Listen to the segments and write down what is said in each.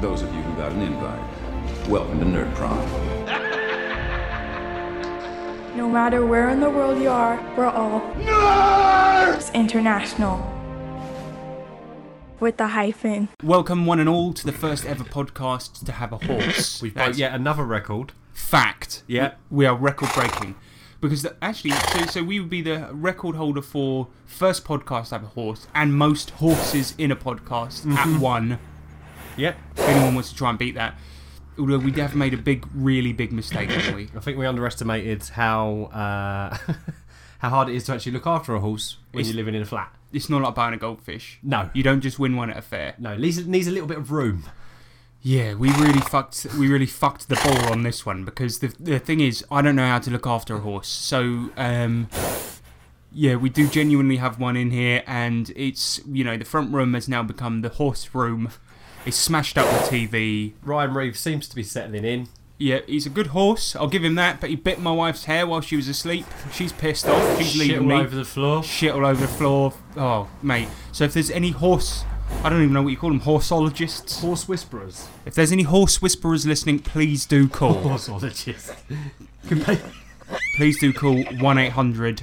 Those of you who got an invite, welcome to Nerd Prime. No matter where in the world you are, we're all Nerds International. With the hyphen. Welcome, one and all, to the first ever podcast to have a horse. We've Uh, broke yet another record. fact. Yeah, we are record breaking because the, actually, so so we would be the record holder for first podcast to have a horse and most horses in a podcast at one. Yep. If anyone wants to try and beat that, although we have made a big, really big mistake, haven't we? I think we underestimated how uh, how hard it is to actually look after a horse when It's- you're living in a flat. It's not like buying a goldfish. No. you don't just win one at a fair. No, needs needs a little bit of room. Yeah, we really fucked. We really fucked the ball on this one because the the thing is, I don't know how to look after a horse. So, um, yeah, we do genuinely have one in here, and it's you know the front room has now become the horse room. It's smashed up the TV. Ryan Reeves seems to be settling in. Yeah, he's a good horse. I'll give him that. But he bit my wife's hair while she was asleep. She's pissed off. She's leaving me. the floor. Shit all over the floor. Oh, mate. So if there's any horse, I don't even know what you call them, horseologists. Horse whisperers. If there's any horse whisperers listening, please do call. Horseologist. Could they- please do call 1-800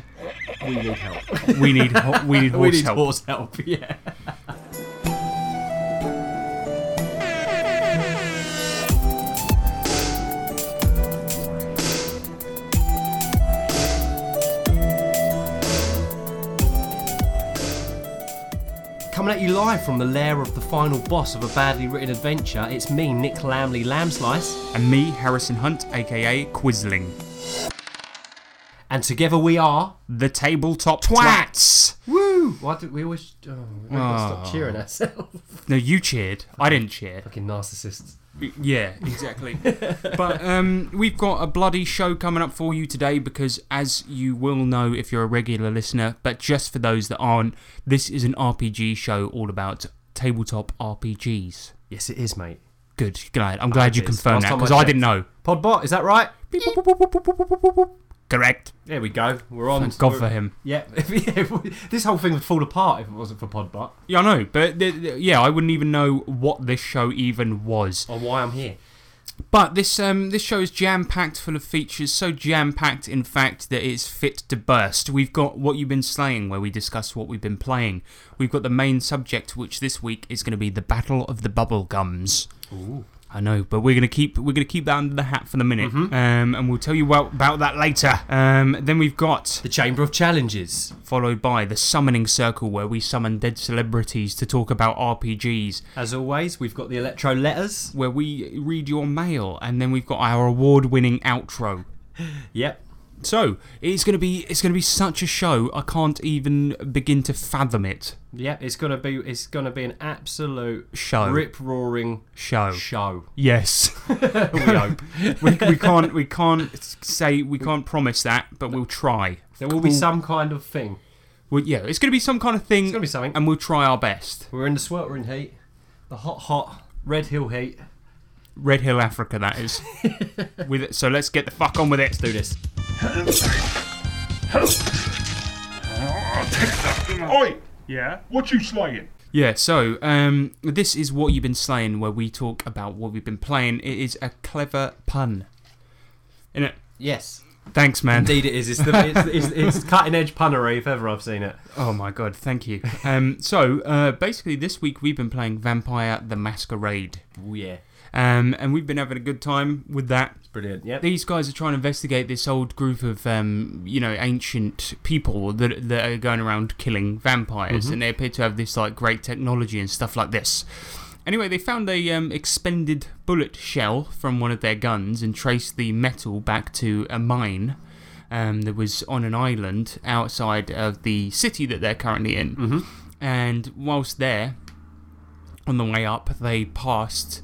we need help. we need ho- we need we horse need help horse help. Yeah. Coming at you live from the lair of the final boss of a badly written adventure, it's me, Nick Lamley Lambslice, and me harrison hunt aka quisling and together we are. the tabletop twats Woo! Why do we always. Oh, we've got to Oh. stop cheering ourselves. no you cheered i didn't cheer Fucking narcissists. yeah exactly but um, we've got a bloody show coming up for you today because as you will know if you're a regular listener but just for those that aren't this is an rpg show all about tabletop rpgs Yes, it is, mate. good glad i'm glad you it is. confirmed that Last time I because i checked. didn't know Podbot, is that right? correct There we go. We're on. Thank God We're- for him. Yeah. this whole thing would fall apart if it wasn't for Podbot Yeah, I know, but th- th- yeah, I wouldn't even know what this show even was. or Oh, why I'm here. But this um, this show is jam packed full of features, so jam packed in fact that it's fit to burst. We've got what you've been slaying, where we discuss what we've been playing. We've got the main subject, which this week is going to be the Battle of the Bubble Gums. Ooh. I know, but we're gonna keep we're gonna keep that under the hat for the minute, um, and we'll tell you well, about that later. Um, then we've got The Chamber of Challenges. followed by the Summoning Circle, where we summon dead celebrities to talk about RPGs. As always, we've got the Electro Letters. where we read your mail and then we've got our award winning outro. Yep. So it's gonna be it's gonna be such a show I can't even begin to fathom it. Yep. It's gonna be. It's gonna be an absolute Show. rip roaring Show. show. Yes. We hope. we, we can't we can't say we can't promise that, but we'll try. There will be We'll- some kind of thing. we'll- yeah, it's gonna be some kind of thing. It's gonna be something. and we'll try our best. We're in the sweltering heat, the hot, hot Red Hill heat. Red Hill Africa, that is. with it, so let's get the fuck on with it. Do this. Oi! Yeah? What you slaying? Yeah, so um, this is what you've been slaying, where we talk about what we've been playing. It is a clever pun, is it? Yes. Thanks, man. Indeed, it is. It's, the, it's, it's, it's cutting edge punnery if ever I've seen it. Oh my god, thank you. Um, so uh, basically, this week we've been playing Vampire: The Masquerade, Oh, yeah. um, and we've been having a good time with that. Brilliant. Yep. These guys are trying to investigate this old group of, um, you know, ancient people that, that are going around killing vampires, and they appear to have this like great technology and stuff like this. Anyway, they found a um, expended bullet shell from one of their guns and traced the metal back to a mine um, that was on an island outside of the city that they're currently in. And whilst there, on the way up, they passed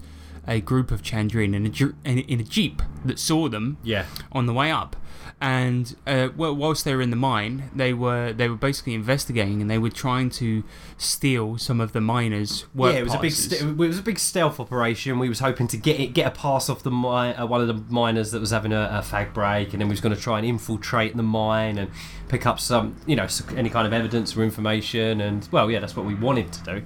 a group of Chandrian in a, ju- in in a jeep that saw them Yeah. on the way up. And uh, wh- whilst they were in the mine, they were they were basically investigating, and they were trying to steal some of the miners' work yeah, it was a big passes. st- it was a big stealth operation. We was hoping to get it, get a pass off the mi- uh, one of the miners that was having a, a fag break, and then we was going to try and infiltrate the mine and pick up some, you know, s- any kind of evidence or information. And well, yeah, that's what we wanted to do.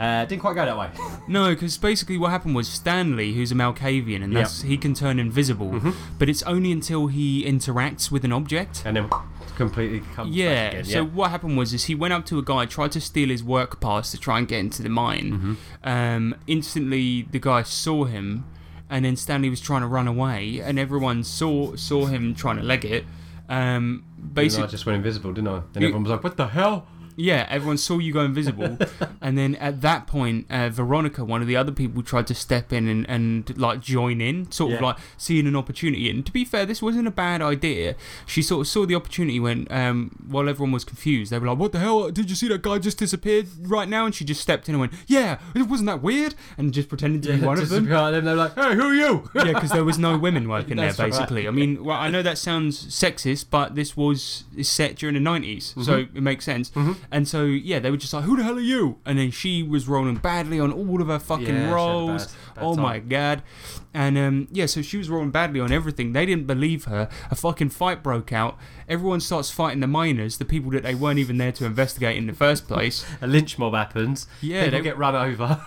Uh, didn't quite go that way. No, because basically what happened was Stanley, who's a Malkavian, and that's, he can turn invisible, Mm-hmm. but it's only until he interacts with an object. and then completely comes Yeah. back again. So what happened was is he went up to a guy, tried to steal his work pass to try and get into the mine. Mm-hmm. Um, instantly, the guy saw him, and then Stanley was trying to run away, and everyone saw saw him trying to leg it. Um, And I basically, just went invisible, didn't I? And everyone was like, "What the hell?" yeah, everyone saw you go invisible, and then at that point, uh, Veronica, one of the other people, tried to step in and, and like join in, sort of Yeah. like seeing an opportunity. And to be fair, this wasn't a bad idea. She sort of saw the opportunity when, um, while everyone was confused, they were like, "What the hell? Did you see that guy just disappeared right now?" And she just stepped in and went, "Yeah, it wasn't that weird," and just pretended to be one of Just them. behind They're like, "Hey, who are you?" Yeah, because there was no women working there, That's right. basically. I mean, well, I know that sounds sexist, but this was is set during the 90s, so Mm-hmm. it makes sense. And so, yeah, they were just like, who the hell are you? And then she was rolling badly on all of her fucking Yeah, she had a rolls. bad- bad oh my time. god. And um, yeah, so she was rolling badly on everything. They didn't believe her. A fucking fight broke out. Everyone starts fighting the miners, the people that they weren't even there to investigate in the first place. a lynch mob happens. Yeah, people they- get run over.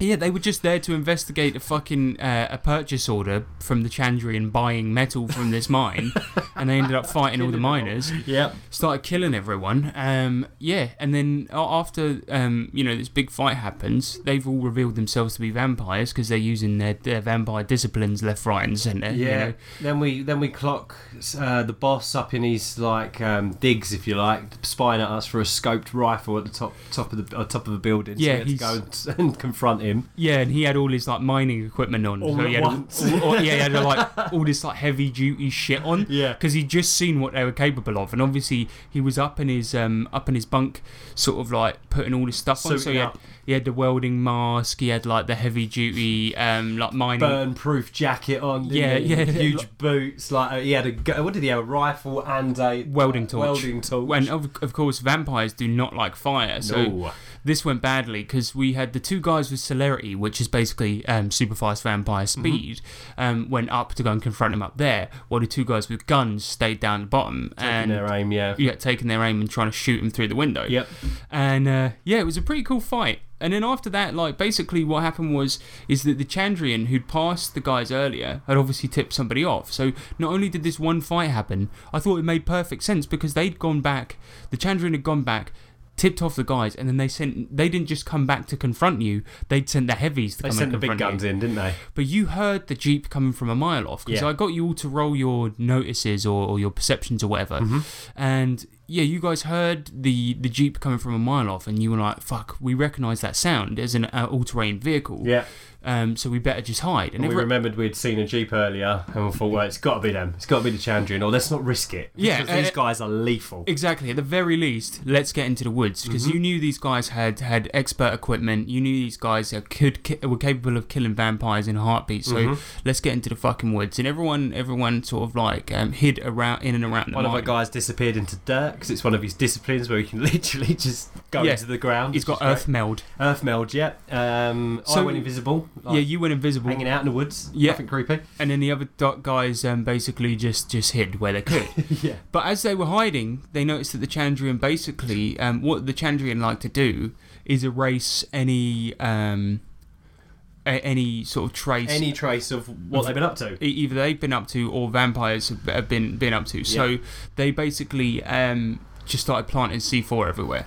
Yeah, they were just there to investigate a fucking uh, a purchase order from the Chandrian buying metal from this mine, and they ended up fighting all the miners. yep. Started killing everyone. Um, yeah, and then a- after um, you know this big fight happens, they've all revealed themselves to be vampires because they're using their, their vampire disciplines left, right, and centre. you Yeah. know. Then we then we clock uh, the boss up in his like um, digs, if you like, spying at us for a scoped rifle at the top top of the uh, top of the building. Yeah, so we had to go and, and confront him. Yeah, and he had all his like mining equipment on. All so at he had, once. all- all- yeah, he had like all this like heavy duty shit on. Yeah. because he'd just seen what they were capable of, and obviously he was up in his um up in his bunk, sort of like putting all this stuff on. So Suiting he had, up. he had the welding mask. He had like the heavy duty um like mining. Burn proof jacket on. didn't Yeah, he? yeah. Huge boots. Like uh, he had a gu- what did he have? A rifle and a Welding torch. Welding torch. And of, of course, vampires do not like fire, so No. this went badly because we had the two guys with celerity, which is basically um, super fast vampire Mm-hmm. speed, um, went up to go and confront him up there, while the two guys with guns stayed down the bottom in and their aim. Yeah. yeah, taking their aim and trying to shoot him through the window. Yep. And uh, yeah, it was a pretty cool fight. And then after that, like basically what happened was is that the Chandrian who'd passed the guys earlier had obviously tipped somebody off. So not only did this one fight happen, I thought it made perfect sense because they'd gone back, the Chandrian had gone back. Tipped off the guys, and then they sent. They didn't just come back to confront you. They'd sent the heavies to They come sent the and big confront guns you. in, didn't they? But you heard the jeep coming from a mile off because Yeah. I got you all to roll your notices or, or your perceptions or whatever, Mm-hmm. and yeah, you guys heard the the jeep coming from a mile off, and you were like, "Fuck, we recognise that sound as an uh, all terrain vehicle." Yeah. Um. So we better just hide. And We every- remembered we'd seen a jeep earlier, and we thought, well, it's got to be them. It's got to be the Chandrian, or let's not risk it. Yeah, because these uh, guys are lethal. Exactly. At the very least, let's get into the woods because Mm-hmm. you knew these guys had had expert equipment. You knew these guys that could ki- were capable of killing vampires in a heartbeat. So Mm-hmm. let's get into the fucking woods. And everyone, everyone sort of like um, hid around in and around the One of our mine. guys disappeared into dirt because it's one of his disciplines where he can literally just go Yeah. into the ground. He's got which is earth meld. great. earth meld. Yeah. Um, I So- went invisible. Like, yeah, you went invisible, hanging out in the woods. Yeah. Nothing creepy. and then the other dark guys um, basically just just hid where they could. yeah. But as they were hiding, they noticed that the Chandrian basically, um, what the Chandrian like to do is erase any um, a- any sort of trace. Any trace of what they've been up to? e- Either they've been up to, or vampires have- have been been up to. So they basically um, just started planting C four everywhere,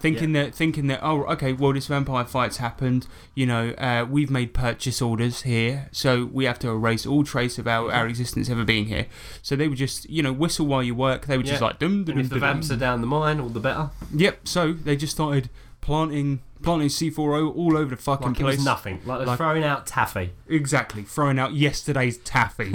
thinking that thinking that oh okay, well this vampire fight's happened. You know, uh, we've made purchase orders here, so we have to erase all trace of our, our existence ever being here. So they were just you know whistle while you work. They were just Yeah. like dum dum And if the dum, dum. vamps are down the mine, all the better. Yep. So they just started planting planting C four O all over the fucking Like it place. was nothing. Like they're Like- throwing out taffy. Exactly, throwing out yesterday's taffy.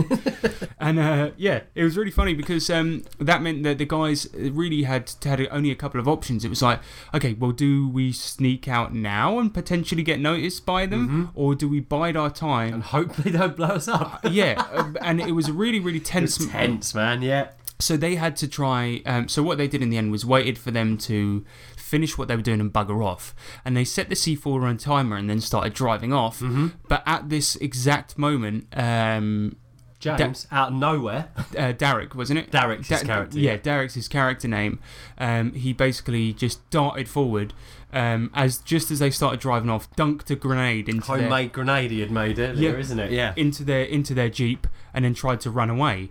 and uh, yeah, it was really funny because um, that meant that the guys really had had only a couple of options. It was like, okay, well, do we sneak out now and potentially get noticed by them, or do we bide our And time? hopefully they don't blow us up. yeah, um, and it was a really, really tense. It's tense, man. Yeah. So they had to try. Um, so what they did in the end was waited for them to finish what they were doing and bugger off. And they set the C4 on Mm-hmm. timer and then started driving off. But at this exact moment, um, James, out of nowhere. uh, Derek, wasn't it? Derek's his character, Yeah, yeah. Derek's his character name. Um, he basically just darted forward um, as just as they started driving off, dunked a grenade into Homemade grenade he had made earlier, Yeah. isn't it? Yeah. their into their into their jeep, and then tried to run away.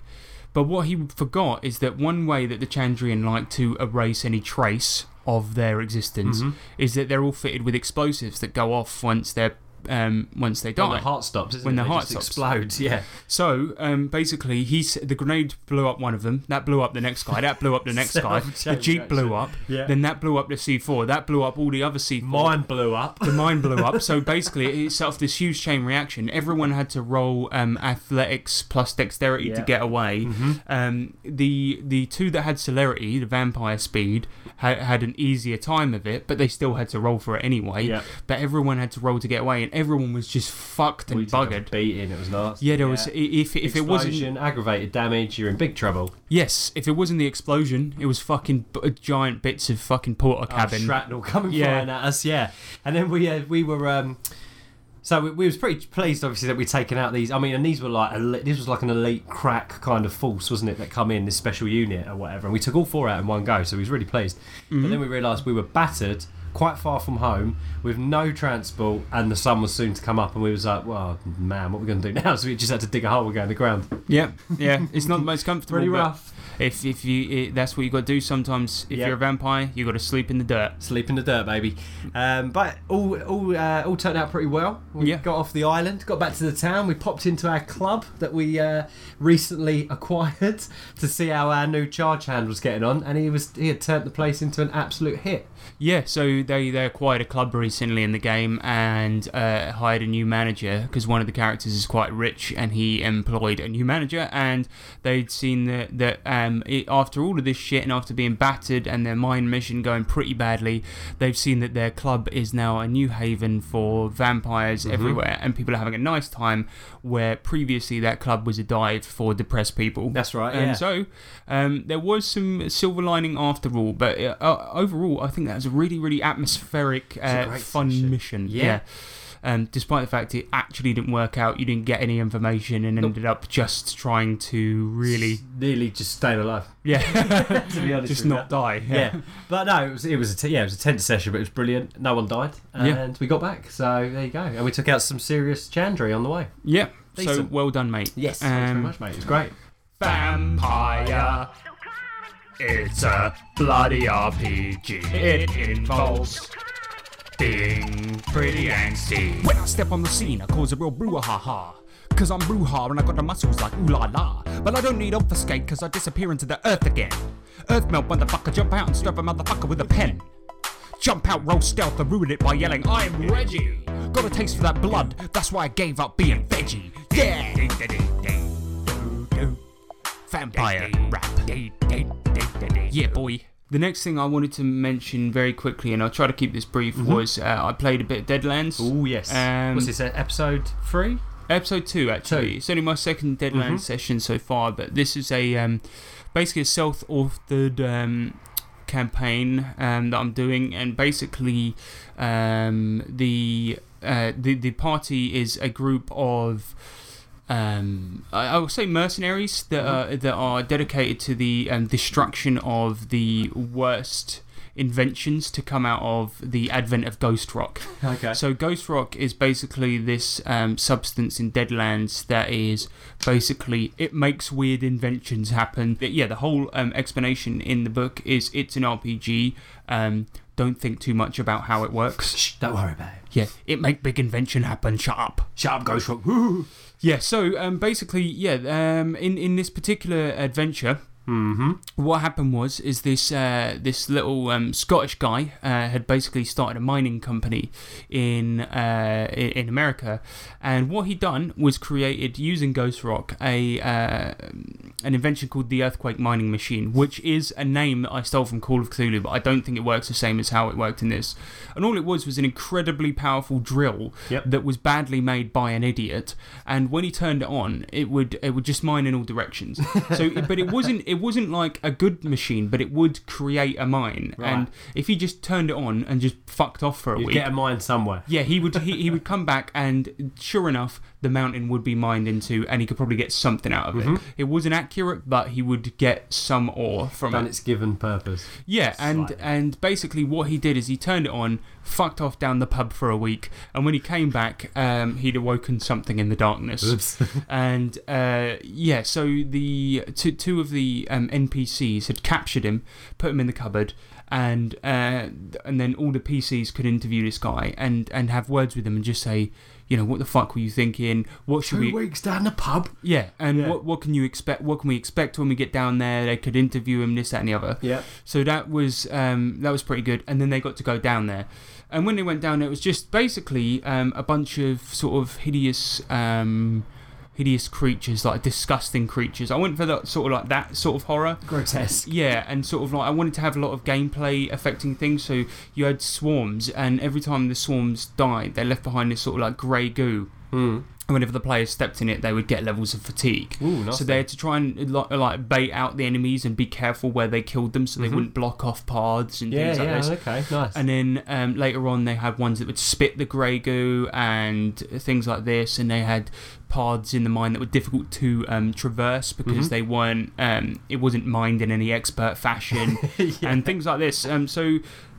But what he forgot is that one way that the Chandrian like to erase any trace of their existence Mm-hmm. is that they're all fitted with explosives that go off once they're um, once they die. When the heart stops, isn't When it? the They heart just stops. explodes, yeah. So um, basically, he's the grenade blew up one of them. That blew up the next guy. That blew up the next guy. The Self-chain jeep blew up. Yeah. Then that blew up the C4. That blew up all the other C4. Mine blew up. The mine blew up. So basically, it set off this huge chain reaction. Everyone had to roll um, athletics plus dexterity to Yeah. Mm-hmm. get away. Um, the the two that had celerity, the vampire speed, had, had an easier time of it, but they still had to roll for it anyway. Yeah. But everyone had to roll to get away, and everyone was just fucked and We took a buggered. Beating, it was nasty. Yeah, there was i- if if it wasn't Explosion, aggravated damage, you're in big trouble. Yes, if it wasn't the explosion, it was fucking b- uh, giant bits of fucking porter Oh, cabin. Shrapnel coming Yeah. flying at us, yeah. And then we uh, we were um, so we, we was pretty pleased, obviously, that we'd taken out these. I mean, and these were like elite, this was like an elite crack kind of force, wasn't it? That come in this special unit or whatever, and we took all four out in one go, so we was really pleased. Mm-hmm. But then we realised we were battered. Quite far from home, with no transport, and the sun was soon to come up, and we was like, "Well, man, what are we going to do now?" So we just had to dig a hole and go in the ground. yeah, yeah, it's not the most comfortable. Pretty but rough. If if you it, that's what you got to do sometimes. If Yeah. you're a vampire, you got to sleep in the dirt. Sleep in the dirt, baby. Um, but all all uh, all turned out pretty well. We Yeah. got off the island, got back to the town. We popped into our club that we uh, recently acquired to see how our new charge hand was getting on, and he was he had turned the place into an absolute hit. Yeah, so they they acquired a club recently in the game and uh, hired a new manager because one of the characters is quite rich and he employed a new manager and they'd seen that that um it, after all of this shit and after being battered and their mine mission going pretty badly, they've seen that their club is now a new haven for vampires everywhere and people are having a nice time where previously that club was a dive for depressed people. That's right, And yeah. so so um, there was some silver lining after all, but uh, uh, overall, I think that was a really, really atmospheric, a uh, great fun session. mission. Yeah. Um, despite the fact it actually didn't work out, you didn't get any information and ended up just trying to really, Nearly just staying alive. yeah, To be honest, just with not you. die. Yeah. but no, it was it was a t- yeah it was a tense session, but it was brilliant. No one died, and Yeah. we got back. So there you go, and we took out some serious chandry on the way. yeah. So Decent. well done, mate. thanks very Um, much, mate. It was great. Vampire. It's a bloody RPG. It involves being pretty angsty. When I step on the scene, I cause a real brouhaha. Cause I'm brouhaha and I got the muscles like ooh la la. But I don't need obfuscate cause I disappear into the earth again. Earth melt motherfucker, jump out and stab a motherfucker with a pen. Jump out, roll stealth and ruin it by yelling, I'm Reggie. Got a taste for that blood, that's why I gave up being veggie. Yeah! Vampire rap. Yeah, boy. The next thing I wanted to mention very quickly, and I'll try to keep this brief, Mm-hmm. was uh, I played a bit of Deadlands. Oh yes, Um, was this uh, episode three? Episode two, actually. Two. It's only my second Deadlands session so far, but this is a um, basically a self-authored um, campaign um, that I'm doing, and basically um, the uh, the the party is a group of um, I, I would say mercenaries that are, that are dedicated to the um, destruction of the worst inventions to come out of the advent of ghost rock. Okay. So ghost rock is basically this um, substance in Deadlands that is basically it makes weird inventions happen. Th- Yeah, the whole um, explanation in the book is it's an RPG. Um, don't think too much about how it works. Shh, don't worry about it. Yeah, it make big invention happen. Shut up. Shut up, Ghost Rock. Woo! Yeah. So um, basically, yeah. Um, in in this particular adventure, what happened was is this uh, this little um, Scottish guy uh, had basically started a mining company in uh, i- in America, and what he done was created using ghost rock a uh, an invention called the Earthquake Mining Machine, which is a name that I stole from Call of Cthulhu, but I don't think it works the same as how it worked in this. And all it was was an incredibly powerful drill Yep. that was badly made by an idiot. And when he turned it on, it would it would just mine in all directions. So, but it wasn't it wasn't like a good machine, but it would create a mine. And if he just turned it on and just fucked off for a You week, get a mine somewhere. yeah, he would he, he would come back and sure enough, the mountain would be mined into and he could probably get something out of Mm-hmm. it. It wasn't accurate, but he would get some ore from Done it. its given purpose. Yeah, and Slightly. and basically what he did is he turned it on, fucked off down the pub for a week, and when he came back, um, he'd awoken something in the darkness. and uh, yeah, so the two, two of the um, NPCs had captured him, put him in the cupboard, and uh, and then all the PCs could interview this guy and and have words with him and just say. You know what the fuck were you thinking? What should we? weeks down the pub. Yeah, and Yeah. what what can you expect? What can we expect when we get down there? They could interview him, this, that, and the other. Yeah. So that was um, that was pretty good. And then they got to go down there, and when they went down, there, it was just basically um, a bunch of sort of hideous. Um, Hideous creatures, like disgusting creatures. I went for that sort of like that sort of horror. Grotesque. Yeah, and sort of like I wanted to have a lot of gameplay affecting things. So you had swarms, and every time the swarms died, they left behind this sort of like grey goo. Mm. And whenever the players stepped in it, they would get levels of fatigue. Hmm. Ooh, so nasty. they had to try and like, like bait out the enemies and be careful where they killed them, so they wouldn't block off paths and Yeah, things like yeah, this. okay, nice. And then um, later on, they had ones that would spit the grey goo and things like this, and they had paths in the mine that were difficult to um, traverse because they weren't. Um, it wasn't mined in any expert fashion, and things like this. Um, so.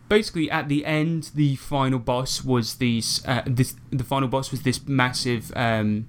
Basically, at the end, the final boss was these. Uh, this the final boss was this massive, um,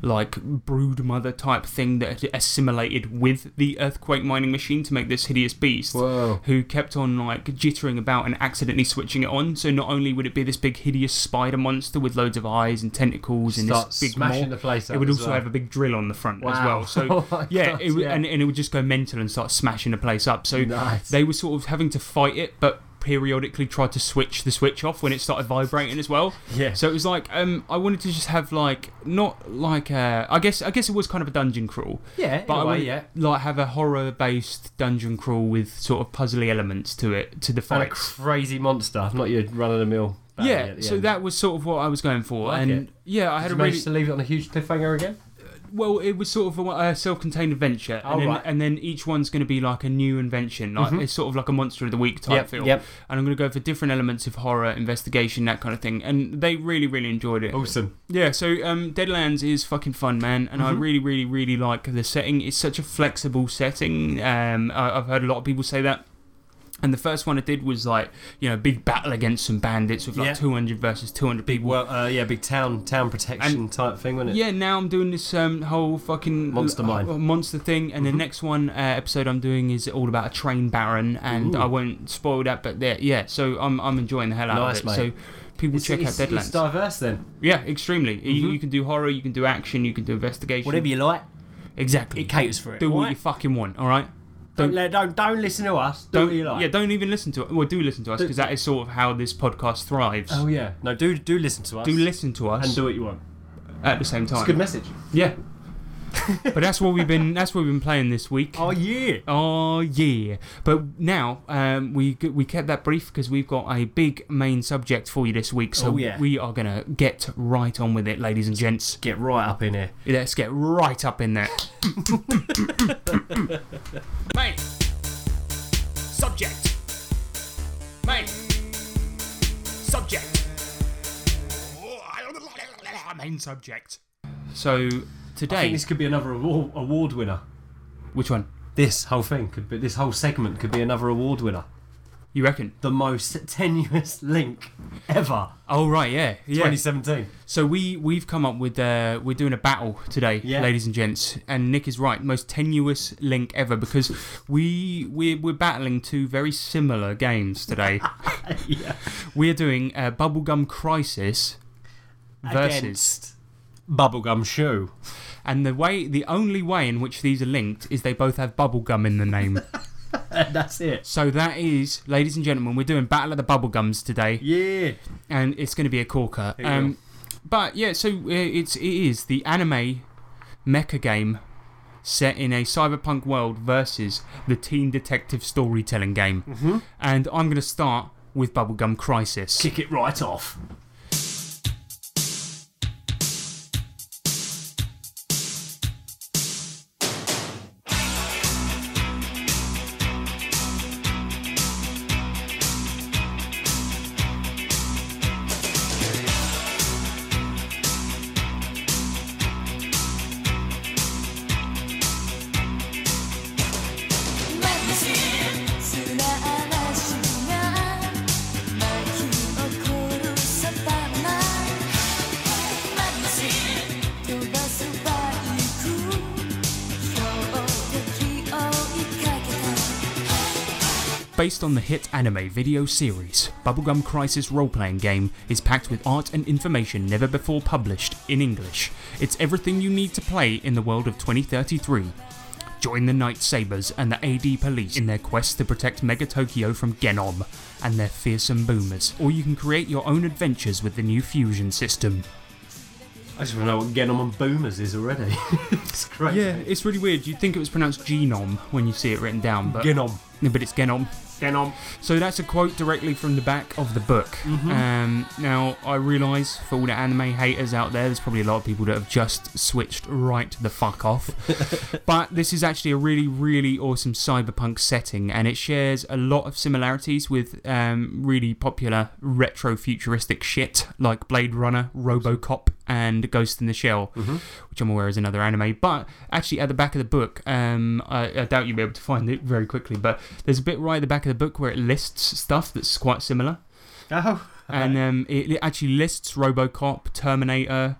like brood mother type thing that had assimilated with the earthquake mining machine to make this hideous beast Whoa. who kept on like jittering about and accidentally switching it on. So not only would it be this big hideous spider monster with loads of eyes and tentacles and Start this big smashing maw, the place it up would as also well. have a big drill on the front as Wow. well. So Oh my yeah, God, it would, yeah. And, and it would just go mental and start smashing the place up. So Nice. they were sort of having to fight it, but periodically tried to switch the switch off when it started vibrating as well. Yeah. So it was like um, I wanted to just have like not like a, I guess I guess it was kind of a dungeon crawl. Yeah, in but a I way, wanted, yeah. like have a horror based dungeon crawl with sort of puzzly elements to it to the and a fights. crazy monster, not your run of the mill. yeah, so that was sort of what I was going for, Like and it. yeah, I had Did a you really manage to leave it on a huge cliffhanger again? well, it was sort of a, a self-contained adventure, Oh, and, then, right. Mm-hmm. and then each one's going to be like a new invention. Like it's sort of like a monster of the week type Yep, feel. yep. And I'm going to go for different elements of horror, investigation, that kind of thing. And they really, really enjoyed it. Awesome. Yeah. So um, Deadlands is fucking fun, man, and I Mm-hmm. really, really, really like the setting. It's such a flexible setting. Um, I, I've heard a lot of people say that. And the first one I did was like, you know, big battle against some bandits with like Yeah. 200 versus 200 people. Well, uh, yeah, big town town protection type thing, wasn't it? Yeah, now I'm doing this um, whole fucking Monster mine. Mm-hmm. uh, monster thing, and the next one uh, episode I'm doing is all about a train baron, and I won't spoil that. But there, yeah, so I'm I'm enjoying the hell out Nice, of it. mate. So people It's, check it's, out Deadlands. it's diverse then. yeah, extremely. You, you can do horror, you can do action, you can do investigation, Whatever you like, Exactly. it caters for it. do what alright? you fucking want. All right. don't, let- don't don't listen to us. Do what you like. yeah, don't even listen to it. Well, do listen to us because that is sort of how this podcast thrives. oh yeah. No, do do listen to us. Do listen to us and do what you want. at the same time. It's a good message. yeah. but that's what we've been. That's what we've been playing this week. Oh yeah. Oh yeah! But now um, we g- we kept that brief because we've got a big main subject for you this week. So Oh, yeah. we are gonna get right on with it, ladies and gents. Get right up in here. Let's get right up in there. Main subject. Main subject. Main subject. So I think today, this could be another award, award winner. which one This whole thing could be. This whole segment could be another award winner. you reckon? The most tenuous link ever. Oh right, yeah, yeah. 2017. So we we've come up with uh, we're doing a battle today, Yeah. ladies and gents. And Nick is right, most tenuous link ever because we we're, we're battling two very similar games today. Yeah. We're doing uh, Bubblegum Crisis versus. Against Bubblegum Shoe. And the way, the only way in which these are linked is they both have bubblegum in the name. That's it. so that is, ladies and gentlemen, we're doing Battle of the Bubblegums today, Yeah. and it's going to be a corker. we Um, but yeah, so uh, it's it is the anime mecha game set in a cyberpunk world versus the teen detective storytelling game. Mm-hmm. And I'm going to start with Bubblegum Crisis. Kick it right off. 「まぶしい砂嵐が巻き起こるサバナ」「まぶしい飛ばすバイク」「標的を追いかけた」 Based on the hit anime video series, Bubblegum Crisis role playing game is packed with art and information never before published in English. It's everything you need to play in the world of 2033. Join the Night Sabers and the AD Police in their quest to protect Mega Tokyo from Genom and their fearsome boomers, or you can create your own adventures with the new fusion system. I just want to know what Genom and Boomers is already. it's crazy. Yeah, it's really weird. You'd think it was pronounced Genome when you see it written down, but Genom. but it's Genom. Genom. So that's a quote directly from the back of the book. Um, now, I realise for all the anime haters out there, there's probably a lot of people that have just switched right the fuck off. but this is actually a really, really awesome cyberpunk setting, and it shares a lot of similarities with um, really popular retro futuristic shit like Blade Runner, Robocop, and Ghost in the Shell, which I'm aware is another anime. But actually, at the back of the book, um, I, I doubt you'll be able to find it very quickly, but there's a bit right at the back of the book where it lists stuff that's quite similar. Oh. And um, it, it actually lists Robocop, Terminator,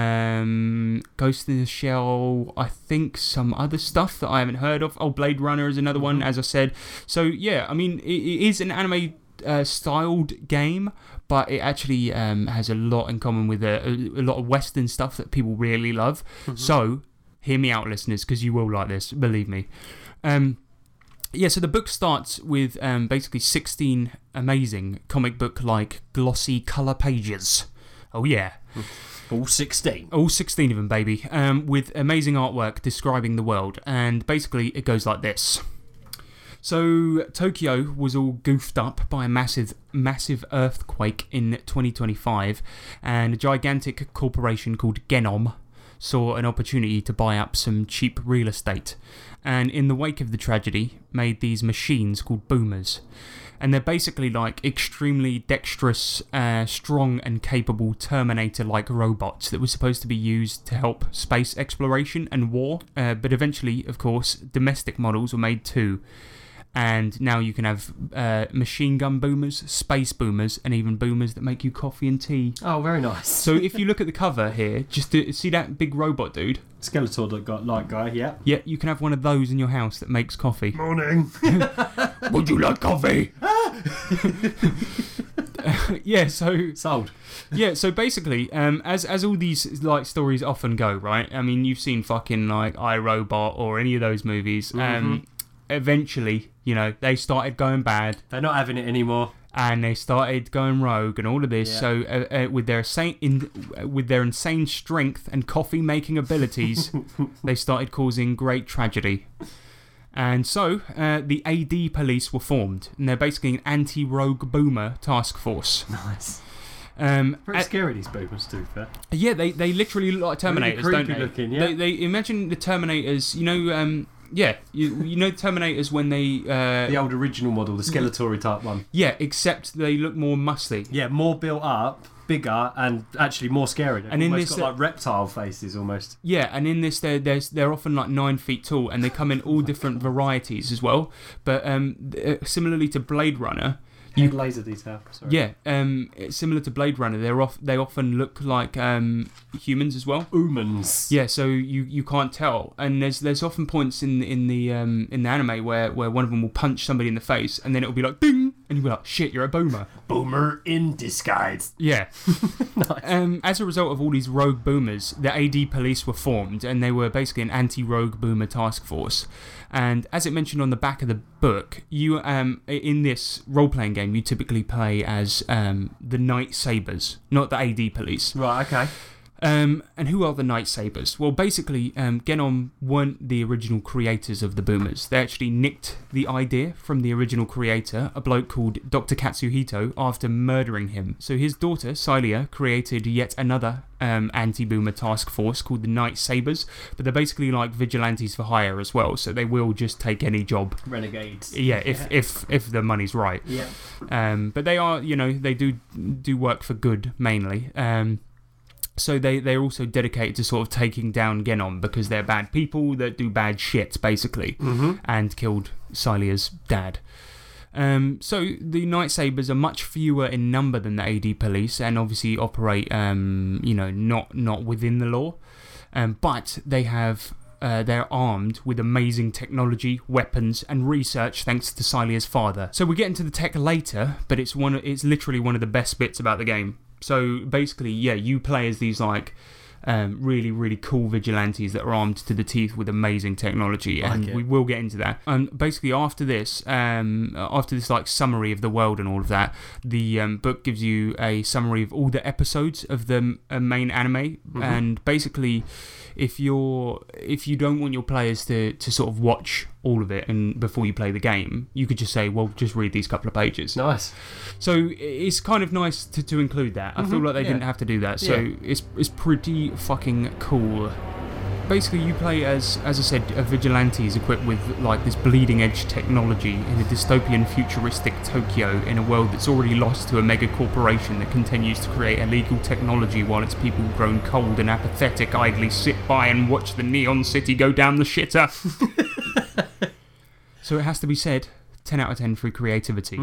um, Ghost in the Shell, I think some other stuff that I haven't heard of. Oh, Blade Runner is another one, as I said. So, yeah, I mean, it, it is an anime uh, styled game, but it actually um, has a lot in common with uh, a, a, a lot of Western stuff that people really love. So, hear me out, listeners, because you will like this, believe me. Um, yeah, so the book starts with um, basically 16 amazing comic book like glossy colour pages. Oh, yeah. All 16. All 16 of them, baby. Um, with amazing artwork describing the world. And basically, it goes like this. So Tokyo was all goofed up by a massive, massive earthquake in 2025, and a gigantic corporation called Genom saw an opportunity to buy up some cheap real estate, and in the wake of the tragedy, made these machines called boomers. And they're basically like extremely dexterous, uh, strong, and capable Terminator like robots that were supposed to be used to help space exploration and war. Uh, but eventually, of course, domestic models were made too and now you can have uh, machine gun boomers, space boomers, and even boomers that make you coffee and tea. Oh, very nice. So if you look at the cover here, just to, see that big robot dude. Skeletor that got light guy, yeah. Yeah, you can have one of those in your house that makes coffee. Morning. Would you like coffee? yeah. So Sold. yeah. So basically, um, as as all these like stories often go, right? I mean, you've seen fucking like I Robot or any of those movies. Mm-hmm. Um, eventually, you know, they started going bad. They're not having it anymore. and they started going rogue and all of this. Yeah. So uh, uh, with their insane, in, uh, with their insane strength and coffee making abilities, they started causing great tragedy. And so uh, the AD police were formed, and they're basically an anti-rogue boomer task force. Nice. Um, Pretty a- scary, these boomers, to be fair. yeah, they they literally look like Really Terminators, don't creepy they? looking, yeah. they? They imagine the Terminators. You know, um, yeah, you, you know Terminators when they uh, The old original model, the Skeletor type one. yeah, except they look more muscly. Yeah, more built up, bigger, and actually more scary. They've And in almost this- got like reptile faces almost. Yeah, and in this, they're, they're, they're often like nine feet tall and they come in all different varieties as well. But um, th- uh, similarly to Blade Runner, You laser detail. Sorry. yeah, um, it's similar to Blade Runner, they're off, they often look like um, humans as well. Oomans. Yeah, so you, you can't tell, and there's there's often points in in the um, in the anime where, where one of them will punch somebody in the face, and then it'll be like ding, and you'll be like shit, you're a boomer. Boomer in disguise. Yeah. um, as a result of all these rogue boomers, the AD police were formed, and they were basically an anti-rogue boomer task force. And as it mentioned on the back of the book, you um, in this role-playing game, you typically play as um, the Night Sabers, not the AD police. Right, okay. Um, and who are the Nightsabers? Well, basically, um, Genom weren't the original creators of the Boomers. They actually nicked the idea from the original creator, a bloke called Dr. Katsuhito, after murdering him. So his daughter, Silia, created yet another um, anti boomer task force called the Night Sabers, but they're basically like vigilantes for hire as well, so they will just take any job. Renegades. Yeah, if, if if the money's right. Yeah. Um, but they are, you know, they do do work for good mainly. Um, so they they're also dedicated to sort of taking down Genom because they're bad people that do bad shit basically, and killed Silia's dad. Um, so the Nightsabers are much fewer in number than the AD police, and obviously operate, um, you know, not not within the law. Um, but they have uh, they're armed with amazing technology, weapons, and research thanks to Silia's father. So we get into the tech later, but it's one it's literally one of the best bits about the game. So basically, yeah, you play as these like. Um, really, really cool vigilantes that are armed to the teeth with amazing technology, and it. we we'll get into that. Um, basically, after this, um, after this like summary of the world and all of that, the um, book gives you a summary of all the episodes of the uh, main anime, and basically, if you're if you don't want your players to to sort of watch all of it and before you play the game, you could just say, well, just read these couple of pages. Nice. So it's kind of nice to, to include that. I feel like they Mm-hmm. yeah. didn't have to do that. So Yeah. it's it's pretty fucking cool. Basically, you play as, as I said, a vigilante is equipped with like this bleeding edge technology in a dystopian, futuristic Tokyo in a world that's already lost to a mega corporation that continues to create illegal technology while its people, grown cold and apathetic, idly sit by and watch the neon city go down the shitter. so it has to be said, ten out of ten for creativity.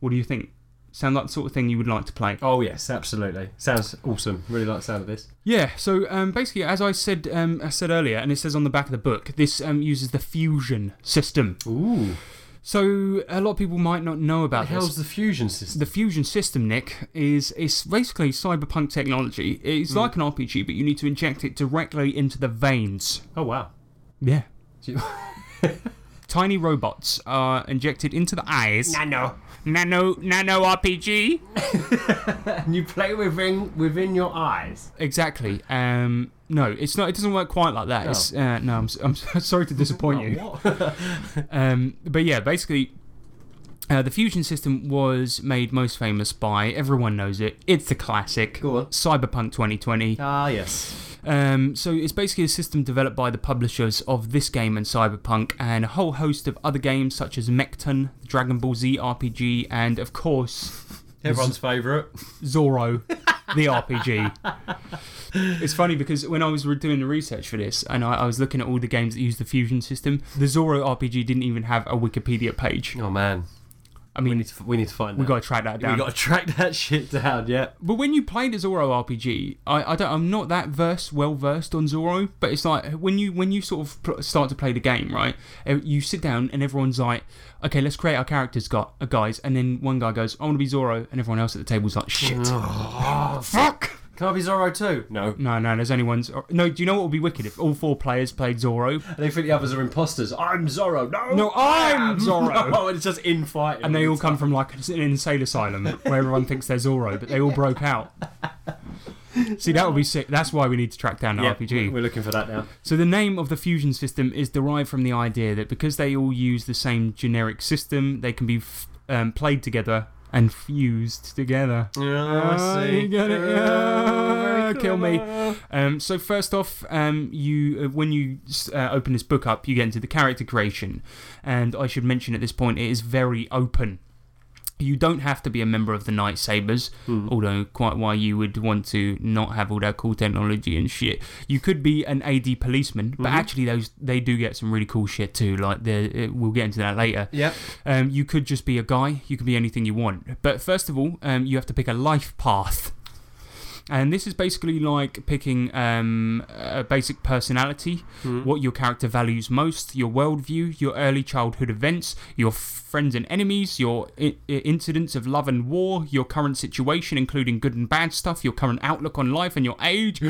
What do you think? Sound like the sort of thing you would like to play? Hmm. Oh yes, absolutely. Sounds awesome. Really like the sound of this. Yeah. So um, basically, as I said, um, I said earlier, and it says on the back of the book, this um, uses the fusion system. Ooh. So a lot of people might not know about this. How's the fusion system? the fusion system, Nick, is it's basically cyberpunk technology. It's Hmm. like an RPG, but you need to inject it directly into the veins. Oh wow. Yeah. Tiny robots are injected into the eyes. Nano. Nano, nano RPG. And you play within within your eyes. Exactly. Um, no, it's not. It doesn't work quite like that. It's, uh, no, I'm, s- I'm s- sorry to disappoint you. What? Um, but yeah, basically, uh, the fusion system was made most famous by everyone knows it. It's the classic Go on. Cyberpunk 2020. Ah yes. Um, so it's basically a system developed by the publishers of this game and Cyberpunk, and a whole host of other games such as Mechton, Dragon Ball Z RPG, and of course Everyone's favourite. Zorro, the RPG. It's funny because when I was re- doing the research for this and I, I was looking at all the games that use the fusion system, the Zorro RPG didn't even have a Wikipedia page. Oh man. I We mean, need to we need to find. we that. got to track that we down. got to track that shit down. Yeah. but when you played a Zorro RPG, I, I don't, I'm not that versed, well versed on Zorro, but it's like when you when you sort of pl- start to play the game, right? eh, You sit down and everyone's like, okay, let's create our characters, gu- uh, guys, and then one guy goes, I want to be Zorro, and everyone else at the table's like, shit, fuck. Can I be Zorro too? No. No, no, there's only one. Zor- No, do you know what would be wicked if all four players played Zorro? And they think the others are imposters. I'm Zorro. No. No, I'm am Zorro. Oh, it's just infighting. And they all come from like an insane asylum where everyone thinks they're Zorro, but they all broke out. See, that would be sick. That's why we need to track down the Yeah, RPG. We're looking for that now. So the name of the fusion system is derived from the idea that because they all use the same generic system, they can be f- um, played together and fused together. Oh, Ah, you get it. Yeah, kill me. Um, so first off, um, you uh, when you s- uh, open this book up, you get into the character creation, and I should mention at this point it is very open. You don't have to be a member of the Night Sabers, although quite why you would want to not have all that cool technology and shit. You could be an AD policeman, but actually those they do get some really cool shit too. Like the uh, we'll get into that later. Yep. Um, you could just be a guy. You can be anything you want. But first of all, um, you have to pick a life path. And this is basically like picking um, a basic personality, what your character values most, your worldview, your early childhood events, your friends and enemies, your I- i- incidents of love and war, your current situation, including good and bad stuff, your current outlook on life, and your age.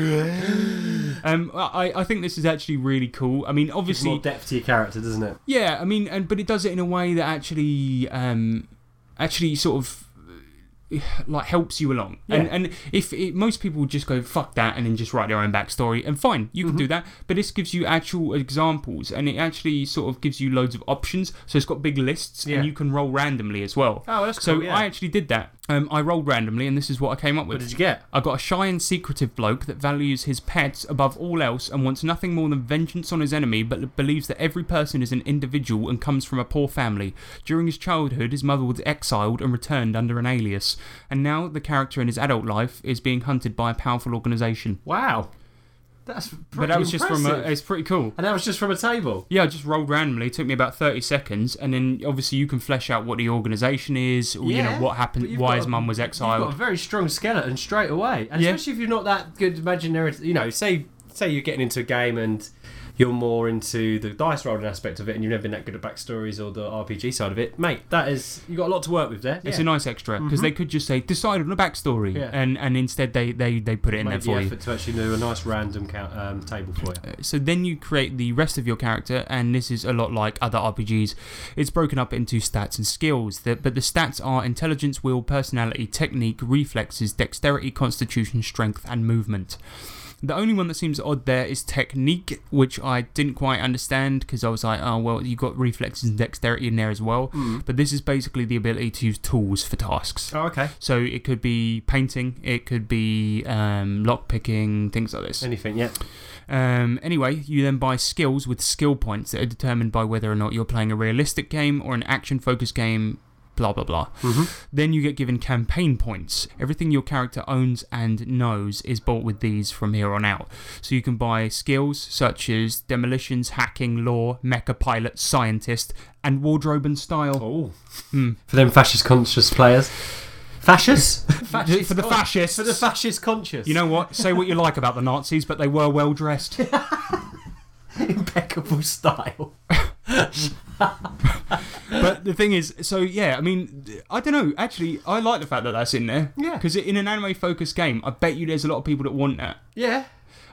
um, I, I think this is actually really cool. I mean, Gives obviously, more depth to your character, doesn't it? yeah, I mean, and but it does it in a way that actually, um, actually, sort of like helps you along. And Yeah. and if it, most people would just go fuck that and then just write their own backstory, and fine, you can Mm-hmm. do that. But this gives you actual examples, and it actually sort of gives you loads of options. So it's got big lists, Yeah. and you can roll randomly as well. Oh, that's so cool, yeah. I actually did that. Um, I rolled randomly, and this is what I came up with. What did you get? I got a shy and secretive bloke that values his pets above all else and wants nothing more than vengeance on his enemy, but believes that every person is an individual and comes from a poor family. During his childhood, his mother was exiled and returned under an alias, and now the character in his adult life is being hunted by a powerful organisation. Wow, that's pretty But that was just from a, impressive. it's pretty cool. and that was just from a table. Yeah, I just rolled randomly. It took me about thirty seconds, and then obviously you can flesh out what the organisation is, or you know what but happened, you've why got his a- mum was You've got a exiled. very strong skeleton straight away, and Yeah. especially if you're not that good imaginary. You know, say say you're getting into a game and you're more into the dice rolling aspect of it, and you've never been that good at backstories or the RPG side of it, mate. That is you got a lot to work with there. It's Yeah. Mm-hmm. a nice extra because they could just say decide on a backstory, Yeah. and and instead they they they put it in Made there the for you. effort to actually do a nice random count, um, table for you. So then you create the rest of your character, and this is a lot like other RPGs. It's broken up into stats and skills, that, but the stats are intelligence, will, personality, technique, reflexes, dexterity, constitution, strength, and movement. The only one that seems odd there is technique, which I didn't quite understand because I was like, oh, well, you've got reflexes and dexterity in there as well. Mm. But this is basically the ability to use tools for tasks. Oh, okay. So it could be painting, it could be um, lock picking, things like this. Anything? Yeah. Um, anyway, you then buy skills with skill points that are determined by whether or not you're playing a realistic game or an action focused game. Blah blah blah. Then you get given campaign points. Everything your character owns and knows is bought with these from here on out. So you can buy skills such as demolitions, hacking, law, mecha pilot, scientist, and wardrobe and style. Oh. For them fascist conscious players. Fascists? For the fascists. For the fascist conscious. You know what? Say what you like about the Nazis, but they were well dressed. impeccable style. but the thing is, so yeah, I mean, I don't know. Actually, I like the fact that that's in there. Yeah. Because in an anime-focused game, I bet you there's a lot of people that want that. Yeah.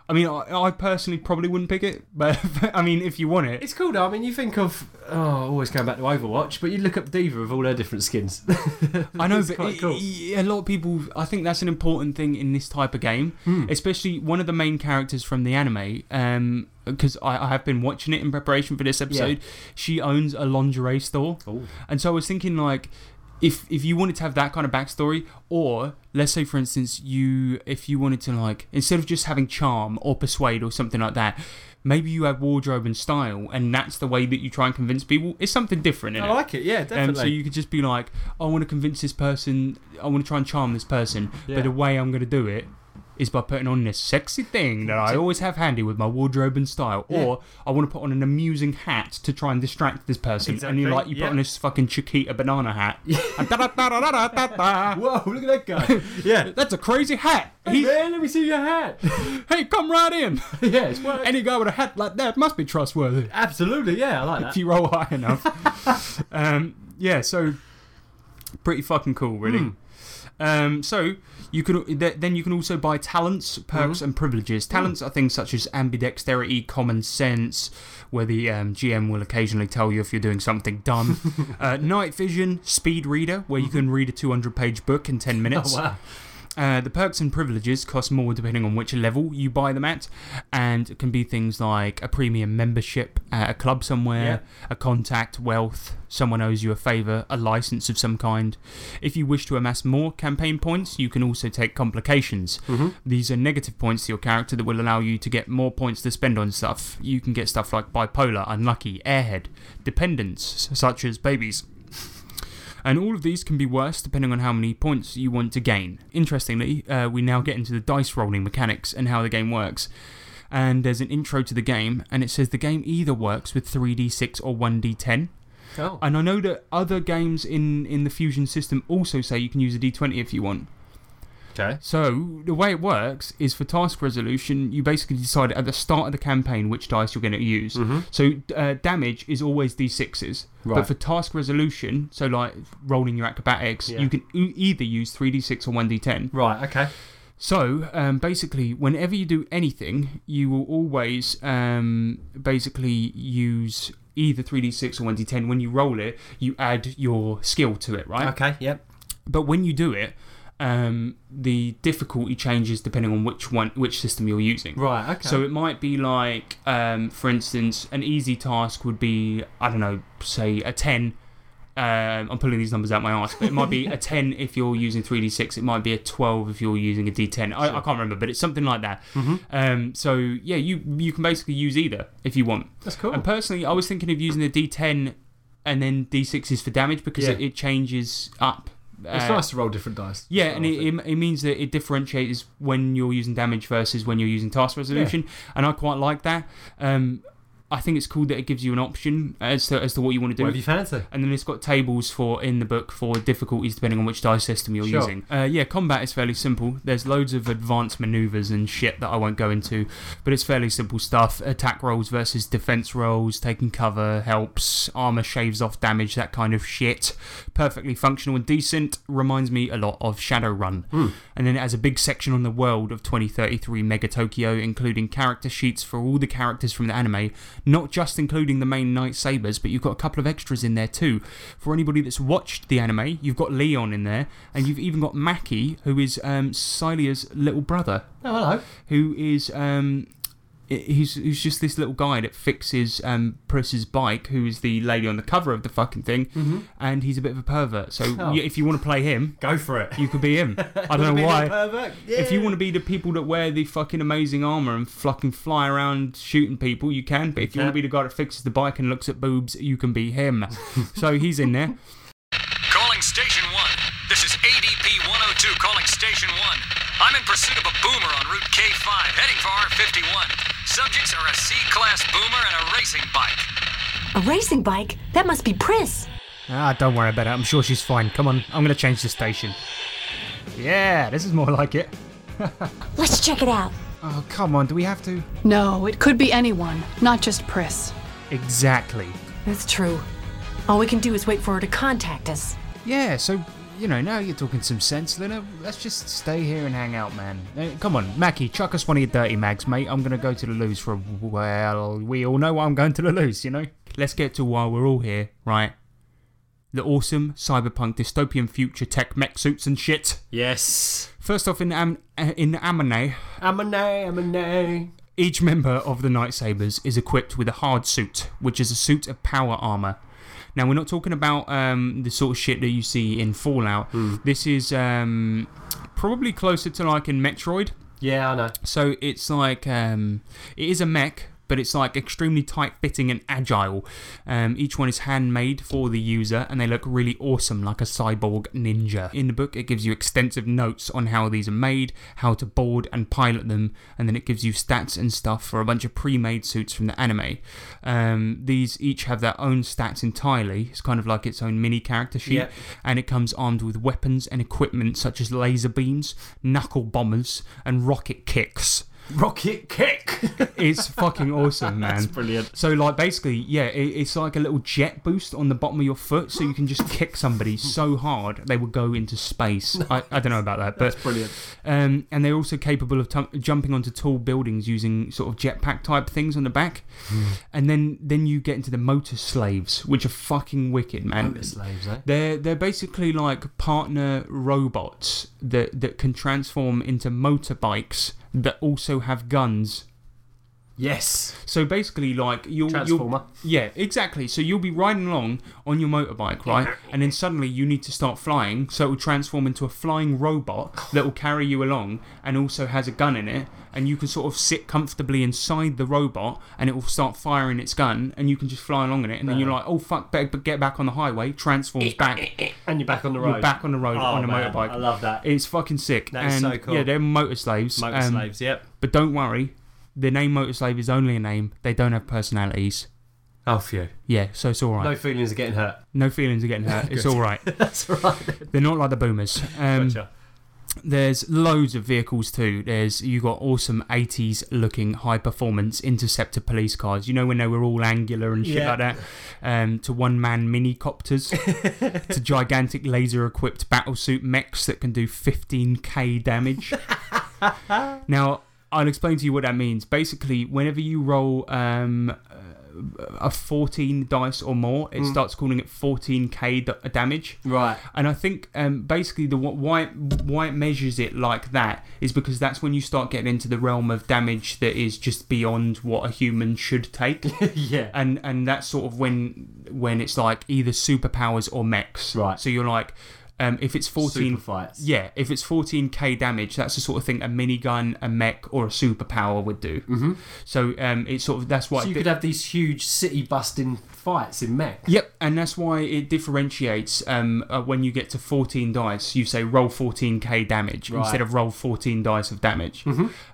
I mean, I, I personally probably wouldn't pick it, but I mean, if you want it, It's cool though. I mean, you think of oh, always going back to Overwatch, but you look up Diva of all her different skins. I know. it's But quite it- cool. it- a lot of people, I think that's an important thing in this type of game, Hmm. especially one of the main characters from the anime. Um, because I, I have been watching it in preparation for this episode. She owns a lingerie store. Ooh. And so I was thinking like if if you wanted to have that kind of backstory or let's say for instance you if you wanted to like instead of just having charm or persuade or something like that maybe you have wardrobe and style and that's the way that you try and convince people it's something different I like it. Yeah, definitely. um, so you could just be like I want to convince this person I want to try and charm this person Yeah. but the way I'm going to do it is by putting on this sexy thing that I always have handy with my wardrobe and style, or I want to put on an amusing hat to try and distract this person. And you're Exactly, like, you put yeah. on this fucking Chiquita banana hat. And da-da-da-da-da-da-da. Whoa! Look at that guy. yeah. That's a crazy hat. Hey, He, man, let me see your hat. hey, come right in. yeah, it's work. Any guy with a hat like that must be trustworthy. Absolutely. Yeah, I like that. if you roll high enough. um, yeah, so pretty fucking cool, really. Hmm. Um, so you can th- then you can also buy talents, perks, Hmm. and privileges. Talents are things such as ambidexterity, common sense, where the um, GM will occasionally tell you if you're doing something dumb. uh, night vision, speed reader, where you can read a 200-page book in 10 minutes. Hmm. Oh, wow. Uh, the perks and privileges cost more depending on which level you buy them at, and it can be things like a premium membership at a club somewhere, a contact, wealth, someone owes you a favour, a license of some kind. If you wish to amass more campaign points, you can also take complications. These are negative points to your character that will allow you to get more points to spend on stuff. You can get stuff like bipolar, unlucky, airhead, dependence, such as babies and all of these can be worse depending on how many points you want to gain. Interestingly, uh, we now get into the dice rolling mechanics and how the game works. And there's an intro to the game, and it says the game either works with 3d6 or 1d10. Oh. And I know that other games in, in the Fusion system also say you can use a d20 if you want. Okay. So the way it works is for task resolution, you basically decide at the start of the campaign which dice you're going to Mm-hmm. use. So uh, damage is always d6s, Right. but for task resolution, so like rolling your acrobatics, Yeah. you can e- either use 3d6 or 1d10. Right. Okay. So um, basically, whenever you do anything, you will always um, basically use either 3d6 or 1d10. When you roll it, you add your skill to it, right? Okay. Yep. But when you do it, um, the difficulty changes depending on which one, which system you're using. Right, okay. So it might be like, um, for instance, an easy task would be I don't know, say a ten. Um, I'm pulling these numbers out my arse, but it might be a 10 if you're using 3d6. It might be a 12 if you're using a d10. I, I can't remember, but it's something like that. Mm-hmm. Um, so yeah, you you can basically use either if you want. That's cool. And personally, I was thinking of using a d10 and then d6s for damage because Yeah. it, it changes up. It's uh, nice to roll different dice. yeah, That's and what it, I think. it, it means that it differentiates when you're using damage versus when you're using task resolution, and I quite like that. Um, I think it's cool that it gives you an option as to as to what you want to do. Whatever you fancy. and then it's got tables for in the book for difficulties depending on which dice system you're Sure. using. Uh, yeah, combat is fairly simple. There's loads of advanced maneuvers and shit that I won't go into, but it's fairly simple stuff. Attack rolls versus defense rolls, taking cover helps, armor shaves off damage, that kind of shit. Perfectly functional and decent. Reminds me a lot of Shadowrun. And then it has a big section on the world of 2033 Mega Tokyo, including character sheets for all the characters from the anime, not just including the main Night Sabers, but you've got a couple of extras in there too. For anybody that's watched the anime, you've got Leon in there, and you've even got Maki, who is um, Celia's little brother, Oh, hello. who is um, i- he's he's just this little guy that fixes um Priss's bike, who is the lady on the cover of the fucking thing, and he's a bit of a pervert. So Oh. y if you want to play him, Go for it. you could be him. I don't know why. If you want to. to be the people that wear the fucking amazing armor and fucking fly around shooting people, you can. But if you want to be the guy that fixes the bike and looks at boobs, you can be him. so he's in there. Calling Station 1. This is ADP 102 calling Station 1. I'm in pursuit of a boomer on route K5 heading for R51. Subjects are a C class boomer and a racing bike. A racing bike? That must be Priss. Ah, don't worry about it. I'm sure she's fine. Come on, I'm gonna change the station. Yeah, this is more like it. Let's check it out. Oh, come on, do we have to? No, it could be anyone, not just Priss. Exactly. That's true. All we can do is wait for her to contact us. Yeah, so, you know, now you're talking some sense, Lena. Let's just stay here and hang out, man. Uh, come on, Mackie, chuck us one of your dirty mags, mate. I'm gonna go to the loos for a. Well, we all know I'm going to the loos, you know? Let's get to why we're all here, right? The awesome cyberpunk dystopian future tech mech suits and shit. Yes. First off, in Am- uh, in Amane, I'm a nay, I'm a nay. each member of the Nightsabers is equipped with a hard suit, which is a suit of power armor. Now, we're not talking about um, the sort of shit that you see in Fallout. This is um, probably closer to like in Metroid. Yeah, I know. So it's like um, it is a mech, but it's like extremely tight fitting and agile. Um, each one is handmade for the user, and they look really awesome, like a cyborg ninja. In the book, it gives you extensive notes on how these are made, how to board and pilot them, and then it gives you stats and stuff for a bunch of pre-made suits from the anime. Um, these each have their own stats entirely. It's kind of like its own mini character sheet, Yeah. and it comes armed with weapons and equipment such as laser beams, knuckle bombers, and rocket kicks. Rocket kick. It's fucking awesome, man. That's brilliant. So, like, basically, yeah, it, it's like a little jet boost on the bottom of your foot, so you can just kick somebody so hard they will go into space. I, I don't know about that, but That's brilliant. Um, and they're also capable of tum jumping onto tall buildings using sort of jetpack type things on the back. Hmm. and then, then you get into the motor slaves, which are fucking wicked, man. Motor slaves, eh? They're they're basically like partner robots that that can transform into motorbikes that also have guns. Yes. So basically, like you'll you'll- Transformer. yeah, exactly. So you'll be riding along on your motorbike, right? And then suddenly you need to start flying, so it will transform into a flying robot that will carry you along, and also has a gun in it. And you can sort of sit comfortably inside the robot, and it will start firing its gun, and you can just fly along in it. And then you're like, oh fuck, better get back on the highway. Transforms back. And you're back on the road. You're back on the road Oh, on a man, motorbike. I love that. It's fucking sick. That is And, so cool. Yeah, they're motor slaves. Motor um, slaves, yep. But don't worry, the name motor slave is only a name. They don't have personalities. Oh, phew. Yeah, so it's all right. No No, feelings of getting hurt. feelings are getting hurt. it's all right. That's right. They're not like the boomers. Um, Gotcha. There's loads of vehicles too. There's you got awesome 80s looking high performance interceptor police cars. You know when they were all angular and shit Yeah. like that. Um, to one man mini copters, to gigantic laser equipped battlesuit mechs that can do 15k damage. now I'll explain to you what that means. Basically, whenever you roll um, a 14 dice or more, it Mm. starts calling it 14k d- damage. Right. And I think um, basically the wh- why it, why it measures it like that is because that's when you start getting into the realm of damage that is just beyond what a human should take. yeah. And and that's sort of when when it's like either superpowers or mechs. Right. So you're like. Um, if it's 14 Super fights. yeah if it's 14k damage that's the sort of thing a minigun a mech or a superpower would do mm-hmm. so um, it's sort of that's why So you the- could have these huge city busting fights in mech. Yep, and that's why it differentiates um, uh, when you get to 14 dice, you say roll 14k damage Right. Mm-hmm. instead of roll 14 dice of damage.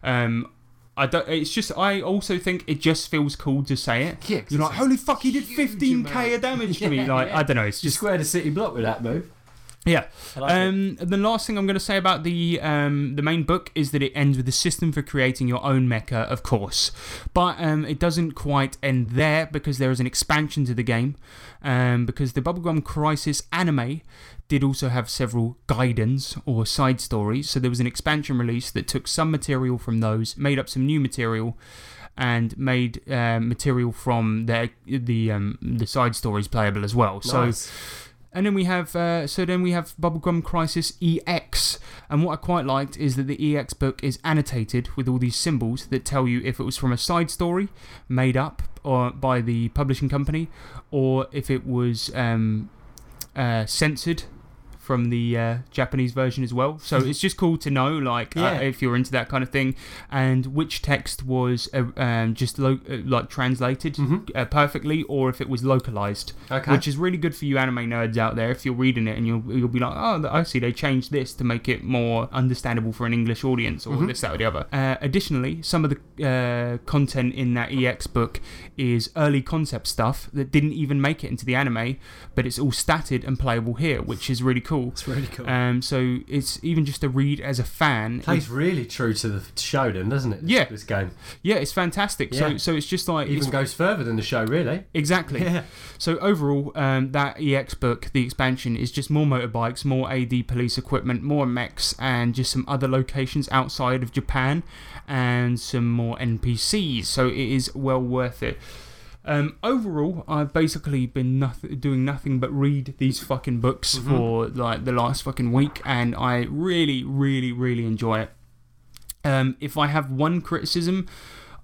Um, I don't, it's just, I also think it just feels cool to say it. Yeah, 'cause You're it's like, holy fuck, he did 15k of damage to me. Like, I don't know, it's You just. squared a city block with that move. Yeah. like um, the last thing I'm going to say about the um, the main book is that it ends with a system for creating your own mecha, of course, but um, it doesn't quite end there because there is an expansion to the game, um, because the Bubblegum Crisis anime did also have several guidance or side stories. So there was an expansion release that took some material from those, made up some new material, and made um material from their the um, the side stories playable as well. Nice. So. And then we have uh, so then we have Bubblegum Crisis EX, and what I quite liked is that the EX book is annotated with all these symbols that tell you if it was from a side story made up or by the publishing company, or if it was um, uh, censored from the uh, Japanese version as well. So it's just cool to know like Yeah. uh, if you're into that kind of thing, and which text was uh, um, just lo- uh, like translated uh, perfectly, or if it was localized Mm-hmm. Okay. which is really good for you anime nerds out there. If you're reading it and you'll you'll be like, oh, I see they changed this to make it more understandable for an English audience, Mm-hmm. or this, that, or the other. Uh, additionally, some of the uh, content in that EX book is early concept stuff that didn't even make it into the anime, but it's all statted and playable here, which is really cool. It's really cool. Um, so it's even just a read as a fan. Plays really true to the show, then, doesn't it? This, Yeah. This game yeah, it's fantastic. So Yeah. so it's just like it's even goes further than the show, really. Exactly. Yeah. So overall, um, that EX book, the expansion, is just more motorbikes, more AD police equipment, more mechs, and just some other locations outside of Japan, and some more NPCs. So it is well worth it. Um, overall, I've basically been nothing, doing nothing but read these fucking books Mm-hmm. for like the last fucking week, and I really, really, really enjoy it. Um, if I have one criticism,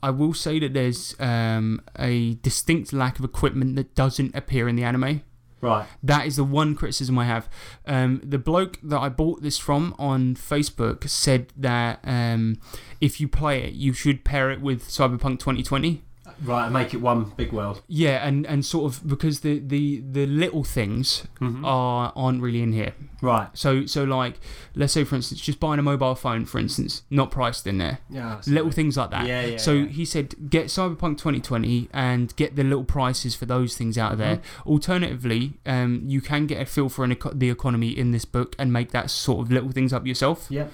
I will say that there's um, a distinct lack of equipment that doesn't appear in the anime. Right. That is the one criticism I have. Um, the bloke that I bought this from on Facebook said that um, if you play it, you should pair it with Cyberpunk 2020. Right. And make it one big world. Yeah, and, and sort of because the, the, the little things are aren't really in here. Right. So so like let's say for instance, just buying a mobile phone, for instance, not priced in there Yeah. that's little nice. things like that. Yeah, yeah, so yeah. he said, get Cyberpunk 2020 and get the little prices for those things out of there. Mm-hmm. Alternatively, um, you can get a feel for an eco- the economy in this book and make that sort of little things up yourself. Yeah.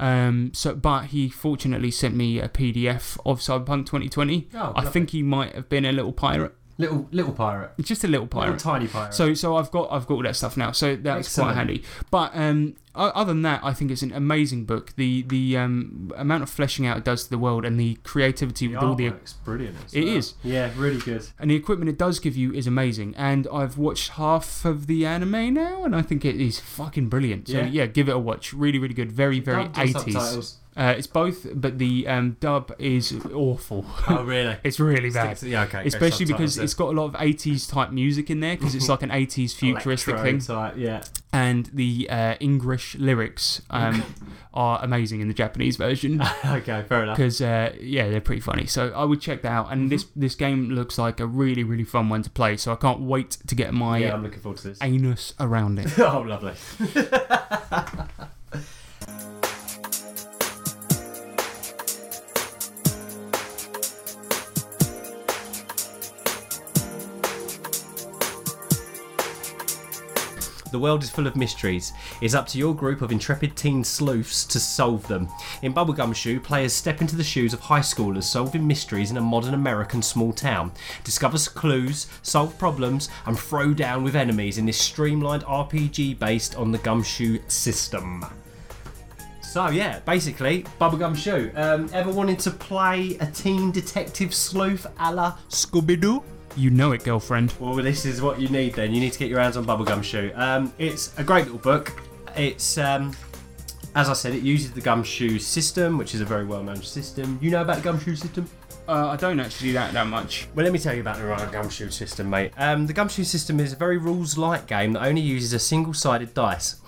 Um, so, but he fortunately sent me a PDF of Cyberpunk 2020. Oh, I lovely. think he might have been a little pirate, Little little pirate. just a little pirate. Little tiny pirate. So so I've got I've got all that stuff now. So that's Excellent. quite handy. But um, o- other than that, I think it's an amazing book. The the um, amount of fleshing out it does to the world and the creativity the with all the artwork's oh, brilliant. as It well. is. Yeah. Really good. and the equipment it does give you is amazing. And I've watched half of the anime now, and I think it is fucking brilliant. So Yeah. yeah, give it a watch. Really really good. Very very Dubbed or eighties. subtitles? Uh, it's both, but the um, dub is awful. Oh really? It's really bad. Sticks- yeah, okay, okay, Especially because subtitles then. it's got a lot of 80s type music in there because it's like an 80s futuristic Electro thing. Type, yeah. and the uh, English lyrics um, are amazing in the Japanese version okay. Fair enough. because uh, yeah, they're pretty funny. So I would check that out. And this this game looks like a really really fun one to play. So I can't wait to get my Yeah. I'm looking forward to this. anus around it. Oh, lovely. The world is full of mysteries. It's up to your group of intrepid teen sleuths to solve them. In Bubblegum Shoe, players step into the shoes of high schoolers solving mysteries in a modern American small town, discover s- clues, solve problems, and throw down with enemies in this streamlined RPG based on the Gumshoe system. So yeah, basically, Bubblegum Shoe. Um, ever wanted to play a teen detective sleuth a la Scooby-Doo? You know it, girlfriend. Well, this is what you need then. You need to get your hands on Bubblegum Shoe. Um, it's a great little book. It's, um, as I said, it uses the gumshoe system, which is a very well known system. You know about the gumshoe system? Uh, I don't actually that that much. Well, let me tell you about the Rhino Gumshoe system, mate. Um, the Gumshoe system is a very rules light game that only uses a single sided dice.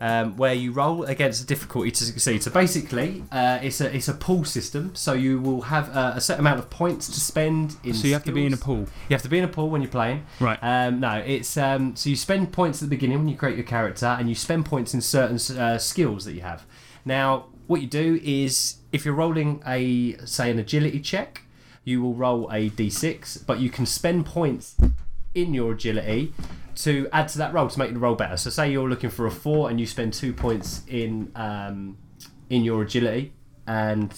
Um, where you roll against a difficulty to succeed. So basically, uh, it's a it's a pool system. So you will have uh, a, a set amount of points to spend. in So you have to be in a skills. pool. You have to be in a pool when you're playing. Right. Um, no, it's um, so you spend points at the beginning when you create your character, and you spend points in certain uh, skills that you have. Now, what you do is if you're rolling a say an agility check, you will roll a d6, but you can spend points in your agility to add to that roll to make the roll better. So, say you're looking for a four, and you spend two points in um, in your agility, and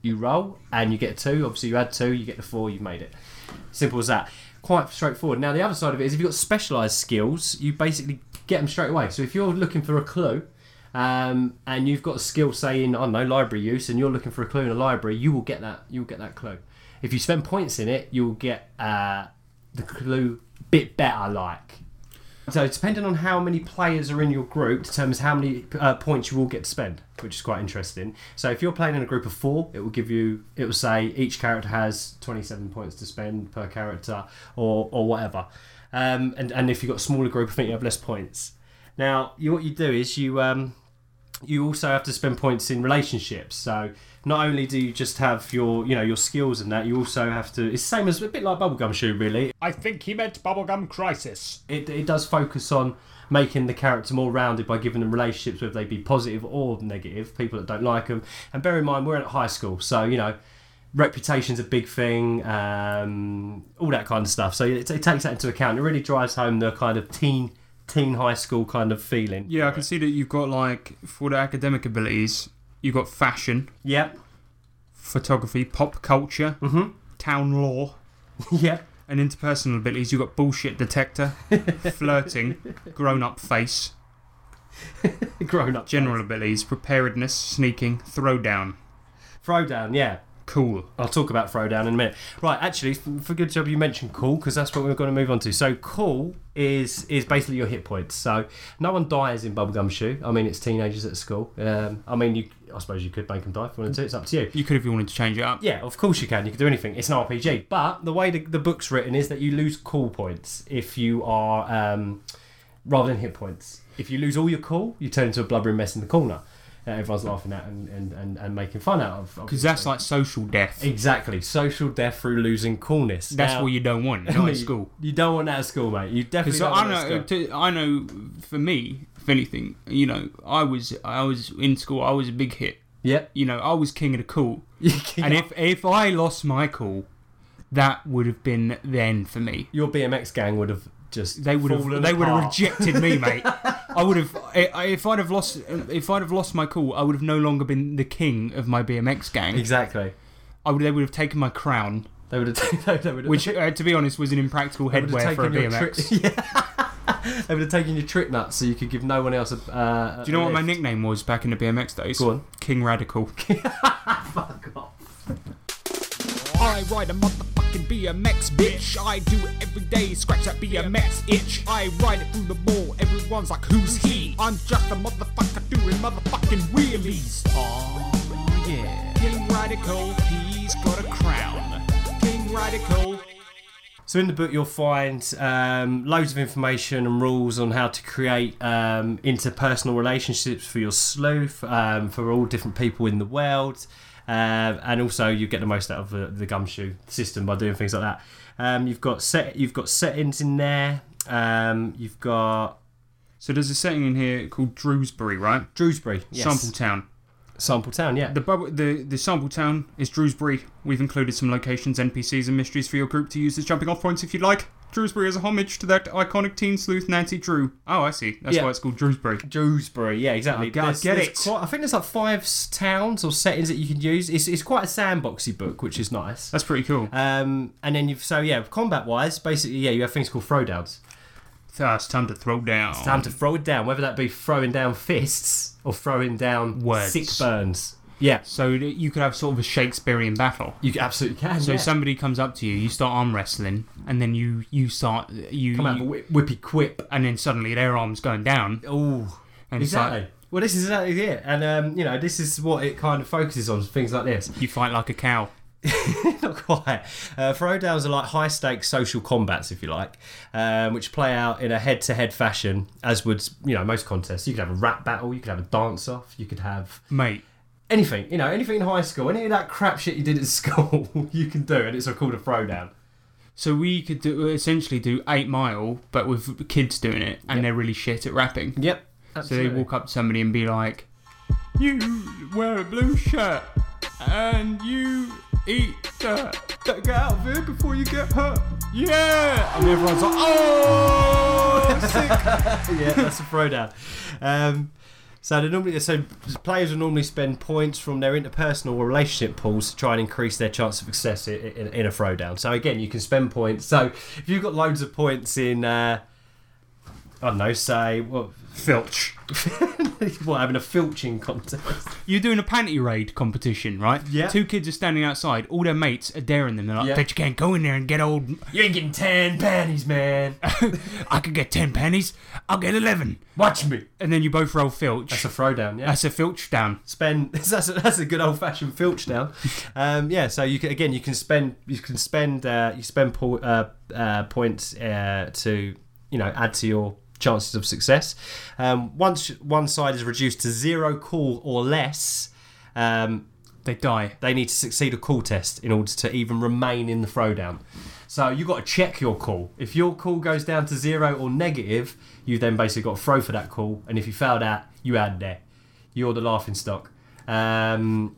you roll and you get two. Obviously, you add two, you get the four, you've made it. Simple as that. Quite straightforward. Now, the other side of it is if you've got specialised skills, you basically get them straight away. So, if you're looking for a clue um, and you've got a skill, say, in, I don't know, library use, and you're looking for a clue in a library, you will get that, you'll get that clue. If you spend points in it, you'll get uh, the clue bit better, like. So, depending on how many players are in your group, determines how many uh, points you will get to spend, which is quite interesting. So, if you're playing in a group of four, it will give you, it will say each character has 27 points to spend per character, or or whatever. Um, and and if you've got a smaller group, I think you have less points. Now, you, what you do is you um, you also have to spend points in relationships. So not only do you just have your you know your skills and that, you also have to. It's same as a bit like bubblegum shoe, really. I think he meant bubblegum crisis. It it does focus on making the character more rounded by giving them relationships, whether they be positive or negative. People that don't like them, and bear in mind we're at high school, so you know. Reputation's a big thing, um, all that kind of stuff. So it, it takes that into account. It really drives home the kind of teen, teen high school kind of feeling. Yeah, I can see that you've got like for the academic abilities, you've got fashion, Yep. photography, pop culture, mm-hmm. town law, Yep. and interpersonal abilities. You've got bullshit detector, flirting, grown up face, Grown up. general abilities, preparedness, sneaking, throwdown, Throwdown, yeah. cool. I'll talk about Throwdown in a minute. Right, actually, f- for good job you mentioned Cool because that's what we're going to move on to. So Cool is is basically your hit points. So no one dies in Bubblegum Shoe. I mean, it's teenagers at school. Um, I mean, you I suppose you could make them die if you wanted to. It's up to you. You could if you wanted to change it up. Yeah, of course you can. You can do anything. It's an RPG. But the way the, the book's written is that you lose cool points if you are, um, rather than hit points. If you lose all your cool, you turn into a blubbering mess in the corner. that everyone's laughing at and, and, and, and making fun out of. Because that's like social death. Exactly. Social death through losing coolness. That's Now- what you don't want, not at school. You don't want that at school, mate. You Because definitely don't I want that at know, school. to, I know. For me, if anything, you know, I was, I was in school. I was a big hit. Yep. You know, I was king of the cool. and if if I lost my cool, that would have been the end for me. Your BMX gang would have just They would have fallen they would have apart. rejected me, mate. I would have I- I- if I'd have lost if I'd have lost my cool, I would have no longer been the king of my BMX gang. Exactly. I would they would have taken my crown, They would have. They would have which uh, to be honest was an impractical they would headwear have for a taken your BMX. Tri- yeah. they would have taken your trick nuts so you could give no one else a. Uh, Do you know what my nickname? nickname was back in the BMX days? Go on. King Radical. I ride a motherfucking BMX, bitch. I do it every day, scratch that BMX itch. I ride it through the mall, everyone's like, who's he? I'm just a motherfucker doing motherfucking wheelies. Oh, yeah. King Radical, he's got a crown. King Radical. So in the book, you'll find um, loads of information and rules on how to create um, interpersonal relationships for your sleuth, um, for all different people in the world, uh, and also you get the most out of the, the gumshoe system by doing things like that. Um, you've got set, you've got settings in there. Um, you've got So there's a setting in here called Drewsbury, right? Drewsbury, yes. Sample Town. Sample Town, yeah. The, bubble, the the sample town is Drewsbury. We've included some locations, NPCs, and mysteries for your group to use as jumping off points if you'd like. Drewsbury is a homage to that iconic teen sleuth Nancy Drew. Oh, I see. That's Yeah. why it's called Drewsbury. Drewsbury, yeah, exactly. I get- I Oh, get there's it. Quite, I think there's like five s- towns or settings that you can use. It's, it's quite a sandboxy book, which is nice. That's pretty cool. Um, and then you've so yeah, combat wise, basically yeah, you have things called throwdowns. Ah, it's time to throw down. Time to throw it down, whether that be throwing down fists or throwing down Words. sick burns. Yeah. So that you could have sort of a Shakespearean battle. You absolutely can. So yeah. somebody comes up to you, you start arm wrestling, and then you you start you, come out of a you- whi- whippy quip. and then suddenly their arms going down. Oh, And it's like- exactly. well, this is exactly it, and um, you know, this is what it kind of focuses on things like this. You fight like a cow. not quite. Uh, throwdowns are like high stakes social combats, if you like, um, which play out in a head to head fashion, as would you know most contests. You could have a rap battle, you could have a dance off, you could have Mate, anything. You know, anything in high school, any of that crap shit you did at school, you can do, and it's called a throwdown. So we could do essentially do eight mile, but with kids doing it, and they're really shit at rapping. Yep. So they walk up to somebody and be like, "You wear a blue shirt, and you eat dirt. Better get out of here before you get hurt." Yeah. And everyone's like, "Oh, sick." yeah, that's a throwdown. Um, so they normally, so players will normally spend points from their interpersonal or relationship pools to try and increase their chance of success in, in, in a throwdown. So again, you can spend points. So if you've got loads of points in, uh, I don't know, say what, Filch. what having a filching contest. You're doing a panty raid competition, right? Yeah. Two kids are standing outside. All their mates are daring them. They're like, Yeah. "Bet you can't go in there and get old. You ain't getting ten panties, man. I could get ten pennies. I'll get 11. Watch me. And then you both roll filch. That's a throwdown. Yeah. That's a filch down. spend that's a, that's a good old fashioned filch now. Um, yeah, so you can, again you can spend you can spend uh, you spend po- uh, uh, points uh, to you know add to your chances of success. Um, once one side is reduced to zero call or less. Um, They die. they need to succeed a call test in order to even remain in the throwdown. So you got to check your call. If your call goes down to zero or negative, you then basically got to throw for that call. And if you fail that, you out there. You're the laughing stock. Um,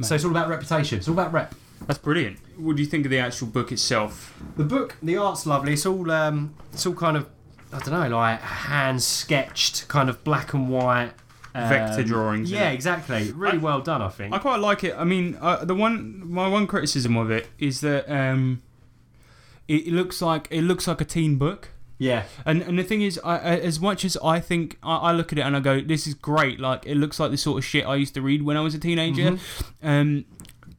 so it's all about reputation. It's all about rep. That's brilliant. What do you think of the actual book itself? The book, the art's lovely. It's all, um, it's all kind of, I don't know, like hand sketched, kind of black and white um, Vector drawings, Yeah, innit? exactly. Really well done, I think. I quite like it. I mean, uh, the one my one criticism of it is that um, it, it looks like it looks like a teen book. yeah, And and the thing is, I, I- as much as I think I, I look at it and I go, this is great. Like it looks like the sort of shit I used to read when I was a teenager. Um,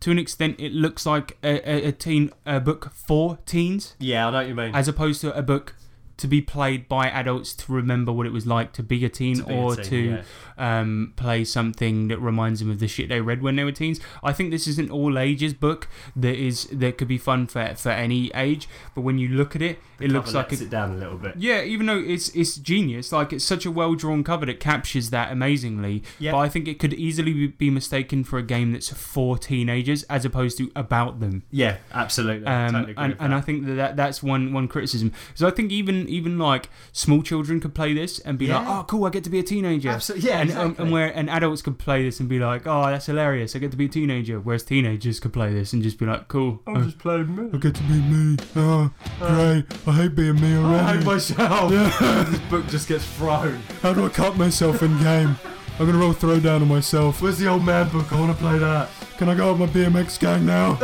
to an extent, it looks like a, a, a teen a book for teens, yeah, I know what you mean. as opposed to a book to be played by adults to remember what it was like to be a teen be a or teen, to um, play something that reminds them of the shit they read when they were teens. I think this is an all ages book that is that could be fun for for any age. But when you look at it, it looks like lets a, it down a little bit. yeah, even though it's it's genius, like it's such a well drawn cover that captures that amazingly. Yeah. But I think it could easily be- be mistaken for a game that's for teenagers as opposed to about them. Yeah, absolutely. Um, totally agree and, with and that. I think that, that that's one one criticism. So I think even even like small children could play this and be like, Yeah. oh, cool, I get to be a teenager. Absolute- yeah, and, and, exactly. and where and adults could play this and be like, oh, that's hilarious, I get to be a teenager. Whereas teenagers could play this and just be like, cool, I'm just playing me. I get to be me. Oh, great. I hate being me Oh, I already. hate myself. this book just gets thrown. How do I cut myself in game? I'm gonna roll throwdown on myself. Where's the old man book? I want to play that. Can I go out with my BMX gang now?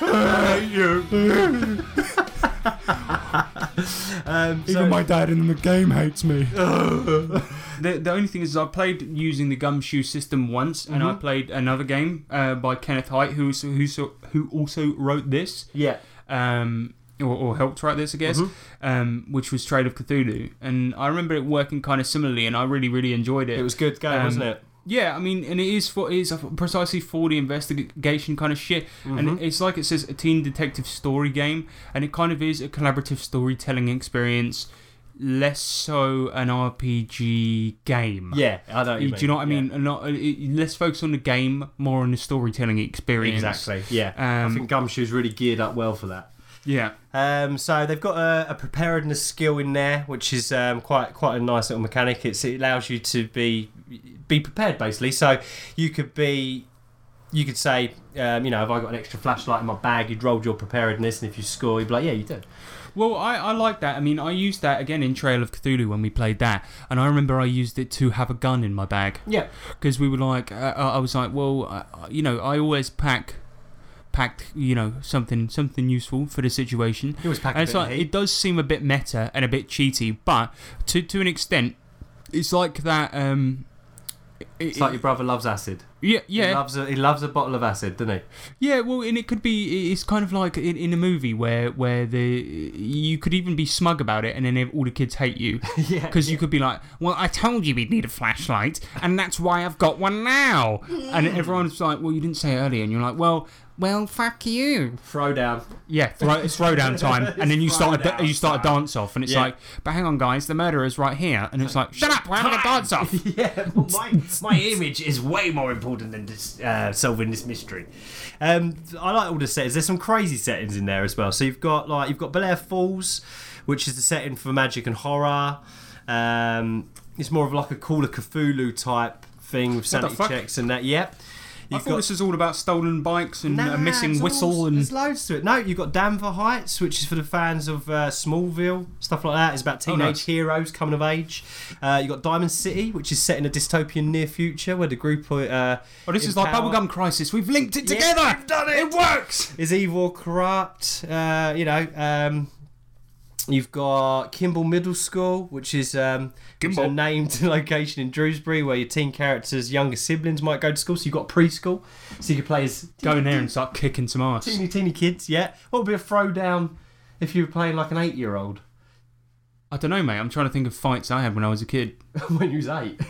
I hate you. Um, Even my dad in the game hates me. The, the only thing is, I played using the gumshoe system once, and Mm-hmm. I played another game uh, by Kenneth Height, who also, who so, who also wrote this, yeah. um, or, or helped write this, I guess, Mm-hmm. um, which was Trade of Cthulhu. And I remember it working kind of similarly, and I really, really enjoyed it. It was good game, Um, wasn't it? Yeah, I mean, and it is for it is precisely for the investigation kind of shit, Mm-hmm. and it's like it says a teen detective story game, and it kind of is a collaborative storytelling experience, less so an RPG game. Yeah, I know. What you You- mean. do you know what I Yeah. mean? Not, it, let's focus on the game, more on the storytelling experience. Exactly. Yeah. I Um, think Gumshoe's really geared up well for that. Yeah. Um, so they've got a, a preparedness skill in there, which is um, quite quite a nice little mechanic. It's, it allows you to be be prepared basically. So you could be, you could say, um, you know, have I got an extra flashlight in my bag? You'd rolled your preparedness, and if you score, you'd be like, yeah, you did. Well, I, I like that. I mean, I used that again in Trail of Cthulhu when we played that, and I remember I used it to have a gun in my bag. Yeah. because we were like, uh, uh, I was like, well, uh, uh, you know, I always pack, packed, you know, something, something useful for the situation. You always pack a and it's bit of like heat. it does seem a bit meta and a bit cheaty, but to to an extent, it's like that. Um, It's like your brother loves acid. Yeah, He yeah, loves a, he loves a bottle of acid, doesn't he? yeah. Well, and it could be. It's kind of like in, in a movie where where the you could even be smug about it, and then all the kids hate you. Yeah, Because you could be like, "Well, I told you we'd need a flashlight, and that's why I've got one now." And everyone's like, "Well, you didn't say it earlier," and you're like, "Well, well, fuck you." Throw down. Yeah, throw, it's throwdown time, and then you It's start a, throwdown you start a time. dance off, and it's Yeah. like, "But hang on, guys, the murderer's right here," and it's like, "Shut up, we're having a dance off." Yeah, well, my, my image is way more important than this, uh, solving this mystery. Um, I like all the settings. There's some crazy settings in there as well. So you've got like you've got Bel Air Falls, which is the setting for magic and horror. Um, it's more of like a Call of Cthulhu type thing with sanity fuck? checks and that. Yep. I You've thought this was all about stolen bikes and Nah, a missing it's whistle all- and there's loads to it. No, you've got Danver Heights, which is for the fans of uh, Smallville, stuff like that. It's about teenage Oh, nice. heroes coming of age. Uh, you got Diamond City, which is set in a dystopian near future where the group. are, Uh, Oh, this in is like power Bubblegum Crisis. We've linked it Yeah, together. we've done it. It works. Is Evil corrupt? Uh, you know. Um, You've got Kimball Middle School, which is um, which is a Kimball. named location in Drewsbury where your teen characters' younger siblings might go to school. So you've got preschool, so you can play as Go in there and start kicking some ass. teeny teeny kids, yeah. What would be a throwdown if you were playing like an eight year old I don't know, mate. I'm trying to think of fights I had when I was a kid. when you was eight?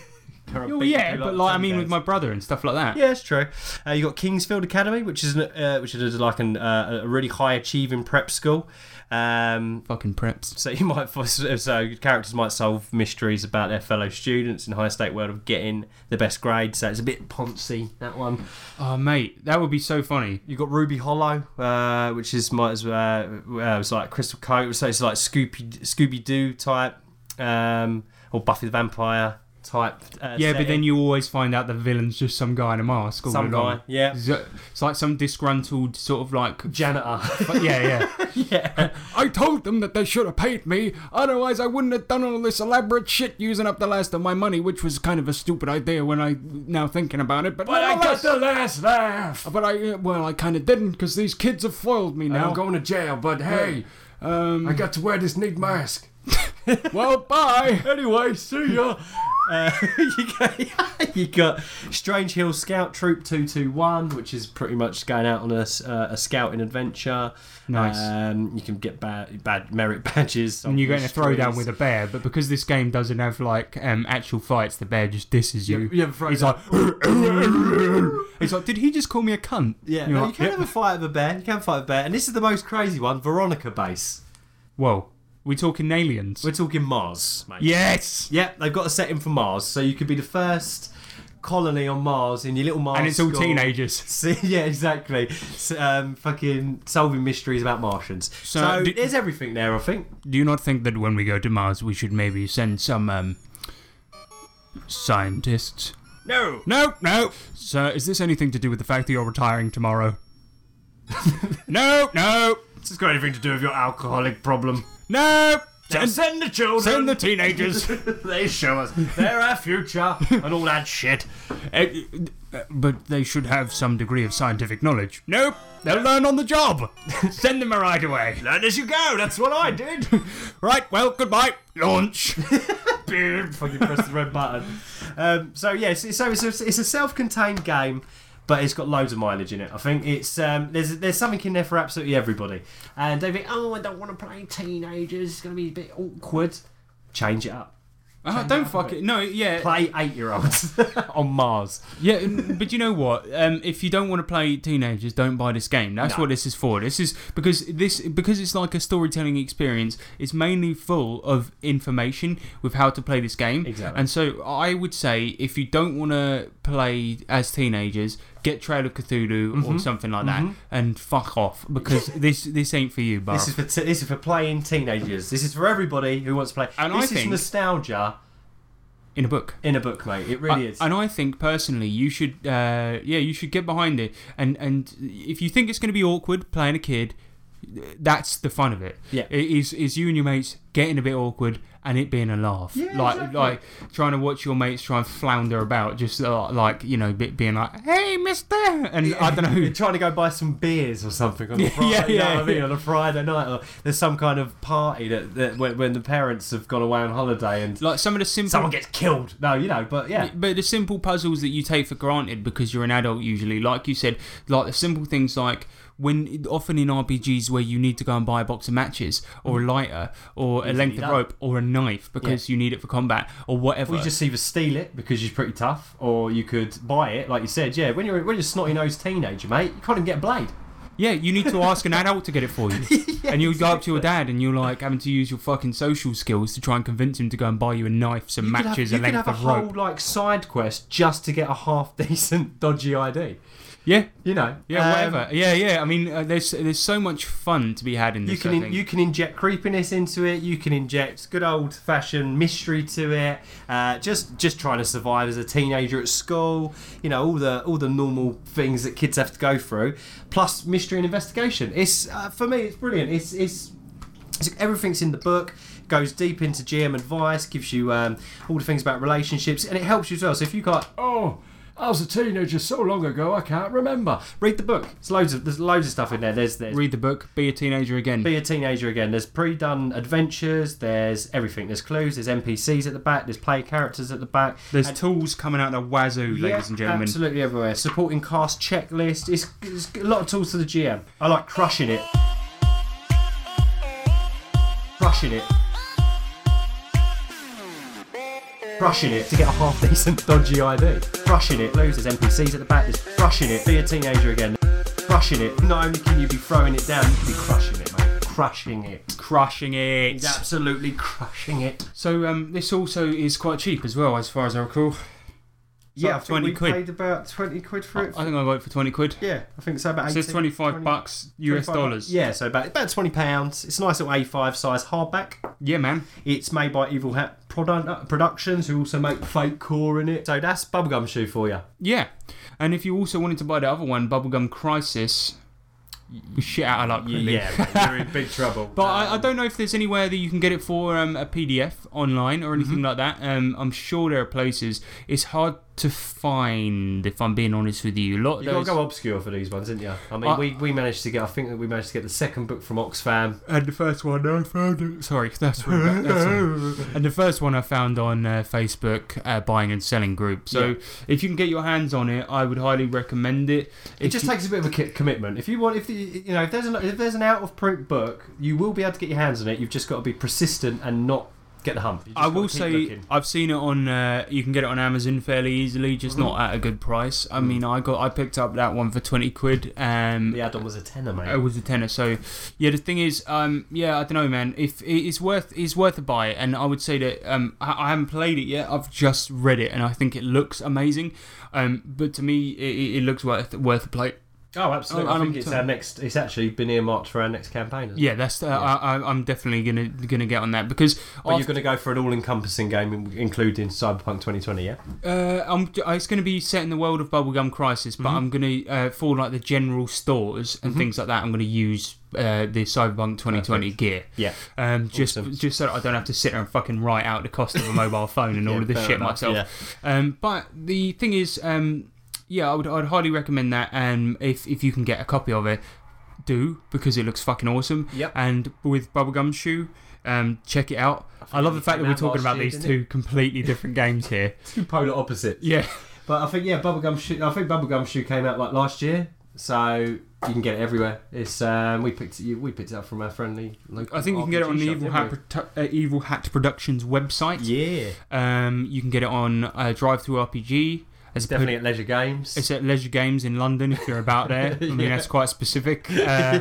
Oh yeah, but like I mean, with my brother and stuff like that. yeah, it's true. Uh, you got Kingsfield Academy, which is an, uh, which is like an, uh, a really high achieving prep school. Um, Fucking preps. so you might fo- so characters might solve mysteries about their fellow students in high state world of getting the best grade. So it's a bit poncy that one. Oh mate, that would be so funny. You got Ruby Hollow, uh, which is might as well uh, well, it's like Crystal Coat, so it's like Scooby Scooby Doo type, um, or Buffy the Vampire type. Uh, Yeah, but setting. then you always find out the villain's just some guy in a mask. All Some along. guy, yeah. It's it's like some disgruntled sort of like. janitor. yeah, yeah. yeah, I told them that they should have paid me, otherwise I wouldn't have done all this elaborate shit using up the last of my money, which was kind of a stupid idea when I now thinking about it. But, nonetheless- last laugh. But I uh, well, I kind of didn't because these kids have foiled me now. to jail, but hey, um, I got to wear this neat mask. well, bye. Anyway, see ya. uh, you, got, you got Strange Hill Scout Troop Two Two One, which is pretty much going out on a, s- uh, a scouting adventure. Nice. Um, you can get bad, bad merit badges, And you're going to throw down with a bear, but because this game doesn't have like um, actual fights, the bear just disses you. you have a throw He's down. like, he's like, did he just call me a cunt? Yeah, You're no, like, you can "Yep." have a fight with a bear. You can fight with a bear, and this is the most crazy one, Veronica base. Whoa, we talking aliens? We're talking Mars, mate. yes. Yep, they've got a setting for Mars, so you could be the first colony on Mars in your little Mars. And it's all school. teenagers. See, yeah, exactly. S um, fucking solving mysteries about Martians. So, do- there's everything there, I think. Do you not think that when we go to Mars, we should maybe send some um, scientists? No. No, no. Sir, is this anything to do with the fact that you're retiring tomorrow? no, no, This has got anything to do with your alcoholic problem. no. Now Send, send the children. send the teenagers. they show us. They're our future and all that shit. Uh, uh, but they should have some degree of scientific knowledge. Nope, they'll learn on the job. Send them a right away. Learn as you go. That's what I did. Right, well, goodbye. Launch. fucking press the red button. Um, so yeah, so, so it's, a, it's a self-contained game, but it's got loads of mileage in it. I think it's um, there's there's something in there for absolutely everybody. And they think, oh, I don't want to play teenagers. It's gonna be a bit awkward. Change it up. Oh, don't fuck it. No, yeah. Play eight-year-olds on Mars. Yeah, n- but you know what? Um, if you don't want to play teenagers, don't buy this game. That's what this is for. This is because this because it's like a storytelling experience. It's mainly full of information with how to play this game. Exactly. And so I would say if you don't want to play as teenagers, get Trail of Cthulhu Mm-hmm. or something like that, and fuck off because this this ain't for you, This is Barf. for t- this is for playing teenagers. This is for everybody who wants to play. And I this is think- nostalgia In a book. in a book, mate. It really I- is. And I think personally, you should, uh, yeah, you should get behind it. And and if you think it's going to be awkward playing a kid, that's the fun of it. Yeah. It is is you and your mates getting a bit awkward and it being a laugh. Yeah, like exactly. like trying to watch your mates try and flounder about, just uh, like you know, bit being like, "Hey, Mister," and I don't know who. You're trying to go buy some beers or something on a Yeah, Friday, yeah, you know what I mean? yeah. On a Friday night, or there's some kind of party that, that when, when the parents have gone away on holiday and Like some of the simple someone gets killed. No, you know, but yeah, But the simple puzzles that you take for granted because you're an adult usually, like you said, like the simple things like when often in RPGs where you need to go and buy a box of matches or a lighter or a length of Mm. done. rope or a knife because you need it for combat or whatever. Well, you just either steal it because you're pretty tough, or you could buy it, like you said. Yeah, when you're when you're a snotty nosed teenager, mate, you can't even get a blade. yeah, you need to ask an adult to get it for you. and you'll go up to your dad and you're like having to use your fucking social skills to try and convince him to go and buy you a knife, some You could have- matches, you a could length have a of whole rope. like side quest just to get a half decent dodgy ID. Yeah. You know, Yeah, Um, whatever. Yeah, yeah. I mean, uh, there's there's so much fun to be had in this. You can I in, think. you can inject creepiness into it. You can inject good old fashioned mystery to it. Uh, just just trying to survive as a teenager at school. You know all the all the normal things that kids have to go through. Plus mystery and investigation. It's uh, for me it's brilliant. It's it's So everything's in the book, goes deep into GM advice, gives you um, all the things about relationships, and it helps you as well. So if you can't, oh, I was a teenager so long ago, I can't remember. Read the book. It's loads of there's loads of stuff in there. There's there's read the book, be a teenager again. be a teenager again. There's pre-done adventures. There's everything. There's clues. There's NPCs at the back. There's player characters at the back. There's tools coming out of the wazoo, ladies Yeah, and gentlemen. absolutely everywhere. Supporting cast checklist. It's, it's a lot of tools to the GM. I like crushing it. Crushing it. Crushing it to get a half decent dodgy ID. Crushing it. Losers, NPCs at the back. There's crushing it. Be a teenager again. Crushing it. Not only can you be throwing it down, you can be crushing it, mate. Crushing it. Crushing it. It's absolutely crushing it. So um, this also is quite cheap as well, as far as I recall. Yeah, I think 20 we quid. paid about twenty quid for I think I got it for twenty quid. Yeah, I think so. About It says 18, 25 20 bucks US 25 dollars. Yeah, so about about twenty pounds. It's a nice little A5 size hardback. Yeah, man. It's made by Evil Hat Produ- uh, Productions, who also make Fake Core in it. So that's bubblegum shoe for you. Yeah. And if you also wanted to buy the other one, Bubblegum Crisis, you shit out of luck, really. mate, you're in big trouble. Um, But I, I don't know if there's anywhere that you can get it for um, a PDF online or Mm-hmm. anything like that. Um, I'm sure there are places. It's hard to find, if I'm being honest with you. A lot of You gotta those- go obscure for these ones, didn't you? I mean, I- we, we managed to get. I think that we managed to get the second book from Oxfam. And the first one I found. sorry, that's rude. That's rude. and the first one I found on uh, Facebook uh, buying and selling group. So Yeah. if you can get your hands on it, I would highly recommend it. It just takes a bit of a ki- commitment. If you want, if the, you know, if there's an if there's an out of print book, you will be able to get your hands on it. You've just got to be persistent and not get the hump. You just I will gotta keep say looking. I've seen it on. Uh, you can get it on Amazon fairly easily, just Mm-hmm. not at a good price. Mm. I mean, I got I picked up that one for twenty quid. Um, the add-on was a tenner, mate. It was a tenner. So yeah, the thing is, um, yeah, I don't know, man. If it's worth, it's worth a buy, and I would say that um, I, I haven't played it yet. I've just read it, and I think it looks amazing. Um, but to me, it, it- it looks worth worth a play. Oh, absolutely. Oh, I and think I'm it's t- our next. It's actually been earmarked for our next campaign. Isn't it? Yeah, that's. Uh, I, I, I'm definitely gonna gonna get on that because Well, after- you're going to go for an all-encompassing game, in- including Cyberpunk 2020. Yeah. Uh, I'm, it's going to be set in the world of Bubblegum Crisis, but I'm going to, uh, for like the general stores and things like that, I'm going to use uh, the Cyberpunk 2020 gear. Yeah. Um, just, Awesome. just so that I don't have to sit there and fucking write out the cost of a mobile phone and all Yeah, of this fair shit enough, myself. Um, but the thing is, um, yeah, I would, I'd highly recommend that. Um, if if you can get a copy of it, do because it looks fucking awesome. Yep. And with Bubblegum Shoe. Um, check it out. I, love the we fact that came we're out talking last about year, these didn't it? two completely different games here. Two polar opposites. Yeah. But I think yeah, bubblegum. Shoe, I think bubblegum shoe came out like last year, so you can get it everywhere. It's um, we picked it. We picked it up from our friendly. Local I think you can get it RPG on the shop, Evil didn't Hat, we? Produ- uh, Evil Hat Productions website. Yeah. Um, you can get it on uh, Drive Through RPG. As a Definitely at Leisure Games. It's at Leisure Games in London if you're about there. I mean, Yeah. that's quite specific. Uh,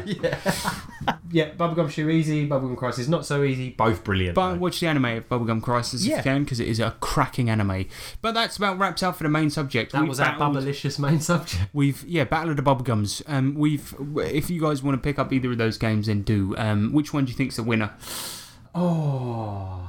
yeah, bubblegum shoe easy. Bubblegum crisis not so easy. Both brilliant. But though. watch the anime of Bubblegum Crisis if Yeah. you can, because it is a cracking anime. But that's about wrapped up for the main subject. that We've was our battled- bubblicious main subject. We've yeah, Battle of the Bubblegums. Um, we've if you guys want to pick up either of those games, then do. Um, which one do you think's the winner? Oh.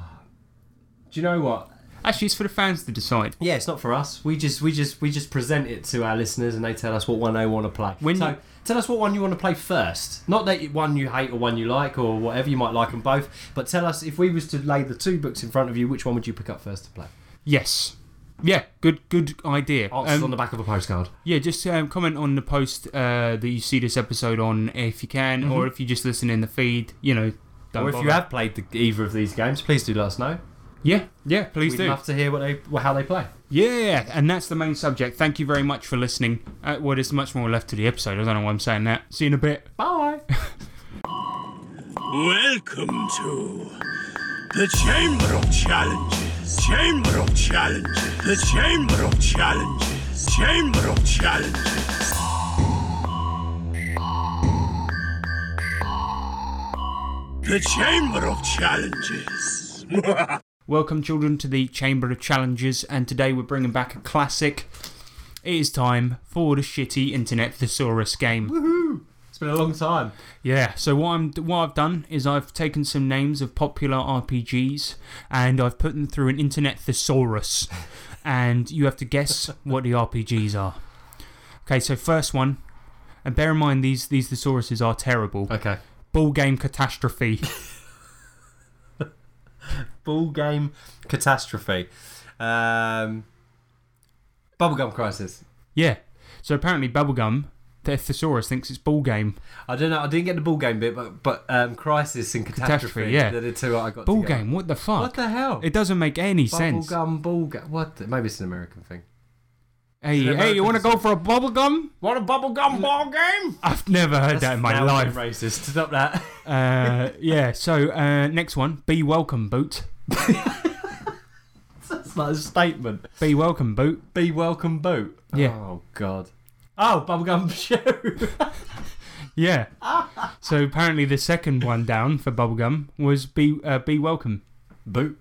Do you know what? Actually, it's for the fans to decide. Yeah, it's not for us. We just we just we just present it to our listeners, and they tell us what one they want to play. When- so tell us what one you want to play first. Not that you- one you hate or one you like or whatever. You might like them both, but tell us if we was to lay the two books in front of you, which one would you pick up first to play? Yes. Yeah, good good idea. Answers Um, on the back of a postcard. Yeah, just um, comment on the post uh, that you see this episode on if you can, or if you just listen in the feed. You know, don't Mm-hmm. Or if you bother. have played the, either of these games, please do let us know. yeah, yeah, please We'd do. love to hear what they how they play. Yeah, and that's the main subject. Thank you very much for listening. Uh, well, there's much more left to the episode. I don't know why I'm saying that. See you in a bit. Bye. Welcome to the Chamber of Challenges. Chamber of Challenges. The Chamber of Challenges. Chamber of Challenges. The Chamber of Challenges. Welcome, children, to the Chamber of Challenges, and today we're bringing back a classic. It is time for the shitty internet thesaurus game. It's been a long time. Yeah. So what I'm what I've done is I've taken some names of popular RPGs and I've put them through an internet thesaurus, and you have to guess what the RPGs are. Okay. So first one, and bear in mind these these thesauruses are terrible. Okay. Ball game catastrophe. Ball game catastrophe. Um, bubblegum crisis. yeah. So apparently bubblegum. The thesaurus thinks it's ball game. I don't know. I didn't get the ball game bit, but but um, crisis and Catastrophe, catastrophe. yeah. they're the two I got. Ball together. game. What the fuck? What the hell? It doesn't make any sense. Bubblegum, ball game. What? The, maybe it's an American thing. Hey, It's an hey, you American want to go for a bubblegum? What a bubblegum ball game? I've never heard that in my life. Racist. Stop that. Uh, yeah. So uh, next one, be welcome, boot. That's not a statement. Be welcome, boot. Be welcome, boot. Yeah. Oh God. Oh, bubblegum shoe. Yeah. so apparently the second one down for bubblegum was be uh, be welcome. boot.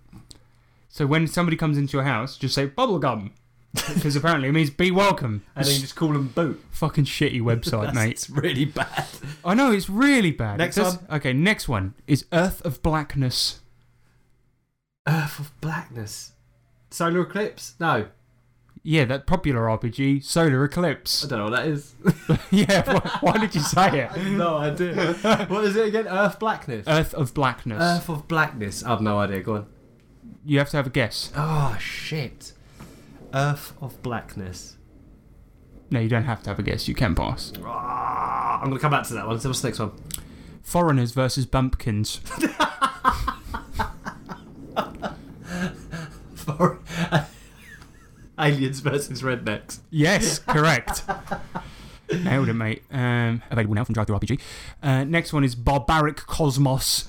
So when somebody comes into your house, just say bubblegum. Because apparently it means be welcome. And then you just call them boot. Fucking shitty website, mate. It's really bad. I know it's really bad. It Next does- Okay, next one is Earth of Blackness. Earth of blackness. Solar eclipse? No, Yeah, that popular RPG, Solar I Eclipse. don't know what that is. yeah, why, why did you say it? no idea. what is it again? Earth blackness. Earth of Blackness. Earth of blackness. I've no idea. Go on. you have to have a guess. Oh shit. Earth of blackness. No, you don't have to have a guess. You can pass. Ah, I'm gonna come back to that one. So what's the next one? Foreigners versus bumpkins. For- Aliens versus rednecks. Yes, correct. Nailed it, mate. Um, available now from Drive Through RPG. Uh, next one is Barbaric Cosmos.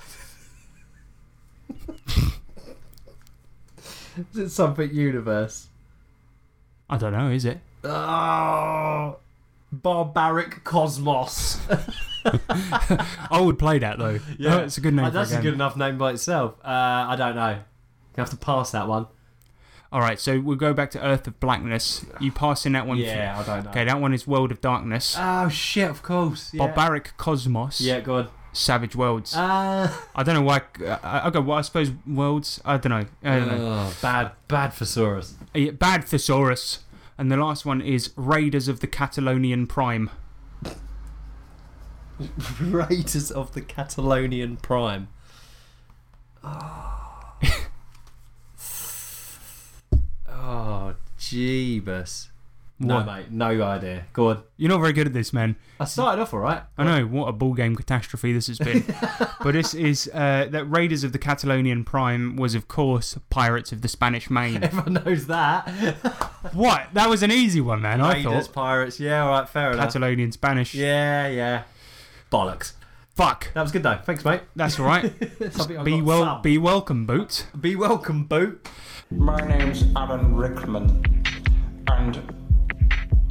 Is it something universe? I don't know, is it? Oh, barbaric cosmos. I would play that though. Yeah, it's a good name. Uh, that's for a a game. good enough name by itself. Uh, I don't know. You have to pass that one. All right, so we'll go back to Earth of Blackness. You passing that one? Yeah, I don't know. Okay, that one is World of Darkness. Oh shit! Of course. Yeah. Barbaric Cosmos. Yeah, go on. Savage Worlds. Uh, I don't know why. Uh, okay, well, I suppose Worlds. I don't know. I don't Uh. know. Ah, bad, bad thesaurus. Yeah, Bad Thesaurus. And the last one is Raiders of the Catalonian Prime. Raiders of the Catalonian Prime. Oh, Jeebus. No, What? mate, no idea. Go on. You're not very good at this, man. I started off all right. I know what a ball game catastrophe this has been, but this is uh, that Raiders of the Catalonian Prime was, of course, Pirates of the Spanish Main. Everyone knows that. what? That was an easy one, man. I Raiders, thought pirates. Yeah, all right, fair enough. Catalonian Spanish. Yeah, yeah. Bollocks. Fuck. That was good though. Thanks, mate. That's all right. Something I be got well. some. Be welcome, boot. Be welcome, boot. My name's Alan Rickman, and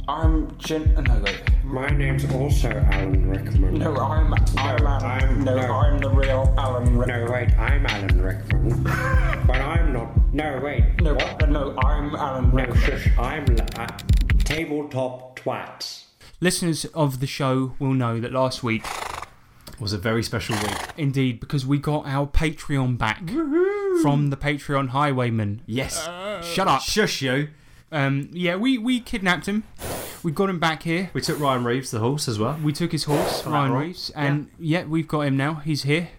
I'm Jin. No, wait. My name's also Alan Rickman. No, I'm I'm Alan. I'm- no, no. I'm the real Alan Rickman. No, wait, I'm Alan Rickman. but I'm not. No, wait. No, what? no, I'm Alan No, Rickman. shush. I'm. la- uh, tabletop twats. Listeners of the show will know that last week, was a very special week. indeed, because we got our Patreon back from the Patreon Highwayman. Yes. Shut up. Shush you. Um, yeah, we, we kidnapped him. We got him back here. We took Ryan Reeves, the horse, as well. We took his horse, Ryan Reeves, and yeah. we've got him now. He's here.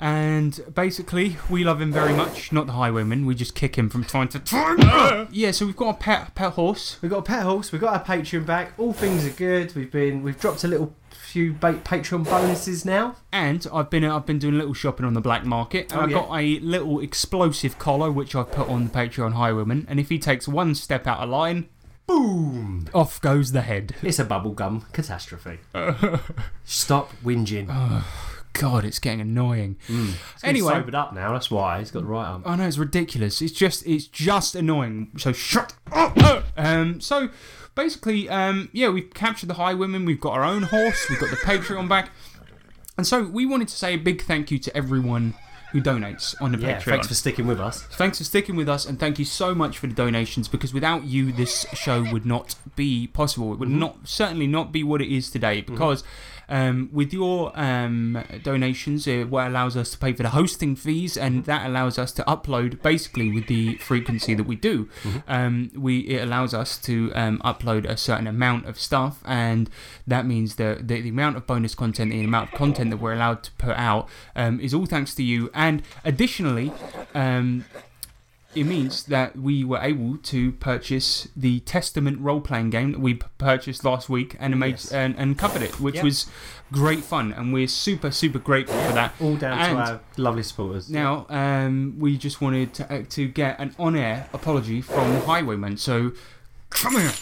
And basically, we love him very much. Not the highwayman. We just kick him from time to time. yeah, so we've got a pet pet horse. We've got a pet horse. We've got our Patreon back. All things are good. We've been we've dropped a little few ba- Patreon bonuses now. And I've been I've been doing a little shopping on the black market. And Oh, I've yeah. got a little explosive collar which I've put on the Patreon highwayman. And if he takes one step out of line, boom, off goes the head. It's a bubblegum catastrophe. Stop whinging. God, it's getting annoying. He's Oh. Anyway, Oh, sobered up now. That's why he's got the right arm. I know it's ridiculous. It's just it's just annoying. So shut up. Um, so basically, um, yeah, we've captured the high women. We've got our own horse. We've got the Patreon back, and so we wanted to say a big thank you to everyone who donates on the Yeah, Patreon. thanks for sticking with us. Thanks for sticking with us, and thank you so much for the donations. Because without you, this show would not be possible. It would not certainly not be what it is today. Because um, with your um, donations, it what allows us to pay for the hosting fees, and that allows us to upload basically with the frequency that we do. Um, we it allows us to um, upload a certain amount of stuff, and that means the, the the amount of bonus content, the amount of content that we're allowed to put out, um, is all thanks to you. And additionally. Um, it means that we were able to purchase the Testament role playing game that we p- purchased last week and made and, and covered it, which Yeah. was great fun, and we're super super grateful for that. All down And to our lovely supporters. Now, um, we just wanted to, uh, to get an on air apology from the Highwayman. So, come here.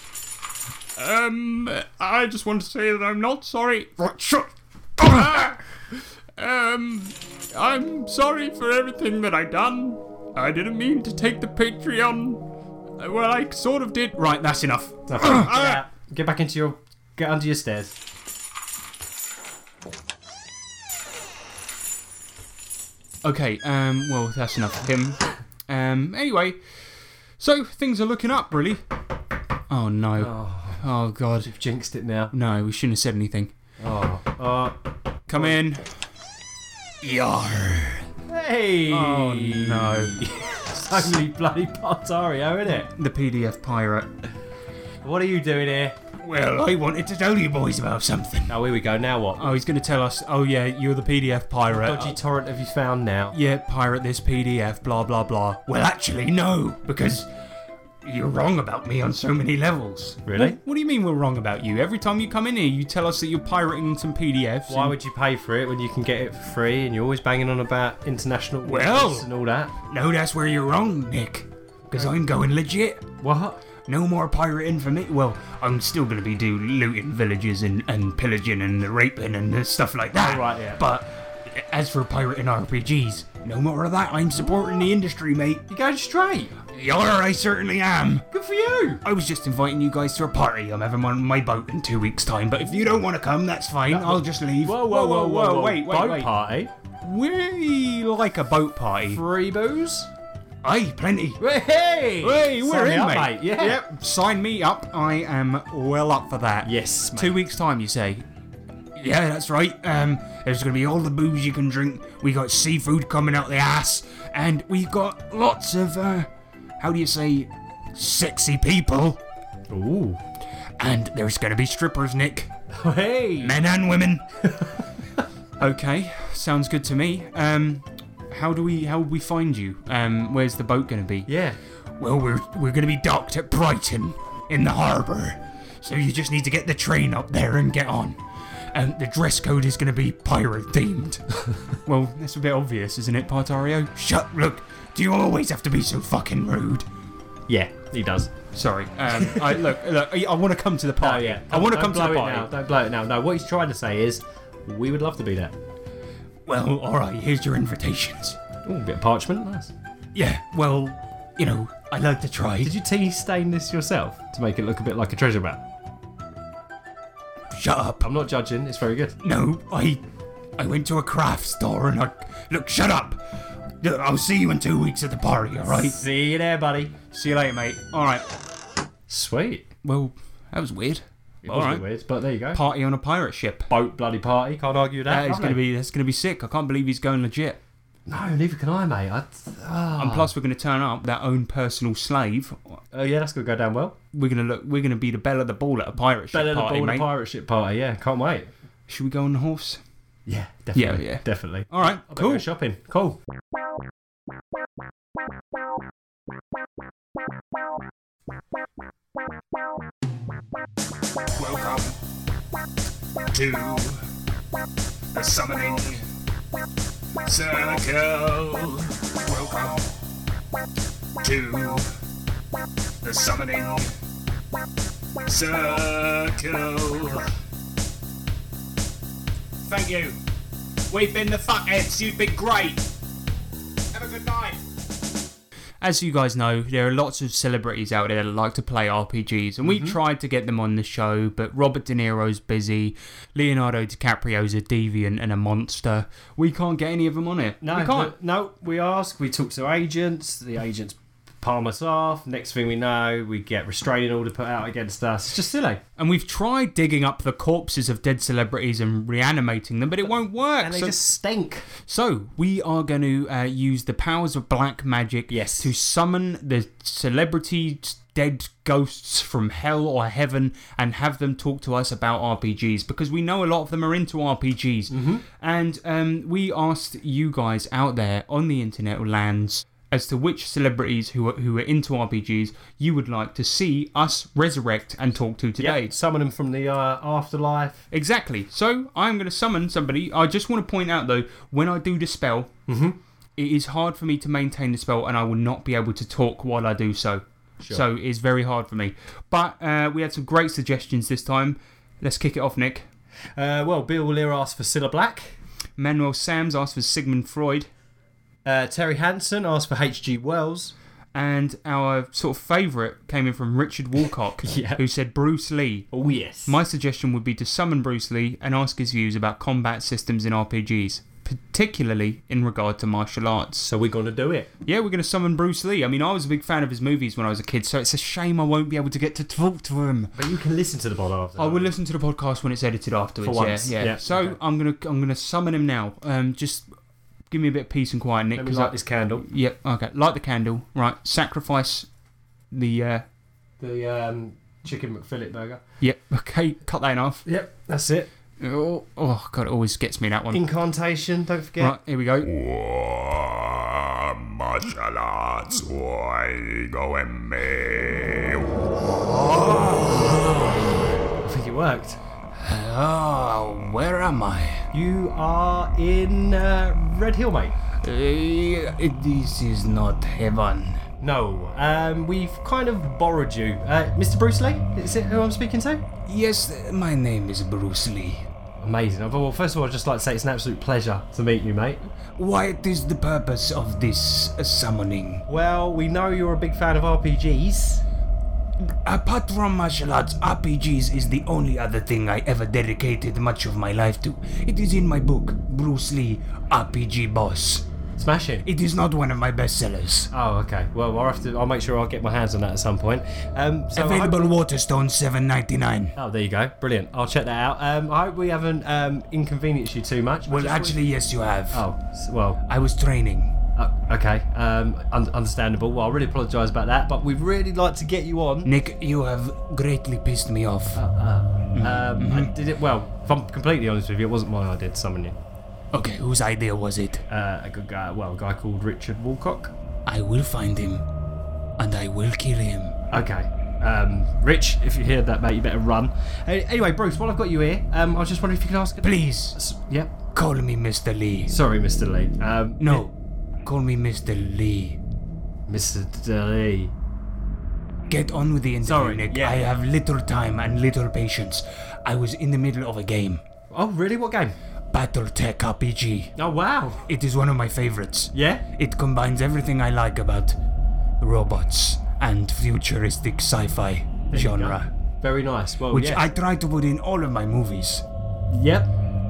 Um, I just want to say that I'm not sorry. Right, shut. um, I'm sorry for everything that I done. I didn't mean to take the Patreon. Uh, Well, I sort of did. Right, that's enough. Now, get, out. Get back into your get under your stairs. Okay, um, well, that's enough of him. Um, anyway, so things are looking up, really. Oh, no. Oh, God. You've jinxed it now. No, we shouldn't have said anything. Oh. Uh, Come in. Yar. Hey! Oh, no. so many bloody Pontario, isn't it? The PDF pirate. What are you doing here? Well, I wanted to tell you boys about something. Oh, here we go. Now what? Oh, he's going to tell us, oh, yeah, you're the PDF pirate. Dodgy torrent have you found now? yeah, pirate this PDF, blah, blah, blah. Well, actually, no, because you're wrong about me on so many levels. Really? What, what do you mean we're wrong about you? Every time you come in here, you tell us that you're pirating some PDFs. Why and- would you pay for it when you can get it for free and you're always banging on about international Well- waters and all that? No, that's where you're wrong, Nick. Because I'm going legit. What? No more pirating for me. Well, I'm still going to be do looting villages and, and pillaging and the raping and the stuff like that. Oh, right, yeah. But as for pirating RPGs, no more of that. I'm supporting the industry, mate. You're going straight. Yar, I certainly am. Good for you. I was just inviting you guys to a party. I'm having one on my boat in two weeks' time. But if you don't want to come, that's fine. I'll just leave. Wait, wait, Boat wait. party. We like a boat party. Free booze. Aye, plenty. Hey! Hey, we're Sign me in, up, mate. Yeah. Yep. Sign me up. I am well up for that. Yes, mate. Two weeks time, you say? Yeah, that's right. Um, there's gonna be all the booze you can drink. We got seafood coming out the ass, and we've got lots of uh, how do you say, sexy people. Ooh. And there's gonna be strippers, Nick, Hey. men and women. okay, sounds good to me. Um, how do we how would we find you? Um, where's the boat gonna be? Yeah. Well, we're we're gonna be docked at Brighton in the harbour, so you just need to get the train up there and get on. And the dress code is gonna be pirate themed. well, that's a bit obvious, isn't it, Partario? Shut. Look, do you always have to be so fucking rude? Yeah, he does. Sorry. Um, I, look, look. I, I want to come to the Oh party. yeah. I want to come Don't to blow the it party. Now. Don't blow it now. No, what he's trying to say is, we would love to be there. Well, all right. Here's your invitations. Ooh, a bit of parchment. Nice. Yeah. Well, you know, I like to try. Did you tea stain this yourself to make it look a bit like a treasure map? Shut up. I'm not judging. It's very good. No, I I went to a craft store and I look. Shut up. Look, I'll see you in two weeks at the party. All right. See you there, buddy. See you later, mate. All right. Sweet. Well, that was weird. It All was a bit right. weird, but there you go. Party on a pirate ship. Boat bloody party. Can't argue with that. That is can gonna they? be that's gonna be sick. I can't believe he's going legit. No, neither can I, mate. I, ah. And plus, we're going to turn up their own personal slave. Oh yeah, that's going to go down well. We're going to look. We're going to be the belle of the ball at a pirate ship Belle of the party, ball at a mate. pirate ship party. Yeah, can't wait. Should we go on the horse? Yeah, definitely. Yeah, yeah. definitely. All right, I better cool. go shopping. Cool. Welcome to the summoning circle. Welcome to the summoning circle. Thank you. We've been the fuckheads. You've been great. Have a good night. As you guys know, there are lots of celebrities out there that like to play RPGs, and we Mm-hmm. tried to get them on the show, but Robert De Niro's busy, Leonardo DiCaprio's a deviant and a monster. We can't get any of them on it. No, we can't. but- No, we ask. We talk to agents. The agents palm us off. Next thing we know, we get restraining order put out against us. It's just silly. And we've tried digging up the corpses of dead celebrities and reanimating them, but it won't work. And they just stink. So we are going to uh, use the powers of black magic yes. to summon the celebrities' dead ghosts from hell or heaven and have them talk to us about RPGs because we know a lot of them are into RPGs. Mm-hmm. And um, we asked you guys out there on the internet lands as to which celebrities who are, who are into RPGs you would like to see us resurrect and talk to today. summon them from the uh, afterlife. Exactly. So I'm going to summon somebody. I just want to point out though, when I do the spell, it is hard for me to maintain the spell, and I will not be able to talk while I do so. Sure. So it's very hard for me. But uh, we had some great suggestions this time. Let's kick it off, Nick. Uh, well, Bill Lear asked for Cilla Black. Manuel Sams asked for Sigmund Freud. Uh, Terry Hansen asked for H.G. Wells. And our sort of favourite came in from Richard Walcock, who said Bruce Lee. Oh, yes. My suggestion would be to summon Bruce Lee and ask his views about combat systems in RPGs, particularly in regard to martial arts. So we're going to do it. Yeah, we're going to summon Bruce Lee. I mean, I was a big fan of his movies when I was a kid, so it's a shame I won't be able to get to talk to him. But you can listen to the pod after. I will listen to the podcast when it's edited afterwards. For once, Yeah, yeah. yeah, So I'm gonna I'm gonna summon him now. Um, just give me a bit of peace and quiet, Nick. Let me 'cause light I- this candle. Yep. Okay. Light the candle. Right. Sacrifice the. Uh, The um, Chicken McFillet burger. yep. Okay. Cut that in half. Yep. That's it. Oh, oh God! It always gets me that Um, one. Incantation, don't forget. Right. Here we go. Martial arts, why go and me? I think it worked. Ah, Oh, where am I? You are in uh, Red Hill, mate. Eh, this is not heaven. No, um, we've kind of borrowed you. Uh, Mr. Bruce Lee, is it who I'm speaking to? Yes, my name is Bruce Lee. Amazing. Uh, Well, first of all, I'd just like to say it's an absolute pleasure to meet you, mate. What is the purpose of this summoning? Well, we know you're a big fan of RPGs. Apart from martial arts, RPGs is the only other thing I ever dedicated much of my life to. It is in my book, Bruce Lee, RPG Boss. Smashing. It is not one of my bestsellers. Oh, okay. Well, I'll have to. I'll make sure I'll get my hands on that at some point. Um, so I hope- Available Waterstone 799. Oh, there you go. Brilliant. I'll check that out. Um, I hope we haven't um, inconvenienced you too much. Well, actually, yes, you have. Oh, s- well, I was training. Uh, okay, um, un- understandable. Well, I really apologise about that, but we'd really like to get you on. Nick, you have greatly pissed me off. Mm-hmm. Um, I did it well. If I'm completely honest with you, it wasn't my idea to summon you. Okay, whose idea was it? Uh, a good guy, well, a guy called Richard Walcock. I will find him, and I will kill him. Okay, um, Rich, if you heard that, mate, you better run. A- Anyway, Bruce, while I've got you here, um, I was just wondering if you could ask. Please, Yep. call me Mr. Lee. Sorry, Mr. Lee. Um, No, call me Mr. Lee. Mr. Lee. Get on with the interview, Sorry, Nick. yeah. I have little time and little patience. I was in the middle of a game, Oh, really? What game? BattleTech RPG. Oh, wow. It is one of my favorites. Yeah. It combines everything I like about robots and futuristic sci-fi genre, Very nice. Well, which yeah. I try to put in all of my movies. Yep.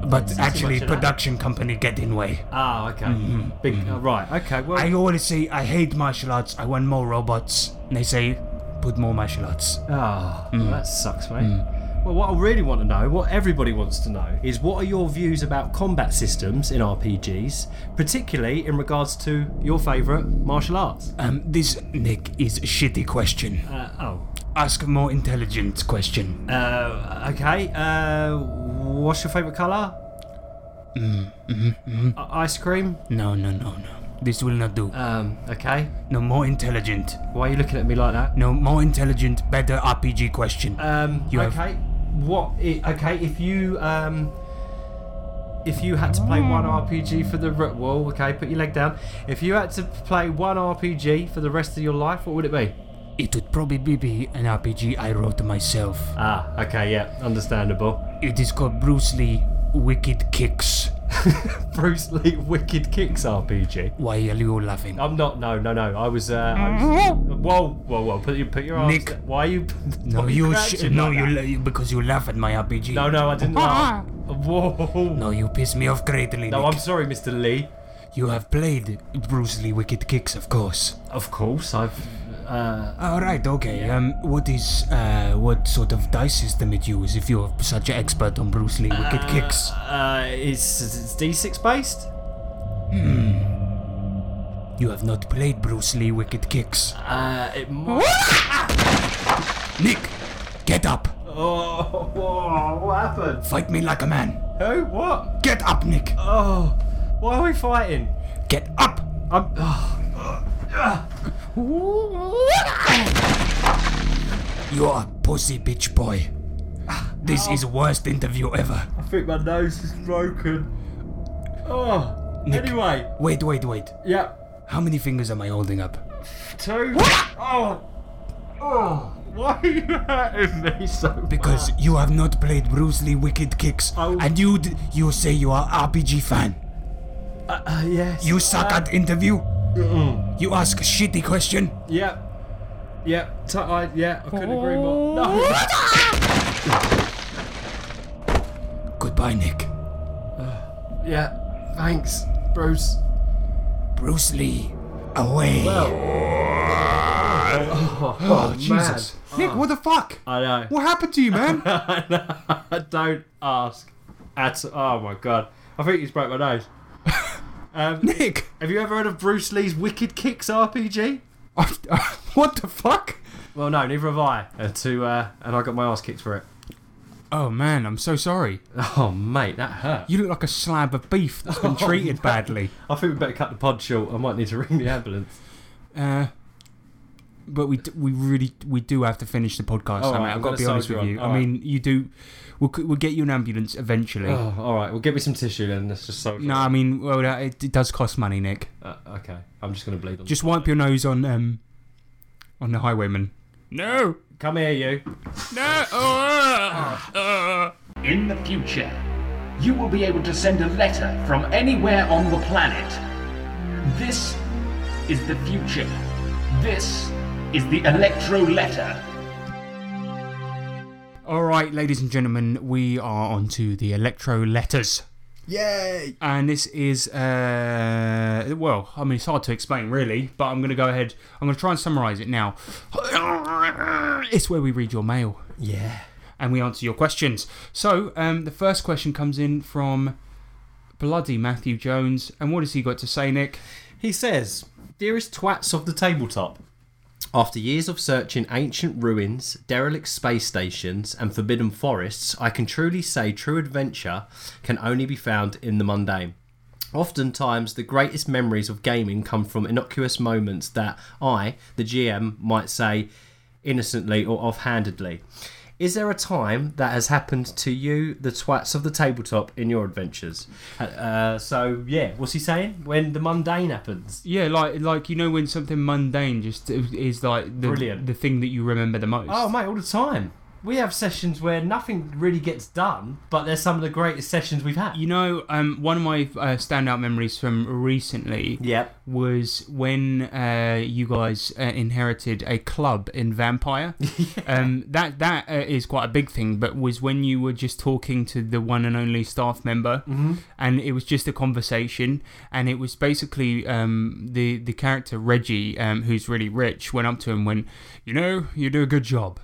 But too actually, much of that. production company get in way. Ah, okay. Big. oh, right. Okay. Well. Mm-hmm. I always say I hate martial arts. I want more robots. And they say, put more martial arts. Ah, that sucks, mate. Mm-hmm. Well, what I really want to know, what everybody wants to know, is what are your views about combat systems in RPGs, particularly in regards to your favourite martial arts? Um, this, Nick, is a shitty question. Uh, oh. Ask a more intelligent question. Uh, okay. Uh, what's your favourite colour? Mm, mhm, mhm. I- ice cream? No, no, no, no. This will not do. Um, okay. No, more intelligent. Why are you looking at me like that? No, more intelligent, better RPG question. Um, You have- okay. What? i okay, if you um, if you had to play one Mm. RPG for the re- wall, okay, put your leg down. If you had to play one RPG for the rest of your life, what would it be? It would probably be an RPG I wrote myself. Ah, okay, yeah, understandable. It is called Bruce Lee Wicked Kicks. Bruce Lee Wicked Kicks RPG. Why are you laughing? I'm not. No, no, no. I was. Uh, I was whoa, whoa, whoa! Put your put your arms. Mm. Nick. down. why are you? No, why are you. crouching Sh- like no, that? you. la- you- Because you laugh at my RPG. No, no, I didn't. laugh. Whoa! No, you piss me off greatly. No, Nick. I'm sorry, Mr. Lee. You have played Bruce Lee Wicked Kicks, of course. Of course, I've. Uh, All right, okay. Um, what is uh, what sort of dice system it use if you're such an expert on Bruce Lee Wicked Kicks? Uh, it's, it's D6 based. You have not played Bruce Lee Wicked Kicks. Uh, it might. Nick, get up! Oh, whoa, what happened? Fight me like a man. Who? What? Get up, Nick. Oh, why are we fighting? Get up. I'm. Oh, You are a pussy bitch boy. This is worst interview ever. I think my nose is broken. Oh. Nick. Anyway, Wait, wait, wait. yeah. How many fingers am I holding up? Two. oh. Oh. Why are you hurting me so much? Because you have not played Bruce Lee Wicked Kicks, Oh. and you d- you say you are RPG fan. Uh, uh, yes. You suck at interview. You ask a shitty question. Yep. Yep. T- I, yeah. I couldn't agree more. No. Goodbye, Nick. yeah. Thanks, Bruce. Bruce Lee, away. Oh, Nick, what the fuck? I know. What happened to you, man? Uh, Don't ask. At oh my god, I think he's broke my nose. Um, Nick, have you ever heard of Bruce Lee's Wicked Kicks RPG? what the fuck? Well, no, neither have I. Uh, to uh, and I got my ass kicked for it. Oh man, I'm so sorry. Oh mate, that hurt. You look like a slab of beef that's been Oh, treated badly. I think we better cut the pod short. I might need to ring the ambulance. Uh, but we d- we really we do have to finish the podcast. All I right, I've I'm got to be gonna honest soldier with on. you. All I mean, you do. We'll, c- we'll get you an ambulance eventually. Oh, all right. Well, get me some tissue then. That's just so. No, I mean, well, that- it, it does cost money, Nick. Uh, okay, I'm just gonna bleed on. Just wipe your nose on um on the highwayman. No, come here, you. no. Uh, In the future, you will be able to send a letter from anywhere on the planet. This is the future. This is the electro letter. All right, ladies and gentlemen, we are on to the electro letters. Yay! And this is, uh, well, I mean, it's hard to explain really, but I'm going to go ahead. I'm going to try and summarize it now. It's where we read your mail Yeah. and we answer your questions. So, um, the first question comes in from bloody Matthew Jones. And what has he got to say, Nick? He says, Dearest twats of the tabletop, after years of searching ancient ruins, derelict space stations, and forbidden forests, I can truly say true adventure can only be found in the mundane. Oftentimes, the greatest memories of gaming come from innocuous moments that I, the GM, might say innocently or offhandedly. Is there a time that has happened to you, the twats of the tabletop, in your adventures? Uh, Uh, so, yeah, what's he saying? When the mundane happens. Yeah, like like you know when something mundane just is like the Brilliant. the thing that you remember the most. Oh, mate, all the time. We have sessions where nothing really gets done, but they're some of the greatest sessions we've had. You know, um, one of my uh, standout memories from recently Yep. was when uh, you guys uh, inherited a club in Vampire. um, that that uh, is quite a big thing, but was when you were just talking to the one and only staff member, and it was just a conversation, and it was basically um, the the character Reggie, um, who's really rich, went up to him when, you know, you do a good job.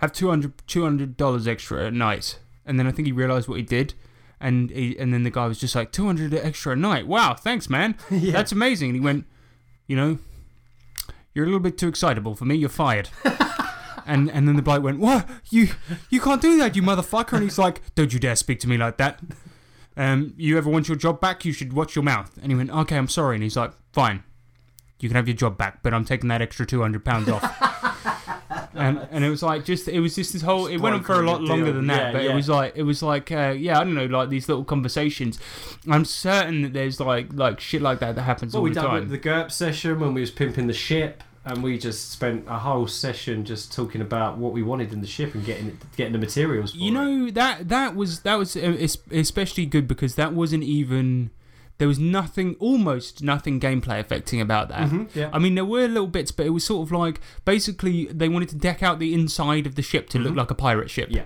have 200 dollars extra at night, and then I think he realized what he did, and he, and then the guy was just like two hundred extra a night. Wow, thanks, man. That's amazing. And he went, you know, you're a little bit too excitable for me. You're fired. And, and then the bloke went, what? You you can't do that, you motherfucker. And he's like, don't you dare speak to me like that. Um, you ever want your job back, you should watch your mouth. And he went, okay, I'm sorry. And he's like, fine, you can have your job back, but I'm taking that extra 200 pounds off and and it was like just it was just this whole it went on for a lot Deal. longer than that Yeah, but yeah. it was like it was like uh, yeah I don't know like these little conversations I'm certain that there's like like shit like that that happens Well, all we the done with time the GURP session when we was pimping the ship, and we just spent a whole session just talking about what we wanted in the ship and getting it, getting the materials. you know that that was that was uh, es- especially good because that wasn't even there was nothing almost nothing gameplay affecting about that Mhm, yeah. I mean there were little bits but it was sort of like basically they wanted to deck out the inside of the ship to look Mm-hmm. like a pirate ship yeah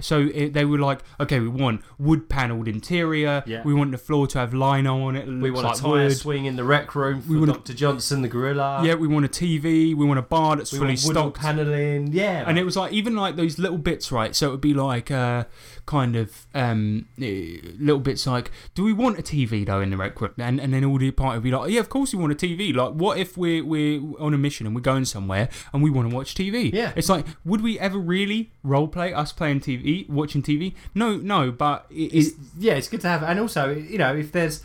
so it, they were like okay we want wood paneled interior Yeah. we want the floor to have lino on it, it We looks want like a tire wood. swing in the rec room for We want a- Dr. Johnson, the gorilla. yeah we want a tv we want a bar that's we fully want wooden stocked paneling. Yeah, and it was like even like those little bits, right? So it would be like uh, kind of um, eh, little bits like, do we want a TV though in the rec room? And and then all the party would be like, yeah, of course we want a TV. Like, what if we're we're on a mission and we're going somewhere and we want to watch TV? Yeah, it's like, would we ever really role play us playing TV, watching TV? No, no, but it, it's yeah, it's good to have. And also, you know, if there's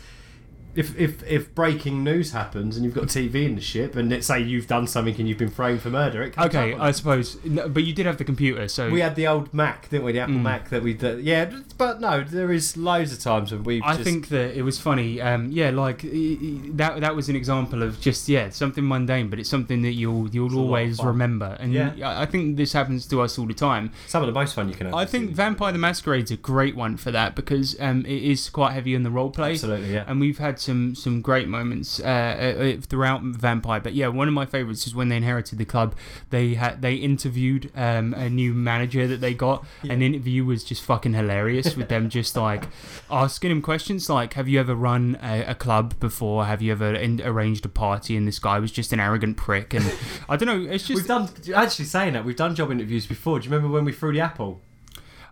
if if if breaking news happens and you've got TV in the ship, and let's say you've done something and you've been framed for murder, it comes okay, up on I suppose. No, but you did have the computer, so We had the old Mac, didn't we? The Apple Mm. Mac that we, that, yeah. But no, there is loads of times when we've. I just, think that it was funny. Um, yeah, like e- e- that. That was an example of just yeah something mundane, but it's something that you'll you'll lot of always fun. remember. And Yeah. I I think this happens to us all the time. Some of the most fun you can have. I think Vampire the Masquerade's a great one for that because um, it is quite heavy in the role play. Absolutely, yeah. And we've had some some great moments uh, uh, uh, throughout Vampire. But yeah, one of my favourites is when they inherited the club. They had they interviewed um, a new manager that they got. An interview was just fucking hilarious with them just like asking him questions like, "Have you ever run a, a club before? Have you ever in- arranged a party?" And this guy was just an arrogant prick. And I don't know. It's just we've done. Actually, saying that, we've done job interviews before. Do you remember when we threw the apple?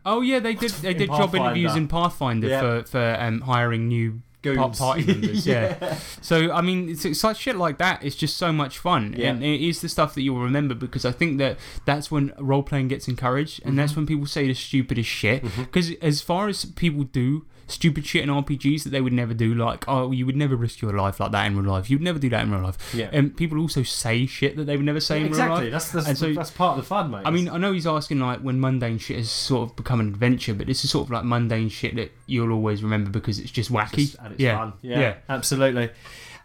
Oh yeah, they did. They In did job interviews Pathfinder. in Pathfinder Yeah. for for um, hiring new Goons. par- party members. yeah. Yeah. So I mean, it's, it's like shit like that. It's just so much fun, Yeah. and it is the stuff that you'll remember because I think that that's when role playing gets encouraged, and Mm-hmm. that's when people say the stupidest shit. Because as far as people do stupid shit in RPGs that they would never do, like oh, you would never risk your life like that in real life. You'd never do that in real life. Yeah. And people also say shit that they would never say in real exactly. life. That's that's, And so- that's part of the fun, mate. I mean, I know he's asking like when mundane shit has sort of become an adventure, but this is sort of like mundane shit that you'll always remember because it's just wacky Just- and it's yeah. fun. Yeah, absolutely.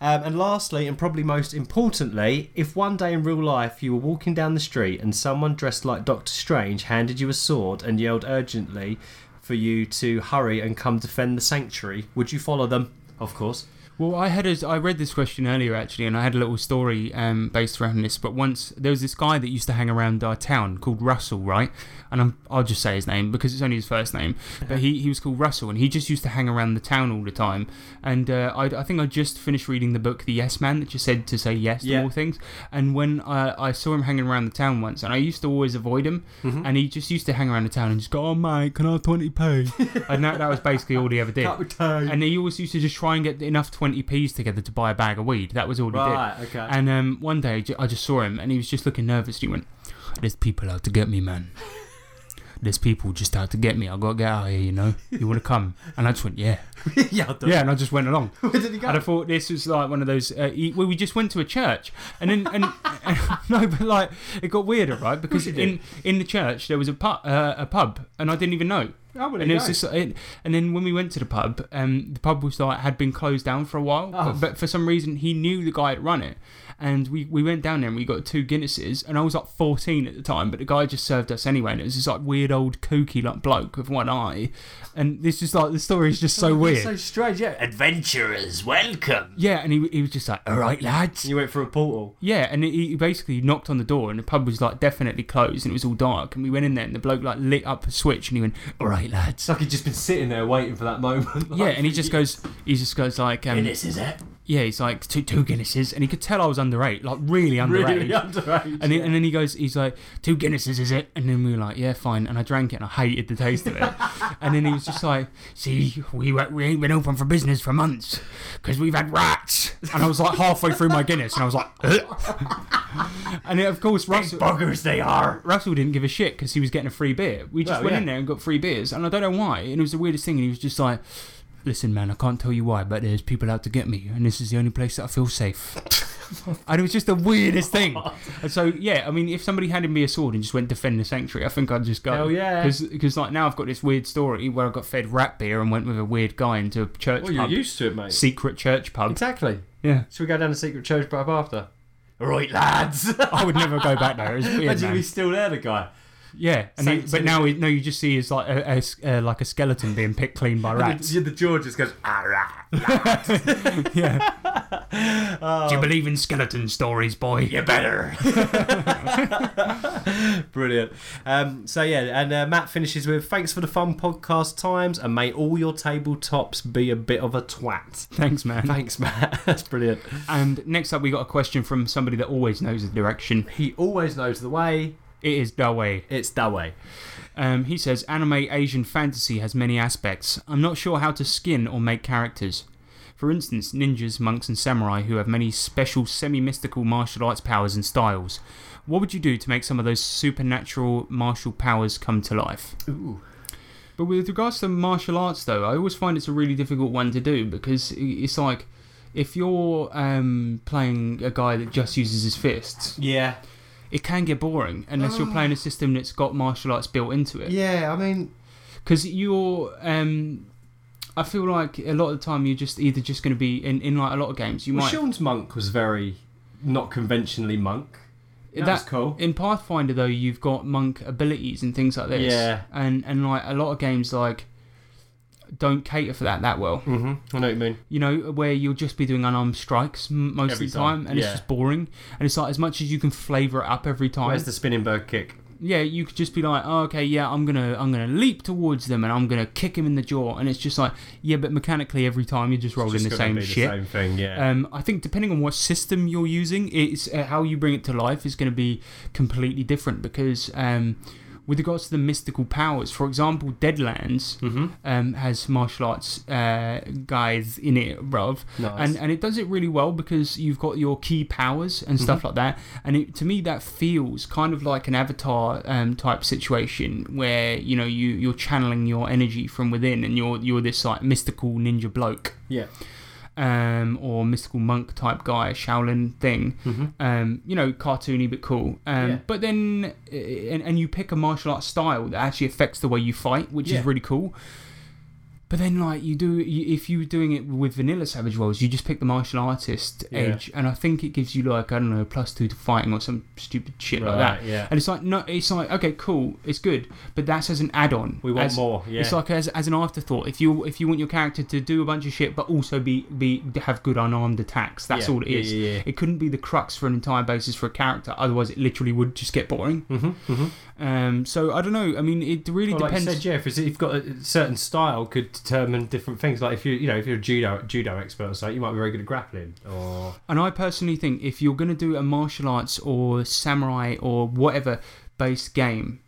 Um, and lastly, and probably most importantly, if one day in real life you were walking down the street and someone dressed like Doctor Strange handed you a sword and yelled urgently for you to hurry and come defend the sanctuary, would you follow them? Of course. Well, I had a, I read this question earlier actually, and I had a little story um, based around this. But once there was this guy that used to hang around our town called Russell, right? And I'm, I'll just say his name because it's only his first name. But he, he was called Russell, and he just used to hang around the town all the time. And uh, I, I think I just finished reading the book The Yes Man that just said to say yes Yeah. to all things. And when I, I saw him hanging around the town once, and I used to always avoid him, Mhm. and he just used to hang around the town and just go, "Oh mate, can I have twenty p?" and that, that was basically all he ever did. That would And he always used to just try and get enough 20p's together to buy a bag of weed. That was all he Right, did. okay. And um, one day I ju- I just saw him and he was just looking nervous. He went, There's people out to get me, man. There's people just out to get me. i got to get out of here, you know? You want to come? And I just went, Yeah. yeah, I yeah, and I just went along. Where did he go? And I thought this was like one of those. Uh, e- well, we just went to a church, and then and, and no, but like it got weirder, right? Because you did. in in the church there was a pub, uh, a pub, and I didn't even know. Oh, well, and there it was you just, uh, it, and then when we went to the pub, um, the pub was like had been closed down for a while, Oh. but, but for some reason he knew the guy had run it, and we, we went down there and we got two Guinnesses, and I was like fourteen at the time, but the guy just served us anyway, and it was this like weird old kooky like bloke with one eye, and this is like the story is just so weird. So strange, yeah. Adventurers, welcome. Yeah, and he, he was just like, all right, lads. You went for a portal. Yeah, and he he basically knocked on the door, and the pub was like definitely closed, and it was all dark. And we went in there, and the bloke like lit up a switch, and he went, "All right, lads." It's like he'd just been sitting there waiting for that moment. yeah, and he just goes, he just goes like, um, Hey, this is it. yeah, he's like two, two Guinnesses, and he could tell I was underage, like really underage. Really underage, And, he- and then he goes, he's like two Guinnesses, is it? And then we were like, yeah, fine. And I drank it, and I hated the taste of it. and then he was just like, see, we wa- we ain't been open for business for months because we've had rats. And I was like halfway through my Guinness, and I was like, "Ugh." and then, of course Russell buggers they are. Russell didn't give a shit because he was getting a free beer. We just Well, went yeah. in there and got free beers, and I don't know why. And it was the weirdest thing. And he was just like, "Listen, man, I can't tell you why, but there's people out to get me, and this is the only place that I feel safe." and it was just the weirdest thing. And so yeah, I mean, if somebody handed me a sword and just went defend the sanctuary, I think I'd just go. Hell yeah. Because like now I've got this weird story where I got fed rat beer and went with a weird guy into a church. Well, you're pub. used to it, mate. Secret church pub. Exactly. Yeah. Should we go down to secret church pub after? All right, lads. I would never go back there. It was weird, Imagine Oh, man. if he's still there, the guy. Yeah, and he, Saint- but now he, no, you just see is like a, a s- uh, like a skeleton being picked clean by rats. The, the jaw just goes, ah, rah. yeah. Do you believe in skeleton stories, boy? You better. Brilliant. Um, so yeah, and uh, Matt finishes with thanks for the fun podcast times, and may all your tabletops be a bit of a twat. Thanks, man. Thanks, Matt. That's brilliant. And next up, we got a question from somebody that always knows the direction. He always knows the way. It is Dawei. It's that way. Um, he says anime Asian fantasy has many aspects. I'm not sure how to skin or make characters. For instance, ninjas, monks, and samurai who have many special semi mystical martial arts powers and styles. What would you do to make some of those supernatural martial powers come to life? Ooh. But with regards to martial arts, though, I always find it's a really difficult one to do because i- it's like if you're um, playing a guy that just uses his fists, Yeah. it can get boring unless you're playing a system that's got martial arts built into it Yeah. I mean, because you're um i feel like a lot of the time you're just either just going to be in, in like a lot of games you well, might Sean's monk was very not conventionally monk. That, was cool. in pathfinder though you've got monk abilities and things like this Yeah. and and like a lot of games like don't cater for that that well mm-hmm. I know what you mean. you know where you'll just be doing unarmed strikes m- most Every of the time, time, and yeah. it's just boring and it's like as much as you can flavor it up every time Where's the spinning bird kick? yeah, you could just be like, oh, okay, yeah, I'm gonna, I'm gonna leap towards them and I'm gonna kick him in the jaw, and it's just like, yeah, but mechanically every time you're just rolling Just the gotta same be shit. The same thing. Yeah. Um, I think depending on what system you're using, it's uh, how you bring it to life is going to be completely different because um, with regards to the mystical powers, for example, Deadlands Mm-hmm. um, has martial arts uh, guys in it, bruv, Nice. Uh, and and it does it really well because you've got your key powers and stuff Mm-hmm. like that, and it, to me that feels kind of like an avatar um, type situation where you know you you're channeling your energy from within and you're you're this like mystical ninja bloke yeah. um, or mystical monk type guy, Shaolin thing. Um, you know, cartoony but cool. Um, Yeah. But then, uh, and, and you pick a martial arts style that actually affects the way you fight, which Yeah. is really cool. But then, like you do, you, if you're doing it with vanilla Savage Worlds, you just pick the martial artist Yeah. edge, and I think it gives you like I don't know plus two to fighting or some stupid shit like Right, that. yeah. And it's like no, it's like okay, cool, it's good, but that's as an add-on. We want As- more, yeah. It's like as, as an afterthought. If you if you want your character to do a bunch of shit, but also be be have good unarmed attacks, that's Yeah, all it yeah, is. yeah, yeah. It couldn't be the crux for an entire basis for a character. Otherwise, it literally would just get boring. Mm-hmm, Um. So I don't know. I mean, it really Well, like you depends. said, Jeff, is you've got a certain style could determine different things. Like if you, you know, if you're a judo judo expert or something, you might be very good at grappling. Or And I personally think if you're going to do a martial arts or samurai or whatever based game,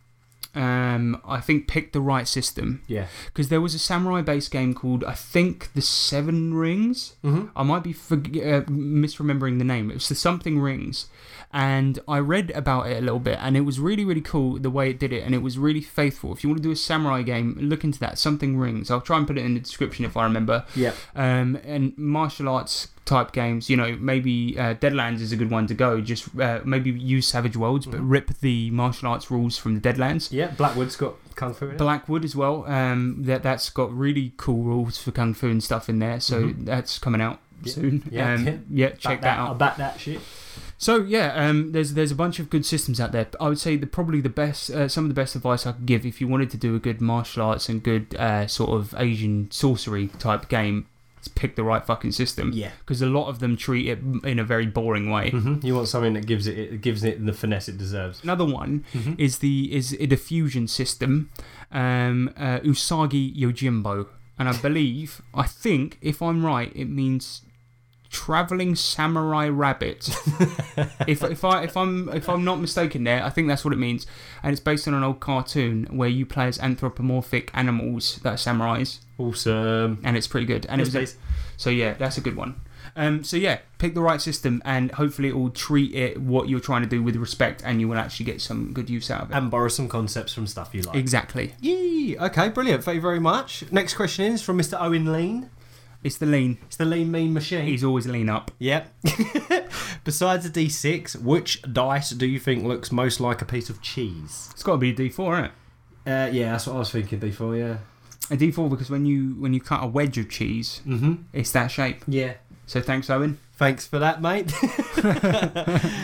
um, I think pick the right system. yeah, Because there was a samurai based game called, I think, The Seven Rings. Mm-hmm. I might be forg uh, misremembering the name. It was The Something Rings. And I read about it a little bit, and it was really, really cool the way it did it, and it was really faithful. If you want to do a samurai game, look into that. Something Rings. I'll try and put it in the description if I remember yeah, um, and martial arts type games. You know, maybe uh, Deadlands is a good one to go. Just uh, maybe use Savage Worlds, but rip the martial arts rules from the Deadlands. yeah. Blackwood's got kung fu. In it. Blackwood as well. Um, that that's got really cool rules for kung fu and stuff in there. So that's coming out soon. Mm-hmm. Yeah, um, yeah. yeah Back check that out. I back that shit. So yeah, um, there's there's a bunch of good systems out there. I would say the probably the best, uh, some of the best advice I could give if you wanted to do a good martial arts and good uh, sort of Asian sorcery type game, is pick the right fucking system. Yeah. Hmm. because a lot of them treat it in a very boring way. Mm-hmm. You want something that gives it, it gives it the finesse it deserves. Another one is the is a diffusion system, um, uh, Usagi Yojimbo, and I believe I think if I'm right, it means traveling samurai rabbit. if, if I if I'm if I'm not mistaken, there I think that's what it means, and it's based on an old cartoon where you play as anthropomorphic animals that are samurais. Awesome, and it's pretty good. And Yes, it was a- so yeah, that's a good one. Um, so yeah, pick the right system, and hopefully it will treat it what you're trying to do with respect, and you will actually get some good use out of it. And borrow some concepts from stuff you like. Exactly. Yee! Okay, brilliant. Thank you very much. Next question is from Mr. Owen Lean. It's the lean. It's the lean mean machine. He's always lean up. Yep. Besides a D6, which dice do you think looks most like a piece of cheese? It's got to be a D4, isn't it? Uh, yeah, that's what I was thinking. D4, yeah. A D4 because when you when you cut a wedge of cheese, Mhm. it's that shape. Yeah. So thanks, Owen. Thanks for that, mate.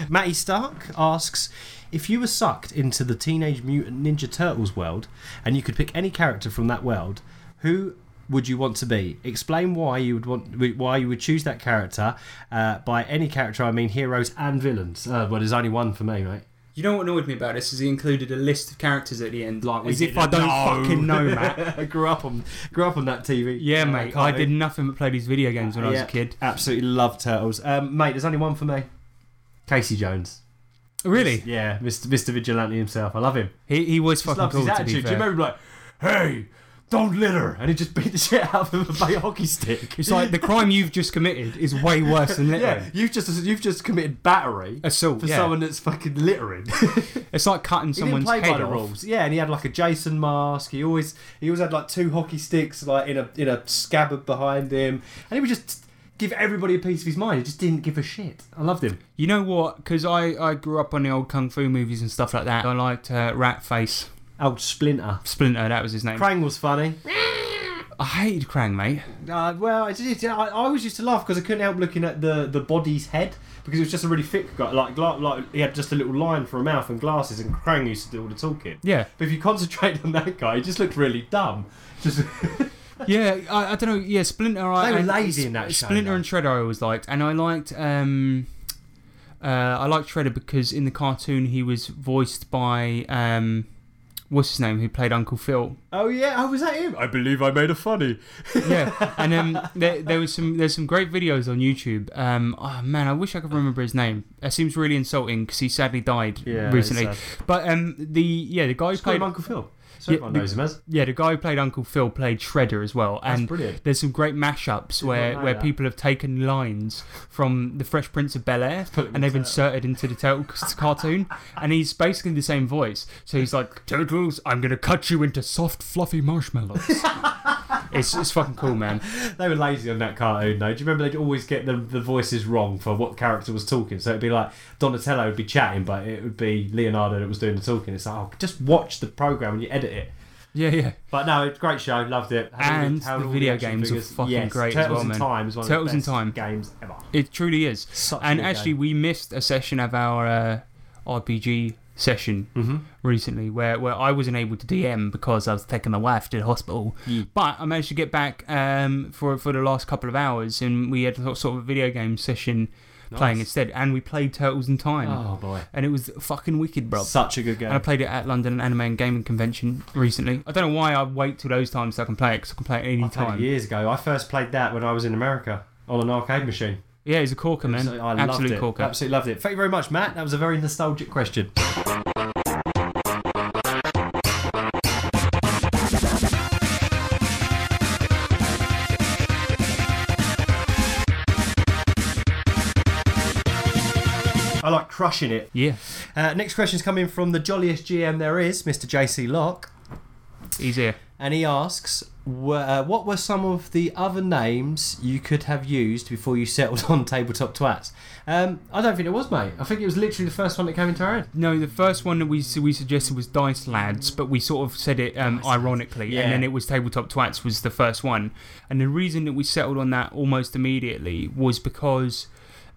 Matty Stark asks If you were sucked into the Teenage Mutant Ninja Turtles world and you could pick any character from that world, who would you want to be? Explain why you would want why you would choose that character. Uh, by any character, I mean heroes and villains. Uh, well, there's only one for me, mate. You know what annoyed me about this is he included a list of characters at the end, like we as if did. I don't No. fucking know, Matt. I grew up on grew up on that TV. Yeah, mate. I did nothing but play these video games when I was a Yeah, kid. Absolutely love turtles, um, mate. There's only one for me. Casey Jones. Really? Yeah, Mr. Mr. Vigilante himself. I love him. He he was Just fucking loved cool. his to be attitude. Do fair. you remember him like, hey, don't litter, and he just beat the shit out of him with a hockey stick. It's like the crime you've just committed is way worse than littering. Yeah, you've just you've just committed battery Assault, for yeah. someone that's fucking littering. It's like cutting someone's he didn't play head by the off. rules. Yeah, and he had like a Jason mask. He always he always had like two hockey sticks like in a in a scabbard behind him, and he would just give everybody a piece of his mind. He just didn't give a shit. I loved him. You know what? Because I, I grew up on the old kung fu movies and stuff like that. I liked uh, Rat Face. Old Splinter. Splinter, that was his name. Krang was funny. I hated Krang, mate. Uh, well, I, did, I, I always used to laugh because I couldn't help looking at the, the body's head because it was just a really thick guy. Like, gla- like he had just a little line for a mouth and glasses, and Krang used to do all the talking. Yeah. But if you concentrate on that guy, he just looked really dumb. Just Yeah, I, I don't know. Yeah, Splinter. I, They were and- lazy in that show, Splinter and Shredder I always liked. And I liked. um uh, I liked Shredder because in the cartoon he was voiced by. um What's his name? Who played Uncle Phil? oh yeah, oh was that him? I believe I made a funny. yeah, and um, there, there was some there's some great videos on YouTube. Um, oh man, I wish I could remember his name. It seems really insulting because he sadly died Yeah, it's recently. sad. But um, the yeah the guy who Just call played him Uncle Phil. So everyone the- knows him as. Yeah, the guy who played Uncle Phil played Shredder as well. That's and brilliant. There's some great mashups where, know where that. people have taken lines from The Fresh Prince of Bel Air and they've inserted into the Turtles cartoon. And he's basically the same voice. So he's like, Turtles, I'm going to cut you into soft, fluffy marshmallows. it's, it's fucking cool, man. They were lazy on that cartoon though. Do you remember they'd always get the, the voices wrong for what character was talking? So it'd be like Donatello would be chatting, but it would be Leonardo that was doing the talking. It's like, oh, just watch the program when you edit it. Yeah, yeah. But no, it's a great show. Loved it. Had all And had the all video action games are figures. fucking Yes, great as Turtles well, in man. Time is one Turtles of the in best Time. games ever. It truly is. Such a and good actually, game. we missed a session of our uh, RPG session Mm-hmm. recently where, where I wasn't able to DM because I was taking my wife to the hospital. Mm. But I managed to get back um, for, for the last couple of hours and we had a sort of a video game session playing Nice. instead. And we played Turtles in Time. Oh, boy. And it was fucking wicked, bro. Such a good game. And I played it at London Anime and Gaming Convention recently. I don't know why I wait till those times so I can play it because I can play it any I played it time. years ago. I first played that when I was in America on an arcade machine. Yeah, he's a corker, man. So I Absolute loved it. corker. Absolutely loved it. Thank you very much, Matt. That was a very nostalgic question. I like crushing it. Yeah. Uh, next question's coming from the jolliest GM there is, Mr. JC Locke. He's here. And he asks, "Were- uh, what were some of the other names you could have used before you settled on Tabletop Twats? Um, I don't think it was, mate. I think it was literally the first one that came into our head. No, the first one that we we suggested was Dice Lads, but we sort of said it um, ironically, Yeah. and then it was Tabletop Twats was the first one, and the reason that we settled on that almost immediately was because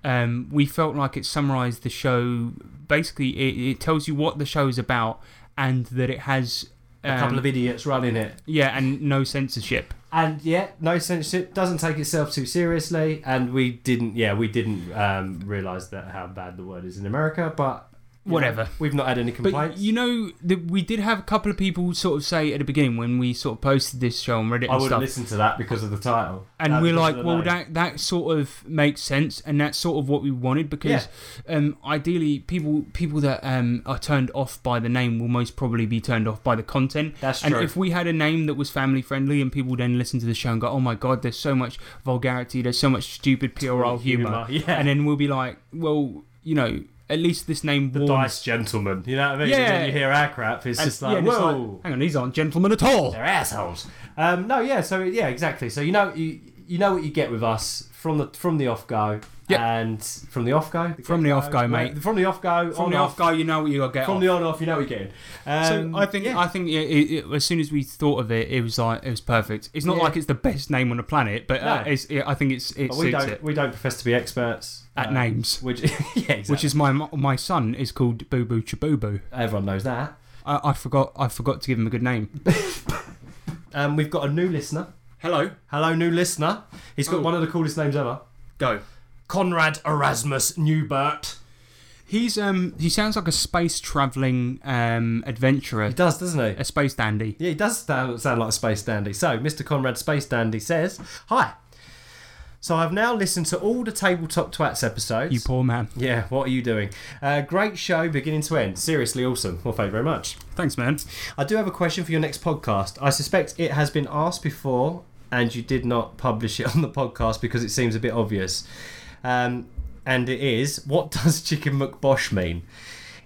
um, we felt like it summarised the show. Basically, it, it tells you what the show is about, and that it has A couple um, of idiots running it. yeah, and no censorship. And yeah, no censorship, doesn't take itself too seriously. And we didn't, yeah, we didn't um, realise that how bad the word is in America, but whatever. We've not had any complaints. But you know, the, we did have a couple of people sort of say at the beginning when we sort of posted this show on Reddit I and wouldn't stuff. listen to that because of the title. and Uh, we're because like, of the well, name. that that sort of makes sense, and that's sort of what we wanted because, um, ideally, people people that um are turned off by the name will most probably be turned off by the content. That's And true. if we had a name that was family friendly, and people then listen to the show and go, oh my god, there's so much vulgarity, there's so much stupid PRL humor, humour, yeah. and then we'll be like, well, you know, at least this name the Dice Gentleman, you know what I mean? Yeah. And then you hear our crap, it's And- just like, yeah, and it's whoa. like, hang on, these aren't gentlemen at all. They're assholes. Um, no, yeah. So yeah, exactly. So you know, you, you know what you get with us from the from the off go. And from the off go, From the off go, Mate, mate. From the off go, From on the off go, you know what you got to get. From off. the on off, you know what you're getting. Um, so I think I think it, it, it, as soon as we thought of it, it was like it was perfect. It's not Yeah. like it's the best name on the planet, but uh, No. it's, it, I think it's it But suits we don't it. we don't profess to be experts At names. which yeah, exactly. Which is my my son is called Boo Boo Chaboo Boo. Everyone knows that. I, I forgot I forgot to give him a good name. Um, we've got a new listener. Hello. Hello, new listener. He's Oh. got one of the coolest names ever. Go. Conrad Erasmus Newbert. He's um he sounds like a space traveling um adventurer. He does, doesn't he? A space dandy. Yeah, he does sound, sound like a space dandy. So, Mr. Conrad Space Dandy says, Hi. So, I've now listened to all the Tabletop Twats episodes. You poor man. Yeah, what are you doing? Uh, great show, beginning to end. Seriously awesome. Well, thank you very much. Thanks, man. I do have a question for your next podcast. I suspect it has been asked before and you did not publish it on the podcast because it seems a bit obvious. Um, and it is what does chicken McBosh mean?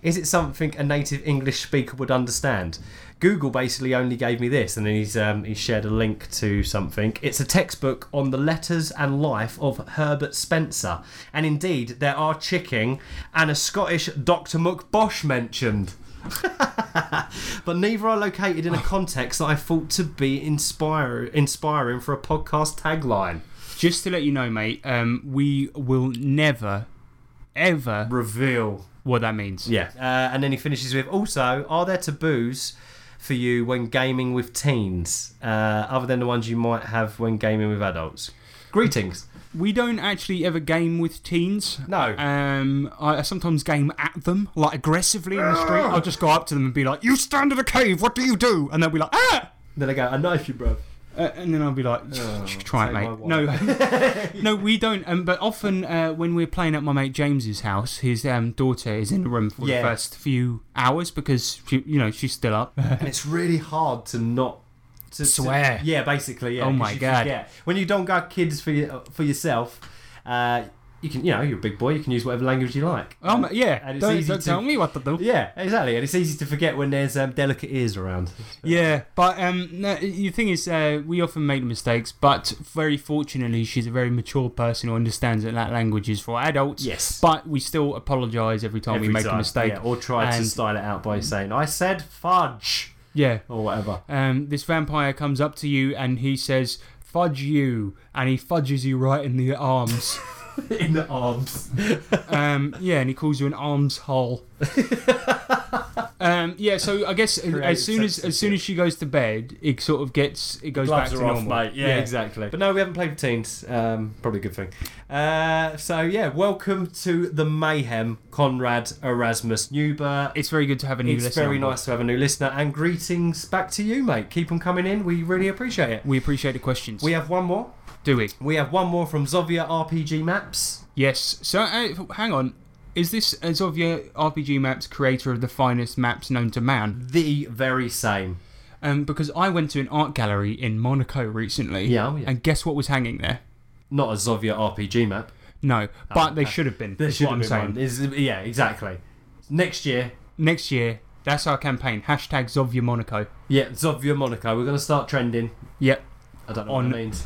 Is it something a native English speaker would understand? Google basically only gave me this, and then he's um, he shared a link to something. It's a textbook on the letters and life of Herbert Spencer, and indeed there are chicken and a Scottish Doctor McBosh mentioned but neither are located Oh. in a context that I thought to be inspire, inspiring for a podcast tagline. Just to let you know, mate, um, we will never ever reveal what that means. Yeah. Uh, and then he finishes with also, are there taboos for you when gaming with teens, uh, other than the ones you might have when gaming with adults? Greetings. We don't actually ever game with teens. No. Um, I I sometimes game at them, like aggressively in the street. I'll just go up to them and be like, "You stand in a cave. What do you do?" And they'll be like, "Ah!" Then I go, "I knife you, bro." Uh, and then I'll be like, "Try it, take my mate." No, no, we don't. Um, but often uh, when we're playing at my mate James's house, his um, daughter is in the room for Yeah. the first few hours because she, you know she's still up. and it's really hard to not to to- Swear. yeah, basically. Yeah. Oh 'cause my you God. forget. When you don't got kids for your, for yourself, uh, you can you know you're a big boy. You can use whatever language you like. Oh my, yeah, And it's don't, easy don't to- tell me what to do. Yeah, exactly. And it's easy to forget when there's um, delicate ears around. Yeah, but um, no, the thing is, uh, we often make mistakes. But very fortunately, she's a very mature person who understands that that language is for adults. Yes. but we still apologise every time Every we make time, a mistake yeah, or try to And- style it out by saying "I said fudge" Yeah, or whatever. um, this vampire comes up to you and he says, "Fudge you," and he fudges you right in the arms. In the arms. um, yeah, and he calls you an arms hole. um, yeah, so I guess as soon as as soon as she goes to bed, it sort of gets it goes Gloves back are to off, normal. mate. Yeah, exactly. But no, we haven't played with teens. Um, probably a good thing. Uh, so yeah, welcome to the mayhem, Conrad Erasmus Newbert. It's very good to have a new It's listener very on board. nice to have a new listener, and greetings back to you, mate. Keep them coming in. We really appreciate it. We appreciate the questions. We have one more. Do we? We have one more from Zovia RPG Maps. Yes. So, uh, hang on. Is this uh, Azovia RPG Maps creator of the finest maps known to man? The very same. Um, because I went to an art gallery in Monaco recently. Yeah, oh, yeah. And guess what was hanging there? Not a Zovia RPG map. No, but they should have been. Ah, There is should what have I'm been saying. one. Is- Yeah, exactly. Next year, Next year, that's our campaign. Hashtag Zovia Monaco. yeah, Zovia Monaco. We're going to start trending. Yep. I don't know On- what that means.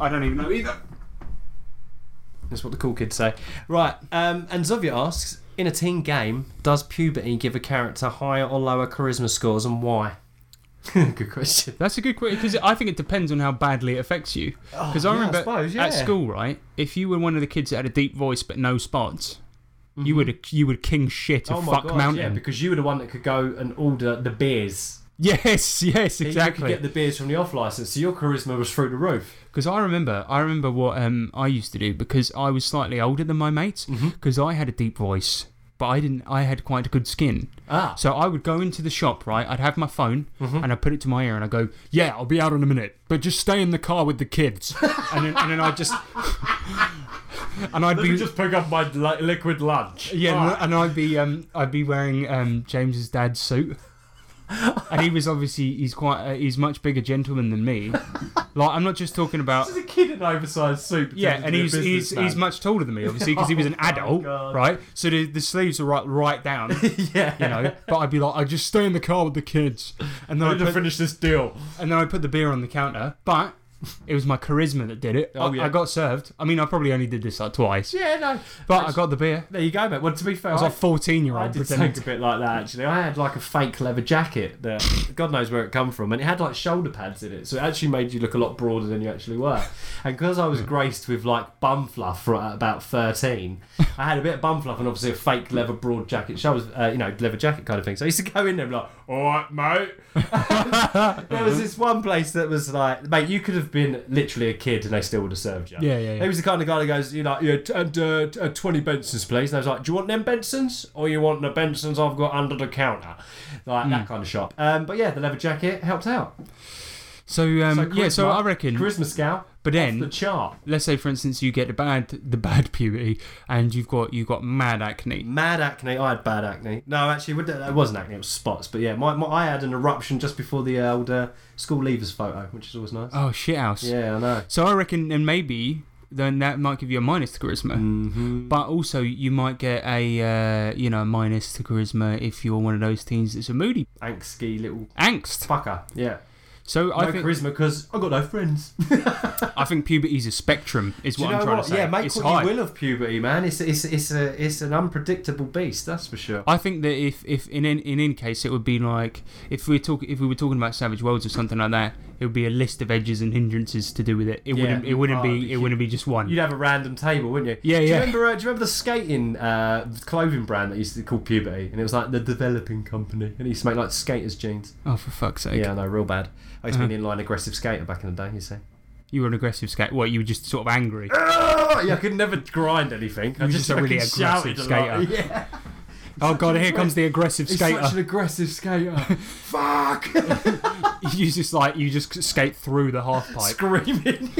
I don't even know either. That's what the cool kids say. Right, um, and Zovia asks In a teen game, does puberty give a character higher or lower charisma scores and why? Good question. That's a good question because I think it depends on how badly it affects you. Because I Oh, yeah, I remember suppose, yeah. at school, right? If you were one of the kids that had a deep voice but no spots, you would you would king shit a Mm-hmm. oh my fuck God, Yeah, mountain. because you were the one that could go and order the beers. Yes, yes, You exactly. could get the beers from the off license, so your charisma was through the roof. Because I remember, I Mm-hmm. remember what um, I used to do because I was slightly older than my mates because I had a deep voice but I didn't. I had quite good skin. Ah. So I would go into the shop, right? I'd have my phone Mhm. and I'd put it to my ear and I'd go, "Yeah, I'll be out in a minute, but just stay in the car with the kids." and then, and then I'd just and I'd Let be me just pick up my li- liquid lunch. yeah, All and- right. and I'd be um, I'd be wearing um, James's dad's suit, and he was obviously he's quite uh, he's much bigger gentleman than me. Like I'm not just talking about There's a kid in an oversized suit. yeah, and he's he's, he's much taller than me obviously because he was an Oh my adult, God. right? So the, the sleeves are right right down, yeah, you know. But I'd be like, I just stay in the car with the kids, and then I I need to put, finish this deal. and then I put the beer on the counter, but. It was my charisma that did it. Oh, I, yeah. I got served. I mean, I probably only did this like twice. Yeah, no. But I got the beer. There you go, mate. Well, to be fair, I was like 14 year I old did pretending. something a bit like that actually. I had like a fake leather jacket that God knows where it come from, and it had like shoulder pads in it, so it actually made you look a lot broader than you actually were. And because I was graced with like bum fluff right at about thirteen, I had a bit of bum fluff and obviously a fake leather broad jacket, shoulders, uh, you know, leather jacket kind of thing. So I used to go in there and be like, "All right, mate." there Mm-hmm. was this one place that was like, "Mate, you could have been literally a kid, and they still would have served you." Yeah, yeah, yeah. He was the kind of guy that goes, you know, yeah, t- and uh, t- uh, 20 Bensons, please. And I was like, do you want them Bensons or you want the Bensons I've got under the counter? Like that Mm. kind of shop. Um, but yeah, the leather jacket helped out. So, um, yeah, so charisma- I reckon. Charisma scale. But then the chart. Let's say, for instance, you get the bad the bad puberty, and you've got you've got mad acne. Mad acne. I had bad acne. No, actually, it wasn't- it wasn't acne, it was spots. But yeah, my, my, I had an eruption just before the uh, old uh, school leavers photo, which is always nice. Oh shit house. Yeah, I know. So I reckon, and maybe then that might give you a minus to charisma, Mm-hmm. but also you might get a uh, you know a minus to charisma if you're one of those teens that's a moody angsty little angst fucker. Yeah. So I no think charisma because I've got no friends. I think puberty's a spectrum, is Do what you I'm know trying what? to say. Yeah, make it's what high. you will of puberty, man. It's it's it's a it's an unpredictable beast, that's for sure. I think that if, if in, in in any case it would be like if we talk if we were talking about Savage Worlds or something like that, it would be a list of edges and hindrances to do with it. It Yeah. wouldn't it wouldn't Oh, be it'd be it wouldn't be just one. You'd have a random table, wouldn't you? Yeah, do yeah. You remember, uh, do you remember the skating uh, clothing brand that used to be called Puberty, and it was like the developing company, and it used to make like skaters jeans. Oh for fuck's sake! Yeah, I know, real bad. I used to be an Uh-huh. inline aggressive skater back in the day. You see? You were an aggressive skate. What you were just sort of angry. Oh, yeah, I could never grind anything. Ah! You I were just just a really fucking shouted aggressive a lot. skater. Yeah. oh god, here comes the aggressive He's skater. such an aggressive skater. Fuck! you just like you just skate through the half pipe. Screaming.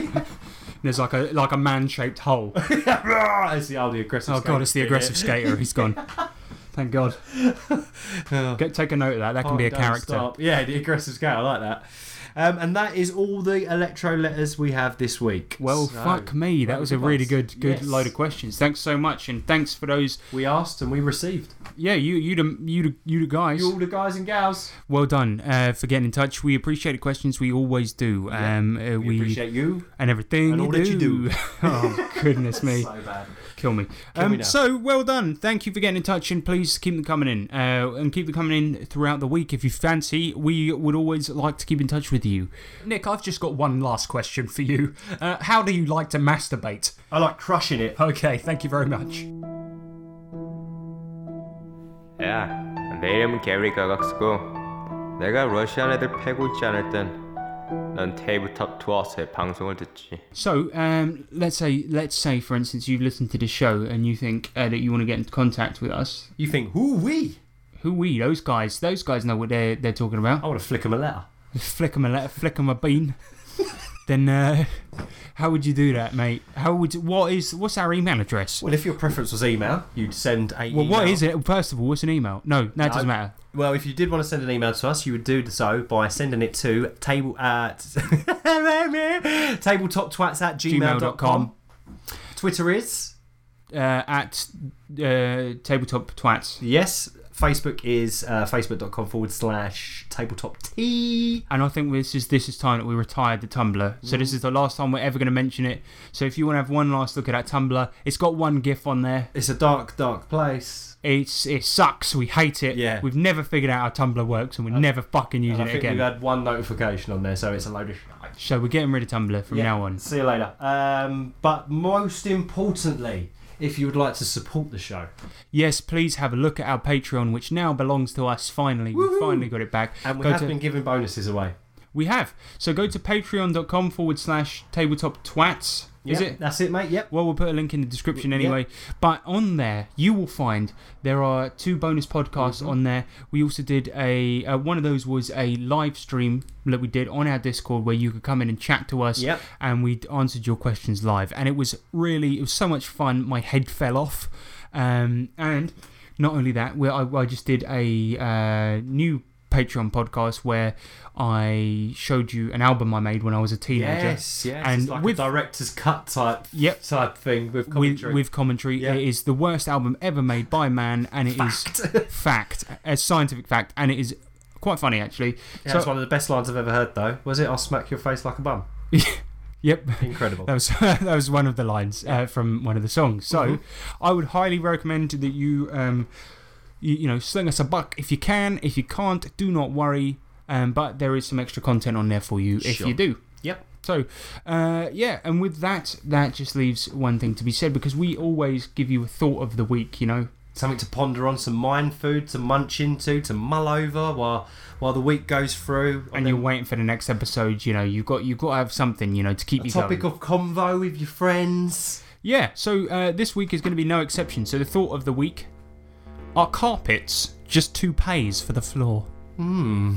There's like a like a man shaped hole. it's the, oh, the aggressive Oh skater. god, it's the aggressive skater. He's gone. Thank God. Get take a note of that. That can be a Oh, Don't character. stop. Yeah, the aggressive scale. I like that. Um, and that is all the electro letters we have this week. Well, So, fuck me. That was a round of really applause. good, good uh, Yes. load of questions. Thanks so much, and thanks for those. We asked and we received. Yeah, you, you, the, you, the, you, the guys. You all the guys and gals. Well done uh, for getting in touch. We appreciate the questions. We always do. Um, uh, We, appreciate you. and everything and you all do. that you do. oh goodness me. So bad. Kill me. Kill um, me now. So well done. Thank you for getting in touch, and please keep them coming in, uh, and keep them coming in throughout the week if you fancy. We would always like to keep in touch with you. Nick, I've just got one last question for you. Uh, how do you like to masturbate? I like crushing it. Okay, thank you very much. 야, 내 이름은 게리 가각스고 내가 러시안 애들 패고 있지 않을 땐 난 테이블탑 투어스의 방송을 듣지. So um, let's say let's say for instance you've listened to this show and you think uh, that you want to get in contact with us. You think who we? Who we? Those guys. Those guys know what they're they're talking about. I want to flick him a letter. flick 'em a letter, flick 'em a bean. then uh, how would you do that, mate? How would what is what's our email address? Well, if your preference was email, you'd send a. Well, what email. is it? First of all, what's an email? No, that No. doesn't matter. Well, if you did want to send an email to us, you would do so by sending it to table uh, tabletoptwats at gmail.com. Gmail.com. Twitter is Uh, at uh, tabletop twats. Yes. Facebook is uh, facebook.com forward slash tabletop tea. And I think this is this is time that we retired the Tumblr. So Mm. this is the last time we're ever going to mention it. So if you want to have one last look at that Tumblr, it's got one GIF on there. It's a dark, dark place. It's it sucks. We hate it. Yeah. Uh, We've never figured out how Tumblr works, and we're never fucking And using I it think again. we've had one notification on there, so it's a load of shit. So we're getting rid of Tumblr from Yeah, now on. See you later. Um, but most importantly, if you would like to support the show, Yes, please have a look at our Patreon, which now belongs to us. Finally, we Woohoo! finally got it back. and we Go have to- been giving bonuses away. we have. So go to patreon.com forward slash tabletop twats. Is Yep, it? That's it, mate. Yep. Well, we'll put a link in the description Yep. anyway. But on there, you will find there are two bonus podcasts Mm-hmm. on there. We also did a uh, one of those was a live stream that we did on our Discord where you could come in and chat to us. Yep. And we answered your questions live, and it was really it was so much fun. My head fell off, um, and not only that, we, I, I just did a uh, new. Patreon podcast where I showed you an album I made when I was a teenager. Yes, yes. And it's like a director's cut type Yep. type thing with with, commentary. with commentary. It is the worst album ever made by man, and it is fact, a scientific fact, and it is quite funny actually. yeah, that's one of the best lines I've ever heard, though. Was it? I'll smack your face like a bum. Yep. Incredible. That was that was one of the lines uh, from one of the songs. So Mhm. I would highly recommend that you, um, you you know sling us a buck if you can. If you can't, do not worry. Um, but there is some extra content on there for you if Sure. you do. Yep. So, uh, yeah, and with that, that just leaves one thing to be said because we always give you a thought of the week, you know. Something to ponder on, some mind food to munch into, to mull over while while the week goes through. and you're waiting for the next episode, you know, you've got you've got to have something, you know, to keep A you topic going. of convo with your friends. yeah, so uh, this week is going to be no exception. So the thought of the week are carpets just toupees for the floor. Hmm.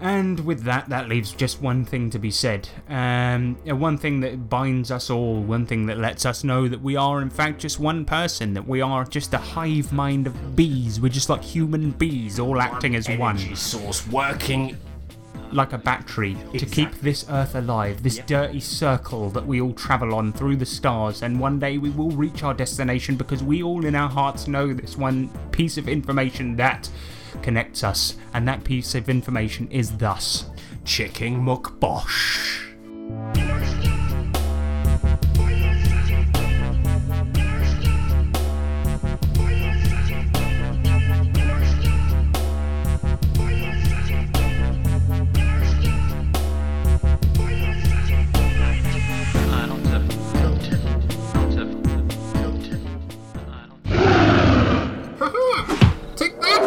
And with that, that leaves just one thing to be said. Um, yeah, one thing that binds us all, one thing that lets us know that we are, in fact, just one person, that we are just a hive mind of bees. We're just like human bees, all acting as one. source working like a battery to keep this earth alive, this dirty circle that we all travel on through the stars. And one day we will reach our destination because we all in our hearts know this one piece of information that connects us. And that piece of information is thus Chicking McBosh. Take that!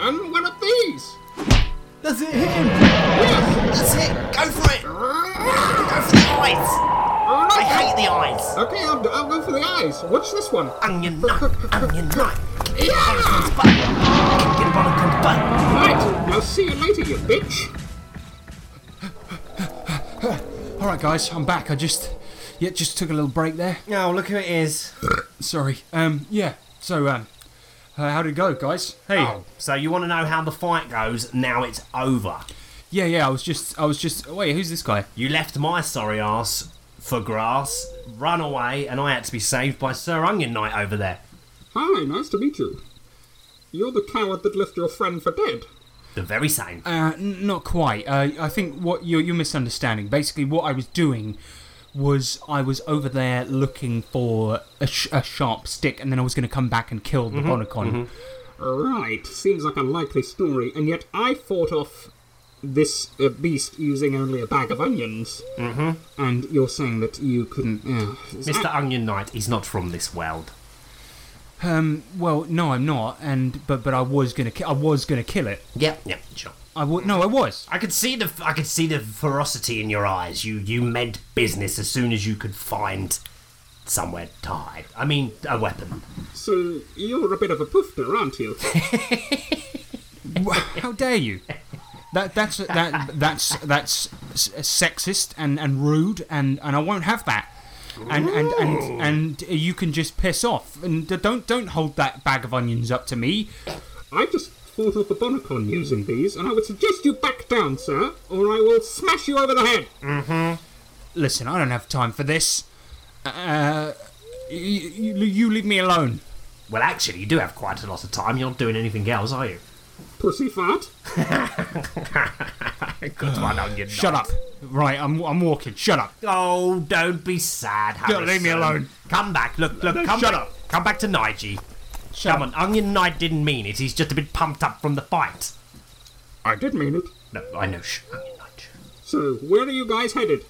And one of these! Does it hit him? Yes! That's it! Go for it! Go for the eyes! I hate the eyes! Okay, I'll, I'll go for the eyes. Watch this one. Onion nut! Onion nut! Yeah! Right, I'll see you later, you bitch! All right, guys, I'm back. I just, yeah, just took a little break there. Oh, look who it is. Sorry. Um, yeah. So, um, uh, how did it go, guys? Hey. Oh. so you want to know how the fight goes? Now it's over. Yeah, yeah. I was just, I was just. Wait, who's this guy? You left my sorry ass for grass, run away, and I had to be saved by Sir Onion Knight over there. Hi, nice to meet you. You're the coward that left your friend for dead. The very same. Uh, n- not quite. Uh, I think what you're, you're misunderstanding. Basically, what I was doing was I was over there looking for a, sh- a sharp stick, and then I was going to come back and kill the Mhm, Bonicon. mhm. Right, seems like a likely story, and yet I fought off this uh, beast using only a bag of onions. Mm-hmm. And you're saying that you couldn't. Uh, Mr. Onion Knight is not from this world. Um, well, no, I'm not, and but but I was gonna ki- I was gonna kill it. Yep, yep, sure. I would no, I was. I could see the I could see the ferocity in your eyes. You you meant business as soon as you could find somewhere to hide. I mean, a weapon. So you're a bit of a poofter, aren't you? How dare you? That that's that that's that's s- sexist and and rude, and and I won't have that. And and, Ooh. and and you can just piss off, and d- don't don't hold that bag of onions up to me. I just fought off a Bonacon using these, and I would suggest you back down, sir, or I will smash you over the head. Mm-hmm. Listen, I don't have time for this. Uh, you, you leave me alone. Well, actually, you do have quite a lot of time. You're not doing anything else, are you? Pussy fart. Good one, Onion Shut Knight. up. Right, I'm I'm walking. Shut up. Oh, don't be sad, Yeah, Harrison. leave me alone. Come back. Look, look. No, come shut back. up. Come back to Nige. come on, Onion Knight didn't mean it. He's just a bit pumped up from the fight. I did mean it. No, I know. Shh. So, where are you guys headed?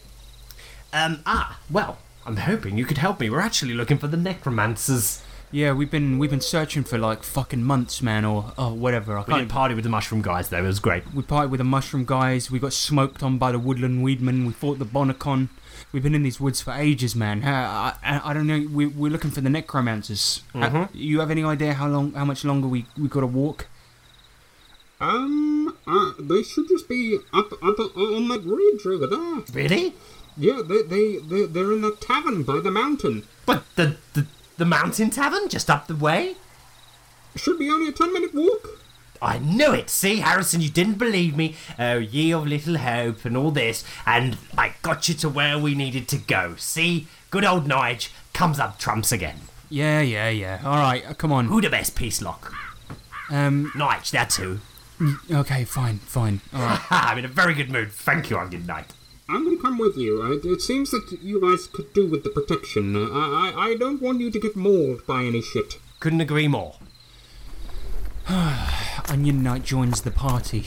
Um. Ah. Well, I'm hoping you could help me. We're actually looking for the necromancers. Yeah, we've been we've been searching for like fucking months, man, or or whatever. I We did party with the mushroom guys though. It was great. We partied with the mushroom guys. We got smoked on by the woodland weedmen. We fought the bonacon. We've been in these woods for ages, man. Uh, I, I, I don't know. We, we're looking for the necromancers. Uh, Mhm. you have any idea how long, how much longer we we got to walk? Um, uh, they should just be up, up on that ridge over there. Really? Yeah, they, they, they, they're in the tavern by the mountain. But the, the, the mountain tavern just up the way? Should be only a ten minute walk. I knew it. See, Harrison, you didn't believe me. Oh, ye of little hope, and all this, and I got you to where we needed to go. See, good old Nige comes up trumps again. Yeah, yeah, yeah. All right, uh, come on. Who the best peace lock? Um, Nige, that's who. Okay, fine, fine. All right. I'm in a very good mood. Thank you, Onion Knight. I'm going to come with you. I, it seems that you guys could do with the protection. Uh, I, I, I don't want you to get mauled by any shit. Couldn't agree more. Onion Knight joins the party.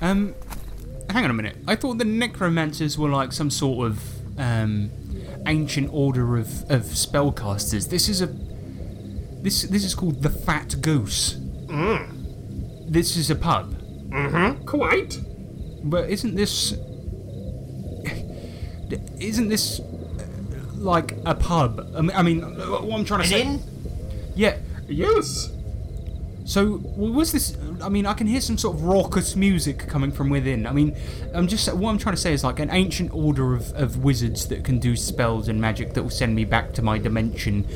Um, hang on a minute. I thought the necromancers were like some sort of um, ancient order of, of spellcasters. This is a this this is called the Fat Goose. This is a pub. Mm-hmm. Quite. But isn't this isn't this uh, like a pub? I mean, I mean what I'm trying to say. Yeah. Yes. So w- was this? I mean, I can hear some sort of raucous music coming from within. I mean, I'm just what I'm trying to say is like an ancient order of, of wizards that can do spells and magic that will send me back to my dimension.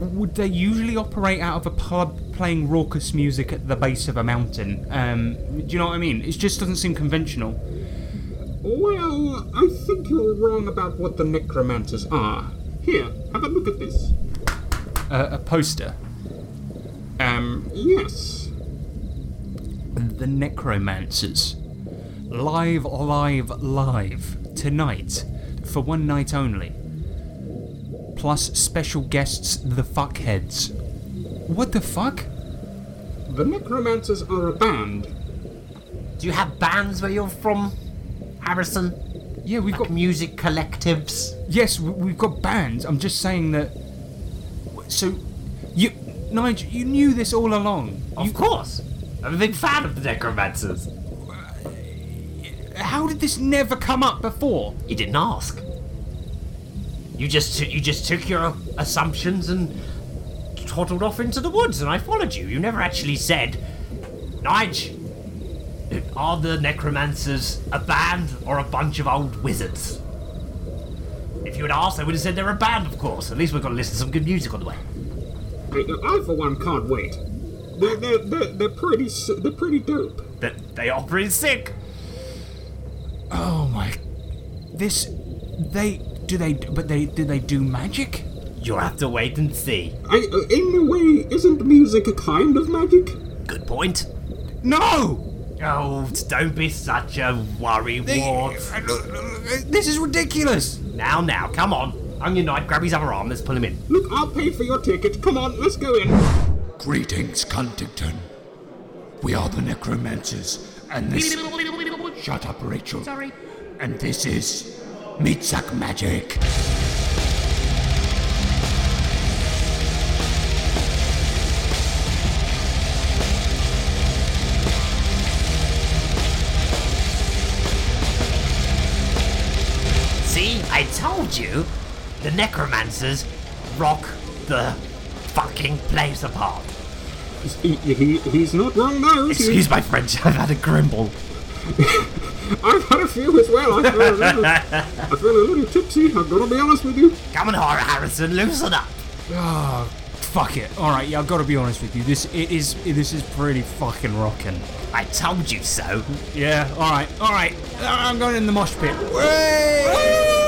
Would they usually operate out of a pub playing raucous music at the base of a mountain? Um, do you know what I mean? It just doesn't seem conventional. Well, Oh, I think you're wrong about what the necromancers are. Here, have a look at this. Uh, a poster. Um, Yes. the Necromancers. Live, live, live. Tonight. For one night only. Plus special guests, the fuckheads. What the fuck? The necromancers are a band. Do you have bands where you're from, Harrison? Yeah, we've got music collectives. Yes, w- we've got bands. I'm just saying that. So, you. Nigel, you knew this all along. Of course. I'm a big fan of the necromancers. How did this never come up before? You didn't ask. You just t- you just took your assumptions and toddled off into the woods, and I followed you. You never actually said, Nige, are the necromancers a band or a bunch of old wizards? If you had asked, I would have said they're a band, of course. At least we've got to listen to some good music on the way. I, I for one, can't wait. They're, they're, they're, they're pretty s- they're pretty dope. That they are pretty sick. Oh my. This. They. Do they. But they. Do they do magic? You'll have to wait and see. I, uh, in a way, isn't music a kind of magic? Good point. No! Oh, don't be such a worry wart. This is ridiculous. Now, now, come on. Onion Knight, grab his other arm. Let's pull him in. Look, I'll pay for your ticket. Come on, let's go in. Greetings, Huntington. We are the necromancers, and this. Shut up, Rachel. Sorry. And this is Meatsack Magic. See, I told you. The necromancers rock the fucking place apart. He, he, he's not wrong, though. is he? Excuse my French, I've had a grimble. I've had a few as well. I feel a little, I feel a little tipsy. I've got to be honest with you. Come on, Hara Harrison, loosen up. Oh, fuck it. All right, yeah, I've got to be honest with you. This it is this is pretty fucking rocking. I told you so. Yeah. All right. All right. Uh, I'm going in the mosh pit. Whey!